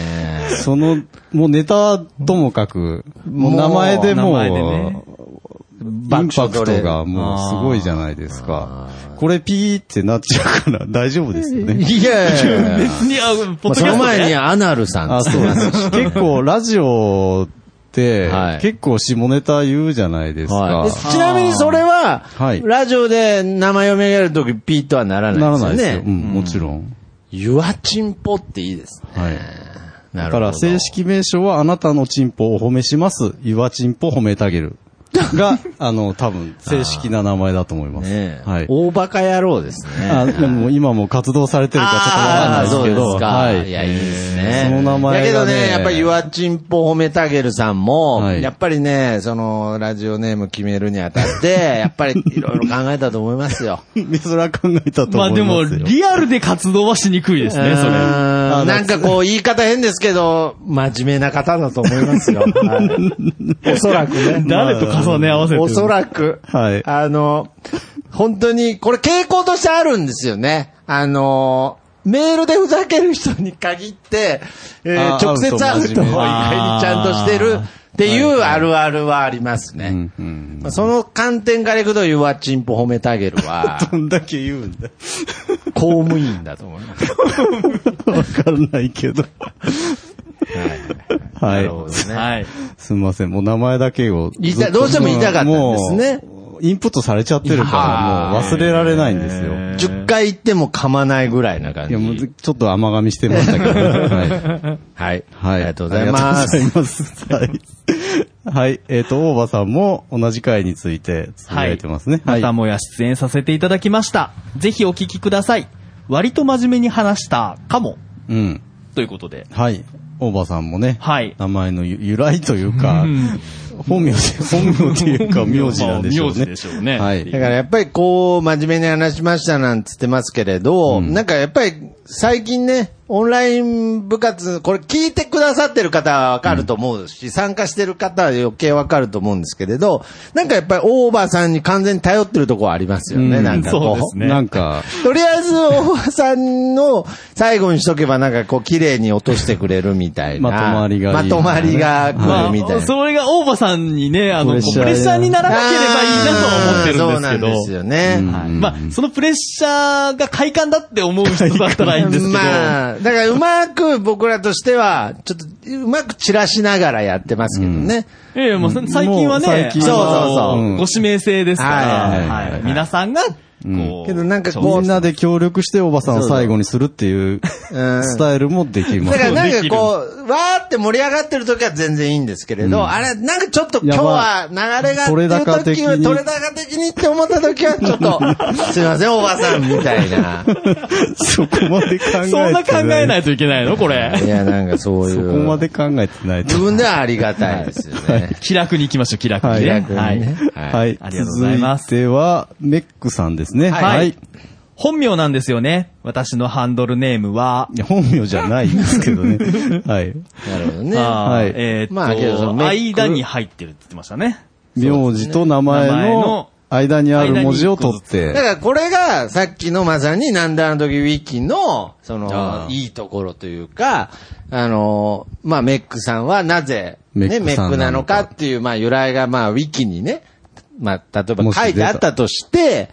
Speaker 3: その、もうネタはともかく、もう名前でも
Speaker 2: 名前でね
Speaker 3: う、インパクトがもうすごいじゃないですか。これピーってなっちゃうから 大丈夫ですよね。
Speaker 4: いやい やいや。
Speaker 2: 別に、あ、ポッドキ
Speaker 4: そ
Speaker 2: ャ
Speaker 4: の
Speaker 2: スト
Speaker 4: 前
Speaker 2: で
Speaker 4: にアナルさん
Speaker 3: あ、
Speaker 4: って
Speaker 3: そうです。 結構ラジオって
Speaker 4: はい、
Speaker 3: 結構下ネタ言うじゃないですか
Speaker 4: はい。でちなみにそれは、
Speaker 3: はい
Speaker 4: ラジオで名前読み上げるときピーとはなら
Speaker 3: な
Speaker 4: ないで
Speaker 3: ら
Speaker 4: す
Speaker 3: な
Speaker 4: よ
Speaker 3: いですよ。うん
Speaker 4: ね。、
Speaker 3: もちろん。
Speaker 4: ゆわちんぽっていいですね。
Speaker 3: はい。
Speaker 4: な
Speaker 3: だ
Speaker 4: るほ
Speaker 3: か
Speaker 4: ど。
Speaker 3: ら正。式名称はあなたのチンポをお褒めします。岩チンポ褒めたげ る。が、あの、多分、正式な名前だと思います。
Speaker 4: ねえ、
Speaker 3: はい。
Speaker 4: 大バカ野郎ですね。
Speaker 3: あ、でも今も活動されてるかちょっとわかんない
Speaker 4: あ
Speaker 3: で
Speaker 4: ー
Speaker 3: す
Speaker 4: そう
Speaker 3: け
Speaker 4: で
Speaker 3: ど。
Speaker 4: すか。、
Speaker 3: はいい。
Speaker 4: や、いいですね。
Speaker 3: その名前がね
Speaker 4: だけどね、やっぱり岩チンポ褒めたげるさんも、
Speaker 3: はい
Speaker 4: やっぱりね、その、ラジオネーム決めるにあたって、やっぱりいろいろ考えたと思いますよ。
Speaker 3: それは考えたと思いますよ。
Speaker 2: まあでも、リアルで活動はしにくいですね、それ。
Speaker 4: あーなんかこう、言い方変ですけど、真面目な方だと思いますよ。はいおそらくね。
Speaker 2: 誰と重ね合わせてる
Speaker 4: おそらく。
Speaker 3: はい
Speaker 4: あの、本当に、これ傾向としてあるんですよね。あの、メールでふざける人に限って、えー
Speaker 3: あー
Speaker 4: 直接会うと
Speaker 3: 会うと真面
Speaker 4: 意
Speaker 3: 目
Speaker 4: 外にちゃんとしてるっていうあるあるはあります
Speaker 3: う
Speaker 4: ね
Speaker 3: ん。うん
Speaker 4: まあその観点からいくと、ゆわちんぽ褒めてあげるは、
Speaker 3: どんだけ言うんだ。
Speaker 4: 公務員だと思います。
Speaker 3: わかんないけど。は
Speaker 4: ないる。ほどね。
Speaker 2: はい。
Speaker 3: すみません。もう名前だけをずっと。
Speaker 4: 言いたいどうしても言いたかったんですね
Speaker 3: もうインプットされちゃってるから、もう忘れられないんですよ。
Speaker 4: 10回言っても噛まないぐらいな感
Speaker 3: いや、もう
Speaker 4: じ。
Speaker 3: ちょっと甘噛みしてま したけど。はい。
Speaker 4: はい。
Speaker 3: はい。
Speaker 4: ありがとうございます。
Speaker 3: ありがとうございます。はい。はい。えっ、と、大場さんも同じ回についてつぶやいてますね。
Speaker 2: またもや出演させていただきました。ぜひお聞きください。割と真面目に話したかも。
Speaker 3: うん。
Speaker 2: ということで。
Speaker 3: はい。大場さんもね。
Speaker 2: はい
Speaker 3: 名前の由由来というか、本名で、本名というか、名字なんでしょうね。
Speaker 2: まあ名字でしょうね
Speaker 3: はい。
Speaker 4: だからやっぱりこう、真面目に話しましたなんつってますけれど、なんかやっぱり最近ね、オンライン部活、これ聞いてくださってる方はわかると思うし、参加してる方は余計わかると思うんですけれど、なんかやっぱりオーバーさんに完全に頼ってるとこはありますよね、
Speaker 3: うん
Speaker 4: なんかこ
Speaker 2: そう
Speaker 4: う。
Speaker 2: ですね
Speaker 3: なんか、
Speaker 4: とりあえず、大場さんの最後にしとけば、なんかこう、綺麗に落としてくれるみたいな。
Speaker 3: まとまりがいい
Speaker 4: まとまりが
Speaker 2: ま
Speaker 4: 来るみたい
Speaker 2: あ、
Speaker 4: な。
Speaker 2: それが大場さんにね、あ
Speaker 3: プ
Speaker 2: の、こ
Speaker 3: レッ
Speaker 2: う
Speaker 3: シ
Speaker 2: プ
Speaker 3: ャーや
Speaker 2: レッシャーにならなければいいなとは思ってるんですけど。
Speaker 4: そうなんですよね。
Speaker 2: はいまあ、そのプレッシャーが快感だって思う人だったらいいんですけど。
Speaker 4: まあ、だからうまく僕らとしては、ちょっとうまく散らしながらやってますけどね。
Speaker 2: ええ、もうさ最近はね、
Speaker 3: もう最近
Speaker 4: はそうそうそう
Speaker 3: うん
Speaker 2: ご指名制ですから、
Speaker 4: は
Speaker 3: は
Speaker 4: い
Speaker 3: いはいはい
Speaker 2: はい皆さんが、こう、
Speaker 4: けどなんかこ
Speaker 3: み
Speaker 4: うん
Speaker 3: なで協力しておばさんを最後にするっていう
Speaker 4: うん
Speaker 3: スタイルもできま
Speaker 4: だ
Speaker 3: す
Speaker 4: か。らな
Speaker 2: で
Speaker 4: ん
Speaker 2: き
Speaker 4: か
Speaker 2: る
Speaker 4: こう、わーって盛り上がってる時は全然いいんですけれど、あれ、なんかちょっと今日は流れがっていう
Speaker 3: やばい取れ高的
Speaker 4: 時は、
Speaker 3: に
Speaker 4: 取れ高的にって思った時は、ちょっと、すいません、おばさんみたいな。
Speaker 3: そこまで考えてない。。
Speaker 2: そんな考えないいといけないのこれ。
Speaker 4: いや、なんかそういう。
Speaker 3: そこまで考えてないと
Speaker 4: 自。分ではありがたいですよね。
Speaker 2: 気楽に行きましょう、気楽にね。
Speaker 4: 気楽にねはい
Speaker 3: はい。
Speaker 2: ありがとうございます
Speaker 3: 続いては、メックさんですね。
Speaker 2: はい
Speaker 3: はい。い
Speaker 2: 本名なんですよね。私のハンドルネームは。
Speaker 3: や本名じゃないんですけど ね。はい。
Speaker 4: なるほどね。
Speaker 2: あー
Speaker 3: はい
Speaker 2: えーっと、
Speaker 4: まあけどそのメック
Speaker 2: 間に入ってるって言ってましたね。
Speaker 3: 名字と名前
Speaker 2: 名前
Speaker 3: の
Speaker 2: の
Speaker 3: 間にある文字を取っ
Speaker 4: だか
Speaker 3: て。
Speaker 4: らこれが、さっきのまさに、なんだあの時ウィキの、そ
Speaker 2: あ
Speaker 4: の、
Speaker 2: あ
Speaker 4: いいところというか、あの、まあ、メックさんはなぜ、
Speaker 3: メ
Speaker 4: ね、
Speaker 3: ックさん
Speaker 4: メ
Speaker 3: なのか
Speaker 4: ックなのかっていう、まあ、由来が、まあ、ウィキにね、まあ、例えば
Speaker 3: もし出た
Speaker 4: 書いてあったとして、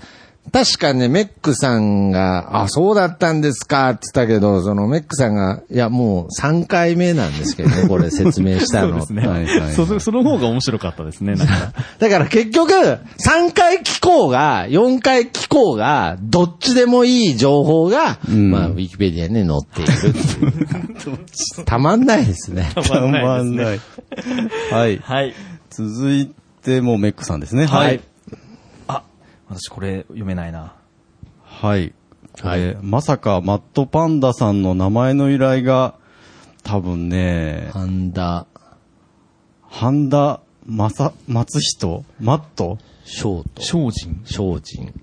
Speaker 4: 確かね、メックさんが、あ、そうだったんですか、って言ったけど、そのメックさんが、いや、もう3回目なんですけどね、これ説明した
Speaker 2: そう
Speaker 4: の。
Speaker 2: ですね、
Speaker 3: はいはいはい
Speaker 2: そ。その方が面白かったで すね、なんか。
Speaker 4: だから結局、3回聞こうが、4回聞こうが、どっちでもいい情報が、
Speaker 3: うん
Speaker 4: まあ、ウィキペディアに載っているっていうたまんないですね。
Speaker 3: たまんない。はい。
Speaker 2: はい。
Speaker 3: 続いてもメックさんですね。
Speaker 2: はい。。あ、私これ読めないな。
Speaker 3: はい。これ、まさかマットパンダさんの名前の由来が、多分ね、
Speaker 4: パンダ、
Speaker 3: 半田正、松人マット
Speaker 4: ショート、
Speaker 2: 精進。
Speaker 4: 精進。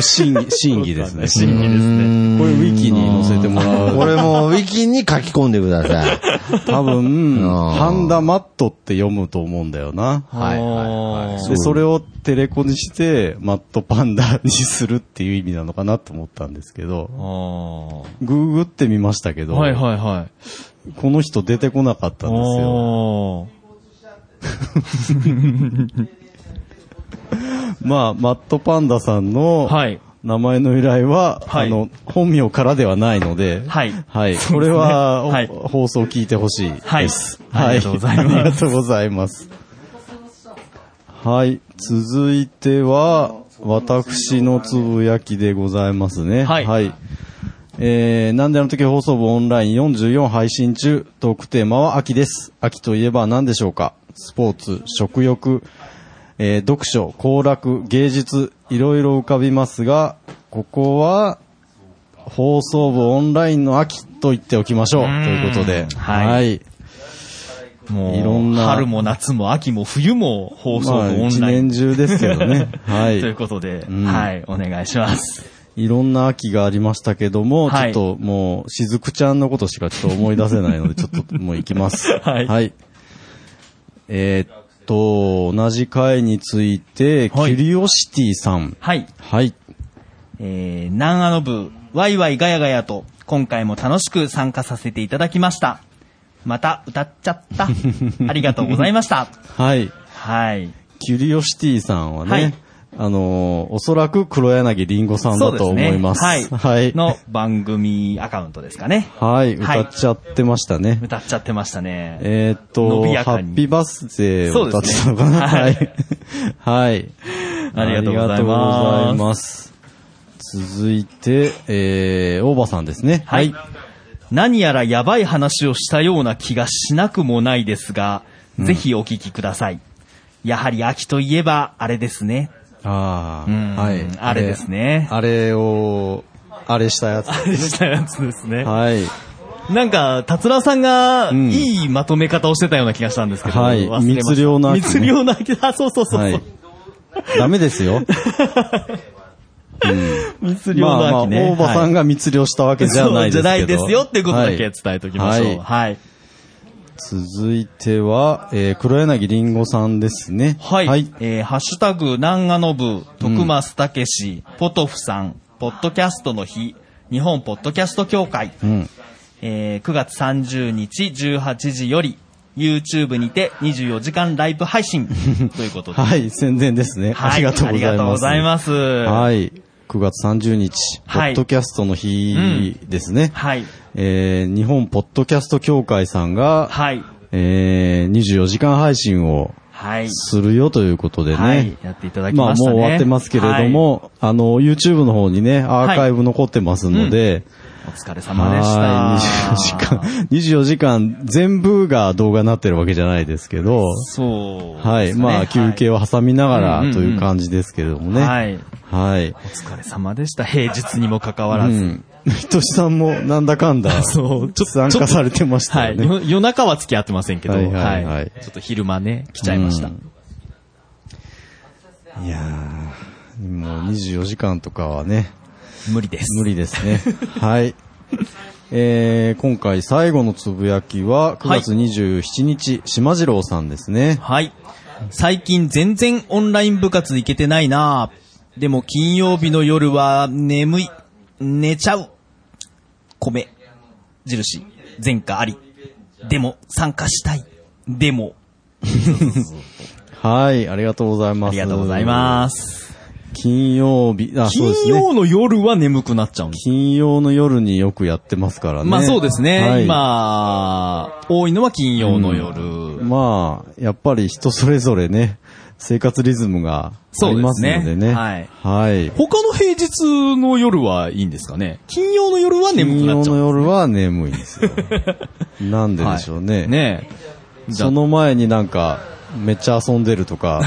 Speaker 3: 審議、審議ですね。
Speaker 2: 真偽ですね。
Speaker 3: これウィキに載せてもらう。
Speaker 4: これもうウィキに書き込んでください。
Speaker 3: 多分、
Speaker 4: あー
Speaker 3: ハンダマットって読むと思うんだよな。
Speaker 4: はいは
Speaker 2: あ
Speaker 4: い
Speaker 2: ー
Speaker 3: で、それをテレコにして、マットパンダにするっていう意味なのかなと思ったんですけど、
Speaker 2: あ
Speaker 3: ググってみましたけ
Speaker 2: あ。
Speaker 3: ど、
Speaker 2: はいはいはい。
Speaker 3: この人出てこなかったんですよ。
Speaker 2: おー
Speaker 3: まあ、マットパンダさんの
Speaker 2: はい
Speaker 3: 名前の由来は、
Speaker 2: はい
Speaker 3: あの、本名からではないので、
Speaker 2: はい
Speaker 3: はい。
Speaker 2: そ
Speaker 3: こ
Speaker 2: うですね
Speaker 3: れは、
Speaker 2: はい
Speaker 3: お放送聞いてほしいです。
Speaker 2: はいありがとうございます
Speaker 3: ありがとうございます。はい。続いては、私のつぶやきでございますね。
Speaker 2: はい
Speaker 3: えー、なんであの時放送部オンライン44配信中、トークテーマは秋です。秋といえば何でしょうかスポーツ、食欲、えー読書、行楽、芸術、いろいろ浮かびますが、ここは、放送部オンラインの秋と言っておきましょう。と
Speaker 2: ん
Speaker 3: いうことで。
Speaker 2: はい
Speaker 3: い
Speaker 2: もう、
Speaker 3: いろんな
Speaker 2: 春も夏も秋も冬も放送
Speaker 3: ま
Speaker 2: 部
Speaker 3: あ、
Speaker 2: オン
Speaker 3: 一
Speaker 2: ライン。
Speaker 3: 年中ですけど ね。は
Speaker 2: という
Speaker 3: い。
Speaker 2: ことで、
Speaker 3: ん
Speaker 2: はい、お願いします。
Speaker 3: いろんな秋がありましたけども、
Speaker 2: はい
Speaker 3: ちょっともう、しずくちゃんのことしかちょっと思い出せないので、ちょっともう行きます。
Speaker 2: はい
Speaker 3: えーっと、同じ回について、
Speaker 2: は
Speaker 3: キュ
Speaker 2: い
Speaker 3: リオシティさん。
Speaker 2: はい。
Speaker 3: はい。
Speaker 2: えー、南アの部、ワイワイガヤガヤと、今回も楽しく参加させていただきました。また歌っち ゃった。ありがとうございました。
Speaker 3: はい。
Speaker 2: はい。
Speaker 3: キュリオシティさんはね、
Speaker 2: はい
Speaker 3: あのーおそらく黒柳りんごさんだと思います。
Speaker 2: はい。
Speaker 3: はい。
Speaker 2: の番組アカウントですかね。
Speaker 3: はい、
Speaker 2: はい
Speaker 3: 歌っちゃってましたね。
Speaker 2: 歌っちゃってましたね。
Speaker 3: えーっ
Speaker 2: 伸
Speaker 3: と、
Speaker 2: びや
Speaker 3: ハ
Speaker 2: かに
Speaker 3: ッピーバースデーを歌ってたのかな、
Speaker 2: そう
Speaker 3: は
Speaker 2: で
Speaker 3: い
Speaker 2: すね。
Speaker 3: はい。
Speaker 2: あり
Speaker 3: ありが
Speaker 2: がとうございます
Speaker 3: とうございます続いて、えー、大場さんですね。
Speaker 2: はい。何やらやばい話をしたような気がしなくもないですが、ぜひお聞きください。やはり秋といえば、あれです ね。
Speaker 3: あ
Speaker 2: うん
Speaker 3: あ、はい。
Speaker 2: あれですね
Speaker 3: あれを、あれした やつ。
Speaker 2: したやつですね
Speaker 3: はい。
Speaker 2: なんか、達郎さんが、
Speaker 3: ん
Speaker 2: いいまとめ方をしてたような気がしたんですけど。
Speaker 3: はい
Speaker 2: 忘れました
Speaker 3: 密漁の秋ね
Speaker 2: 密漁 の秋。あ、そうそうそうそう。
Speaker 3: はい。ダメですよ。
Speaker 2: 密漁
Speaker 3: まあ
Speaker 2: の
Speaker 3: まあ、
Speaker 2: 秋ね。
Speaker 3: 大場さん
Speaker 2: が、
Speaker 3: が密漁したわけじゃないですけど。
Speaker 2: ですよっていうことだけ伝えておきましょ
Speaker 3: はい
Speaker 2: う。
Speaker 3: はい
Speaker 2: はい。
Speaker 3: 続いては、えー、黒柳りんごさんですね。
Speaker 2: はい。えーハッシュタグ、南賀の部、徳松たけし、ポトフさん、ポッドキャストの日、日本ポッドキャスト協会、
Speaker 3: うん。
Speaker 2: えー9月30日18時より、YouTube にて24時間ライブ 配信ということで。
Speaker 3: はい、宣伝ですね。
Speaker 2: はい
Speaker 3: ありがとうございます。
Speaker 2: ありがとうございます
Speaker 3: はい。9月30日、ポ
Speaker 2: はい
Speaker 3: ッドキャストの日ですね。
Speaker 2: はい。
Speaker 3: えー日本ポッドキャスト協会さんが、
Speaker 2: はい。
Speaker 3: えー24時間配信を
Speaker 2: はい。
Speaker 3: するよということでね。
Speaker 2: はい。やっていただき
Speaker 3: まあも
Speaker 2: ま
Speaker 3: う
Speaker 2: したね。
Speaker 3: 終わってますけれども、あの、YouTube の方にね、アーカイブ残ってますので、
Speaker 2: はい。お疲れ様で
Speaker 3: は
Speaker 2: した。
Speaker 3: い、24時間、24時間全部が動画になってるわけじゃないですけど、
Speaker 2: そうですね。
Speaker 3: はい、まあ休憩
Speaker 2: を。
Speaker 3: を挟みなが
Speaker 2: うん
Speaker 3: ら
Speaker 2: うんうん
Speaker 3: という感じですけれどもね。
Speaker 2: はい。
Speaker 3: はい。
Speaker 2: お疲れ様でした。平日にもかかわ
Speaker 3: う
Speaker 2: らず。
Speaker 3: ん。 ひとしさんもなんだかんだ、
Speaker 2: そうちょ
Speaker 3: 参加されてました
Speaker 2: は
Speaker 3: よ
Speaker 2: い。
Speaker 3: ね。
Speaker 2: よ夜中は付き合ってませんけど、
Speaker 3: は
Speaker 2: はいい
Speaker 3: はいはい
Speaker 2: ちょっと昼間ね、来ちゃいました。
Speaker 3: うんい、やー、もう24時間とかはね、
Speaker 2: 無理です。
Speaker 3: 無理です ね。はい。えー、今回最後のつぶやきは、9月27日、島次郎さんですね。
Speaker 2: はい。最近全然オンライン部活行けてないなぁでも金曜日の夜は眠い。寝ちゃう。米。印。前科あり。でも参加したい。でも、
Speaker 3: はい、ありがとうございます。
Speaker 2: ありがとうございます。
Speaker 3: す。金曜日、あ、そうです
Speaker 2: 金
Speaker 3: ね。
Speaker 2: 曜の夜は眠くなっちゃうんです。
Speaker 3: 金曜の夜によくやってますからね。
Speaker 2: まあそうですね。
Speaker 3: はい、
Speaker 2: 今、多いのは金曜の夜。
Speaker 3: まあ、やっぱり人それぞれね、生活リズムがありますの
Speaker 2: そ
Speaker 3: で
Speaker 2: うです
Speaker 3: ね。
Speaker 2: ねはい
Speaker 3: はい。
Speaker 2: 他の平日の夜はいいんですかね金曜の夜は眠
Speaker 3: 金
Speaker 2: くな
Speaker 3: 曜
Speaker 2: っちゃ
Speaker 3: の
Speaker 2: う。
Speaker 3: 夜は眠いんです よ。なんででしょうね。
Speaker 2: ねえ。じゃ
Speaker 3: そ
Speaker 2: あ、
Speaker 3: の前になんか、めっちゃ遊んでるとか、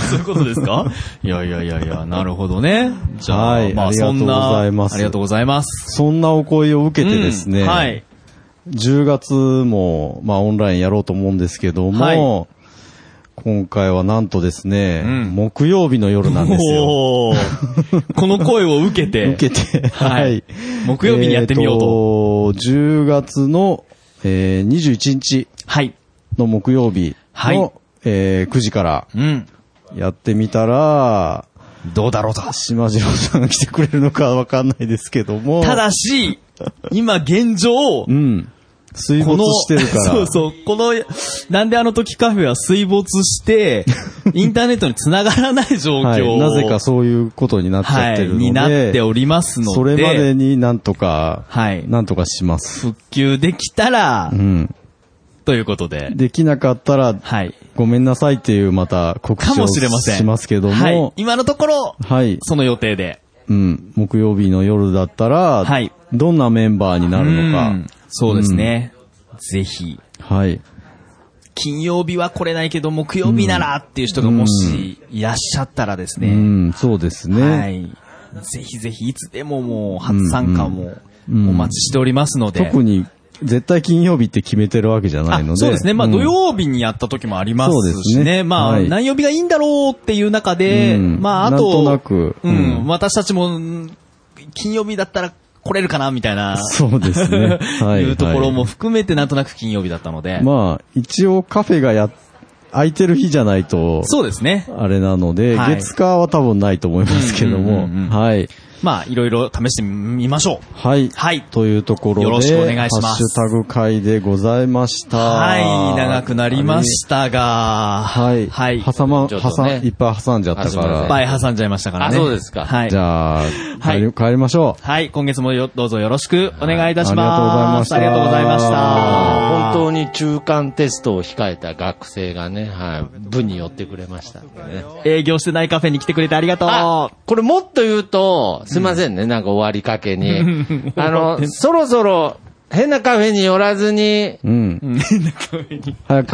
Speaker 2: そういうことです かいやいやいやいや、なるほどね。じゃあ、
Speaker 3: はい
Speaker 2: ま
Speaker 3: あ
Speaker 2: あ
Speaker 3: りがと
Speaker 2: そ
Speaker 3: うん
Speaker 2: な、
Speaker 3: ございます
Speaker 2: ありがとうございます。
Speaker 3: そんなお声を受けてですね、
Speaker 2: うんはい。
Speaker 3: 10月も、まあ、オンラインやろうと思うんですけども、
Speaker 2: はい
Speaker 3: 今回はなんとですね、
Speaker 2: うん
Speaker 3: 木曜日の夜なんですよ。
Speaker 2: おーこの声を受けて。
Speaker 3: 受けて、
Speaker 2: はい
Speaker 3: はい。
Speaker 2: 木曜日にやってみようと。
Speaker 3: えーと10月の、えー21日
Speaker 2: はい。
Speaker 3: の木曜日の、
Speaker 2: はい
Speaker 3: えー9時から
Speaker 2: うん。
Speaker 3: やってみたら、
Speaker 2: どうだろうと。
Speaker 3: 島次郎さんが来てくれるのかわかんないですけども。
Speaker 2: ただし、今現状
Speaker 3: う、ん。水没してるから。
Speaker 2: そうそう。この、なんであの時カフェは水没 して、インターネットに繋がらない状況を、
Speaker 3: はい。なぜかそういうことになっちゃ
Speaker 2: は
Speaker 3: っ
Speaker 2: い
Speaker 3: てるので。
Speaker 2: になっておりますので、
Speaker 3: それまでになんとか、
Speaker 2: はい
Speaker 3: なんとかします。
Speaker 2: 復旧できたら、
Speaker 3: うん。
Speaker 2: ということで、
Speaker 3: できなかったら、
Speaker 2: はい。
Speaker 3: ごめんなさいっていうまた告
Speaker 2: か
Speaker 3: 知を
Speaker 2: もしれません。
Speaker 3: しますけども、
Speaker 2: はい。今のところ、
Speaker 3: はい
Speaker 2: その予定で。
Speaker 3: うん。木曜日の夜だったら、
Speaker 2: はい
Speaker 3: どんなメンバーになる
Speaker 2: う
Speaker 3: の
Speaker 2: んそうですね。ぜひ、
Speaker 3: か。はい。
Speaker 2: 金曜日は来れないけど、木曜日ならっていう人がもしいらっしゃったらですね、
Speaker 3: うん、そうですね。
Speaker 2: はい。ぜひぜひ、いつでももう、初参加もお
Speaker 3: ん
Speaker 2: 待ちしておりますので。
Speaker 3: 特に、絶対金曜日って決めてるわけじゃないの
Speaker 2: あ
Speaker 3: で。
Speaker 2: そうですね。まあ、
Speaker 3: ん
Speaker 2: 土曜日にやった時もあります
Speaker 3: そう
Speaker 2: し
Speaker 3: ですね
Speaker 2: ね。まあ
Speaker 3: は、い
Speaker 2: 何曜日がいいんだろうっていう中で、
Speaker 3: うん
Speaker 2: まあ、あ
Speaker 3: なん
Speaker 2: と、
Speaker 3: となく
Speaker 2: う、
Speaker 3: うん
Speaker 2: 私たちも、うん金曜日だったら来れるかな、みたいな、
Speaker 3: そうです ね。はい。
Speaker 2: いうところも含めて、なんとなく金曜日だったので。
Speaker 3: まあ、一応カフェがや、空いてる日じゃないと、
Speaker 2: そうですね。
Speaker 3: あれなので、
Speaker 2: はい
Speaker 3: 月火は多分ないと思いますけども、
Speaker 2: うんうんうんうん
Speaker 3: はい。
Speaker 2: まあ、いろいろ試してみましょう。
Speaker 3: はい。
Speaker 2: はい
Speaker 3: というところで、
Speaker 2: よろしくお願いします
Speaker 3: ハッシュタグ会でございました。
Speaker 2: はい、長くなりましたが、
Speaker 3: はい。
Speaker 2: はい。いっ
Speaker 3: 挟ま、
Speaker 4: ちょっと
Speaker 3: 挟ん、
Speaker 4: ね
Speaker 3: いっぱい挟んじゃった
Speaker 4: あすいません
Speaker 3: か
Speaker 2: ぱい挟んじゃいましたからね。
Speaker 4: あそうですか
Speaker 2: はい
Speaker 3: ら。じ。ゃあ、帰り、帰りましょう。
Speaker 2: はい、今月もよどうぞよろしくお願いいたします。
Speaker 3: はいあ
Speaker 2: あ
Speaker 3: りがと
Speaker 2: りが
Speaker 3: う
Speaker 2: とう
Speaker 3: ご
Speaker 2: ご
Speaker 3: ざ
Speaker 2: ざ
Speaker 3: い
Speaker 2: い
Speaker 3: ま
Speaker 2: ま
Speaker 3: し
Speaker 2: したた。
Speaker 4: 本当に中間テストを控えた学生がね、はい、部に寄ってくれましたんでね。
Speaker 2: 営業してないカフェに来てくれてありがと
Speaker 4: あ
Speaker 2: う。
Speaker 4: これもっと言うと、すいませんね、なんか終わりかけに。あの、そろそろ変なカフェに寄らずに、
Speaker 3: うん。早く帰れよ。
Speaker 4: 早く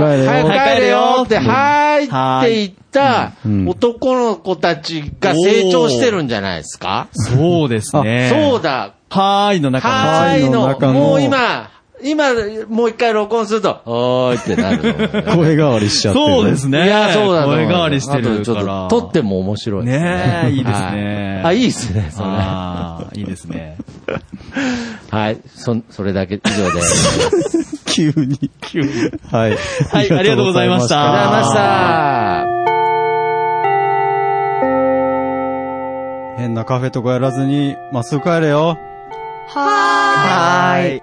Speaker 4: 帰れよって、はーい
Speaker 2: はー
Speaker 4: って
Speaker 2: い
Speaker 4: 言った
Speaker 3: うん
Speaker 4: 男の子たちが成長してるんじゃないですか
Speaker 2: そうですね。
Speaker 4: そう
Speaker 2: う。
Speaker 4: だ、
Speaker 2: はーいの中の。
Speaker 4: はーい
Speaker 3: はーいの
Speaker 4: の
Speaker 3: 中の、
Speaker 4: もう今、今、もう一回録音すると、おーいってなると思うね。
Speaker 3: 声変わりしちゃってる。
Speaker 2: そうですね。
Speaker 4: いや、そうだ
Speaker 2: 声変わりしてる
Speaker 4: ちょ
Speaker 2: か
Speaker 4: っ
Speaker 2: ら。
Speaker 4: と、撮っても面白いです
Speaker 2: ねえいいですね
Speaker 4: はいあ、いいですね、それ。は
Speaker 2: ああ、いいです ね。
Speaker 4: い。そ、それだけ、以上で。
Speaker 3: 急に。急に。はい。
Speaker 2: はいありがとうございました
Speaker 4: ありがとうございました。
Speaker 3: 変なカフェとかやらずに、まっすぐ帰れよ。
Speaker 2: はーい。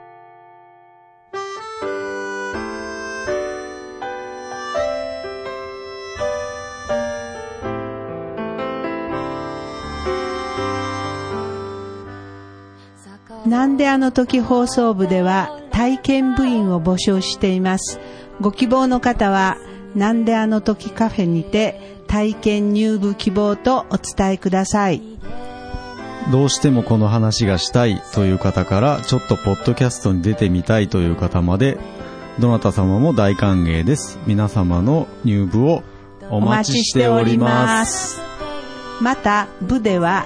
Speaker 5: なんであの時放送部では体験部員を募集しています。ご希望の方は、なんであの時カフェにて体験入部希望とお伝えください。
Speaker 3: どうしてもこの話がしたいという方から、ちょっとポッドキャストに出てみたいという方まで、どなた様も大歓迎です。皆様の入部をお待ちしております。
Speaker 5: す。また、部では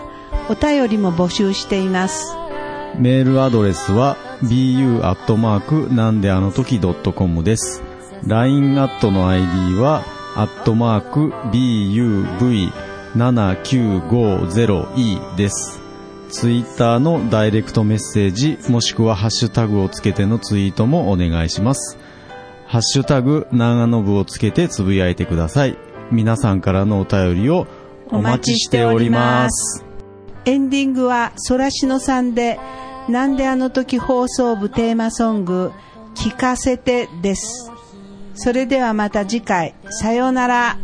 Speaker 5: お便りも募集しています。
Speaker 3: メールアドレスは bu アットマークなんであの時 .com です。LINE アットの ID はアットマーク buv7950e です。ツイッターのダイレクトメッセージもしくはハッシュタグをつけてのツイートもお願いします。ハッシュタグ長野部をつけてつぶやいてください。皆さんからのお便りをお待ちしております。
Speaker 5: エンディングはソラシノさんで、なんであの時放送部テーマソング、聞かせてです。それではまた次回、さようなら。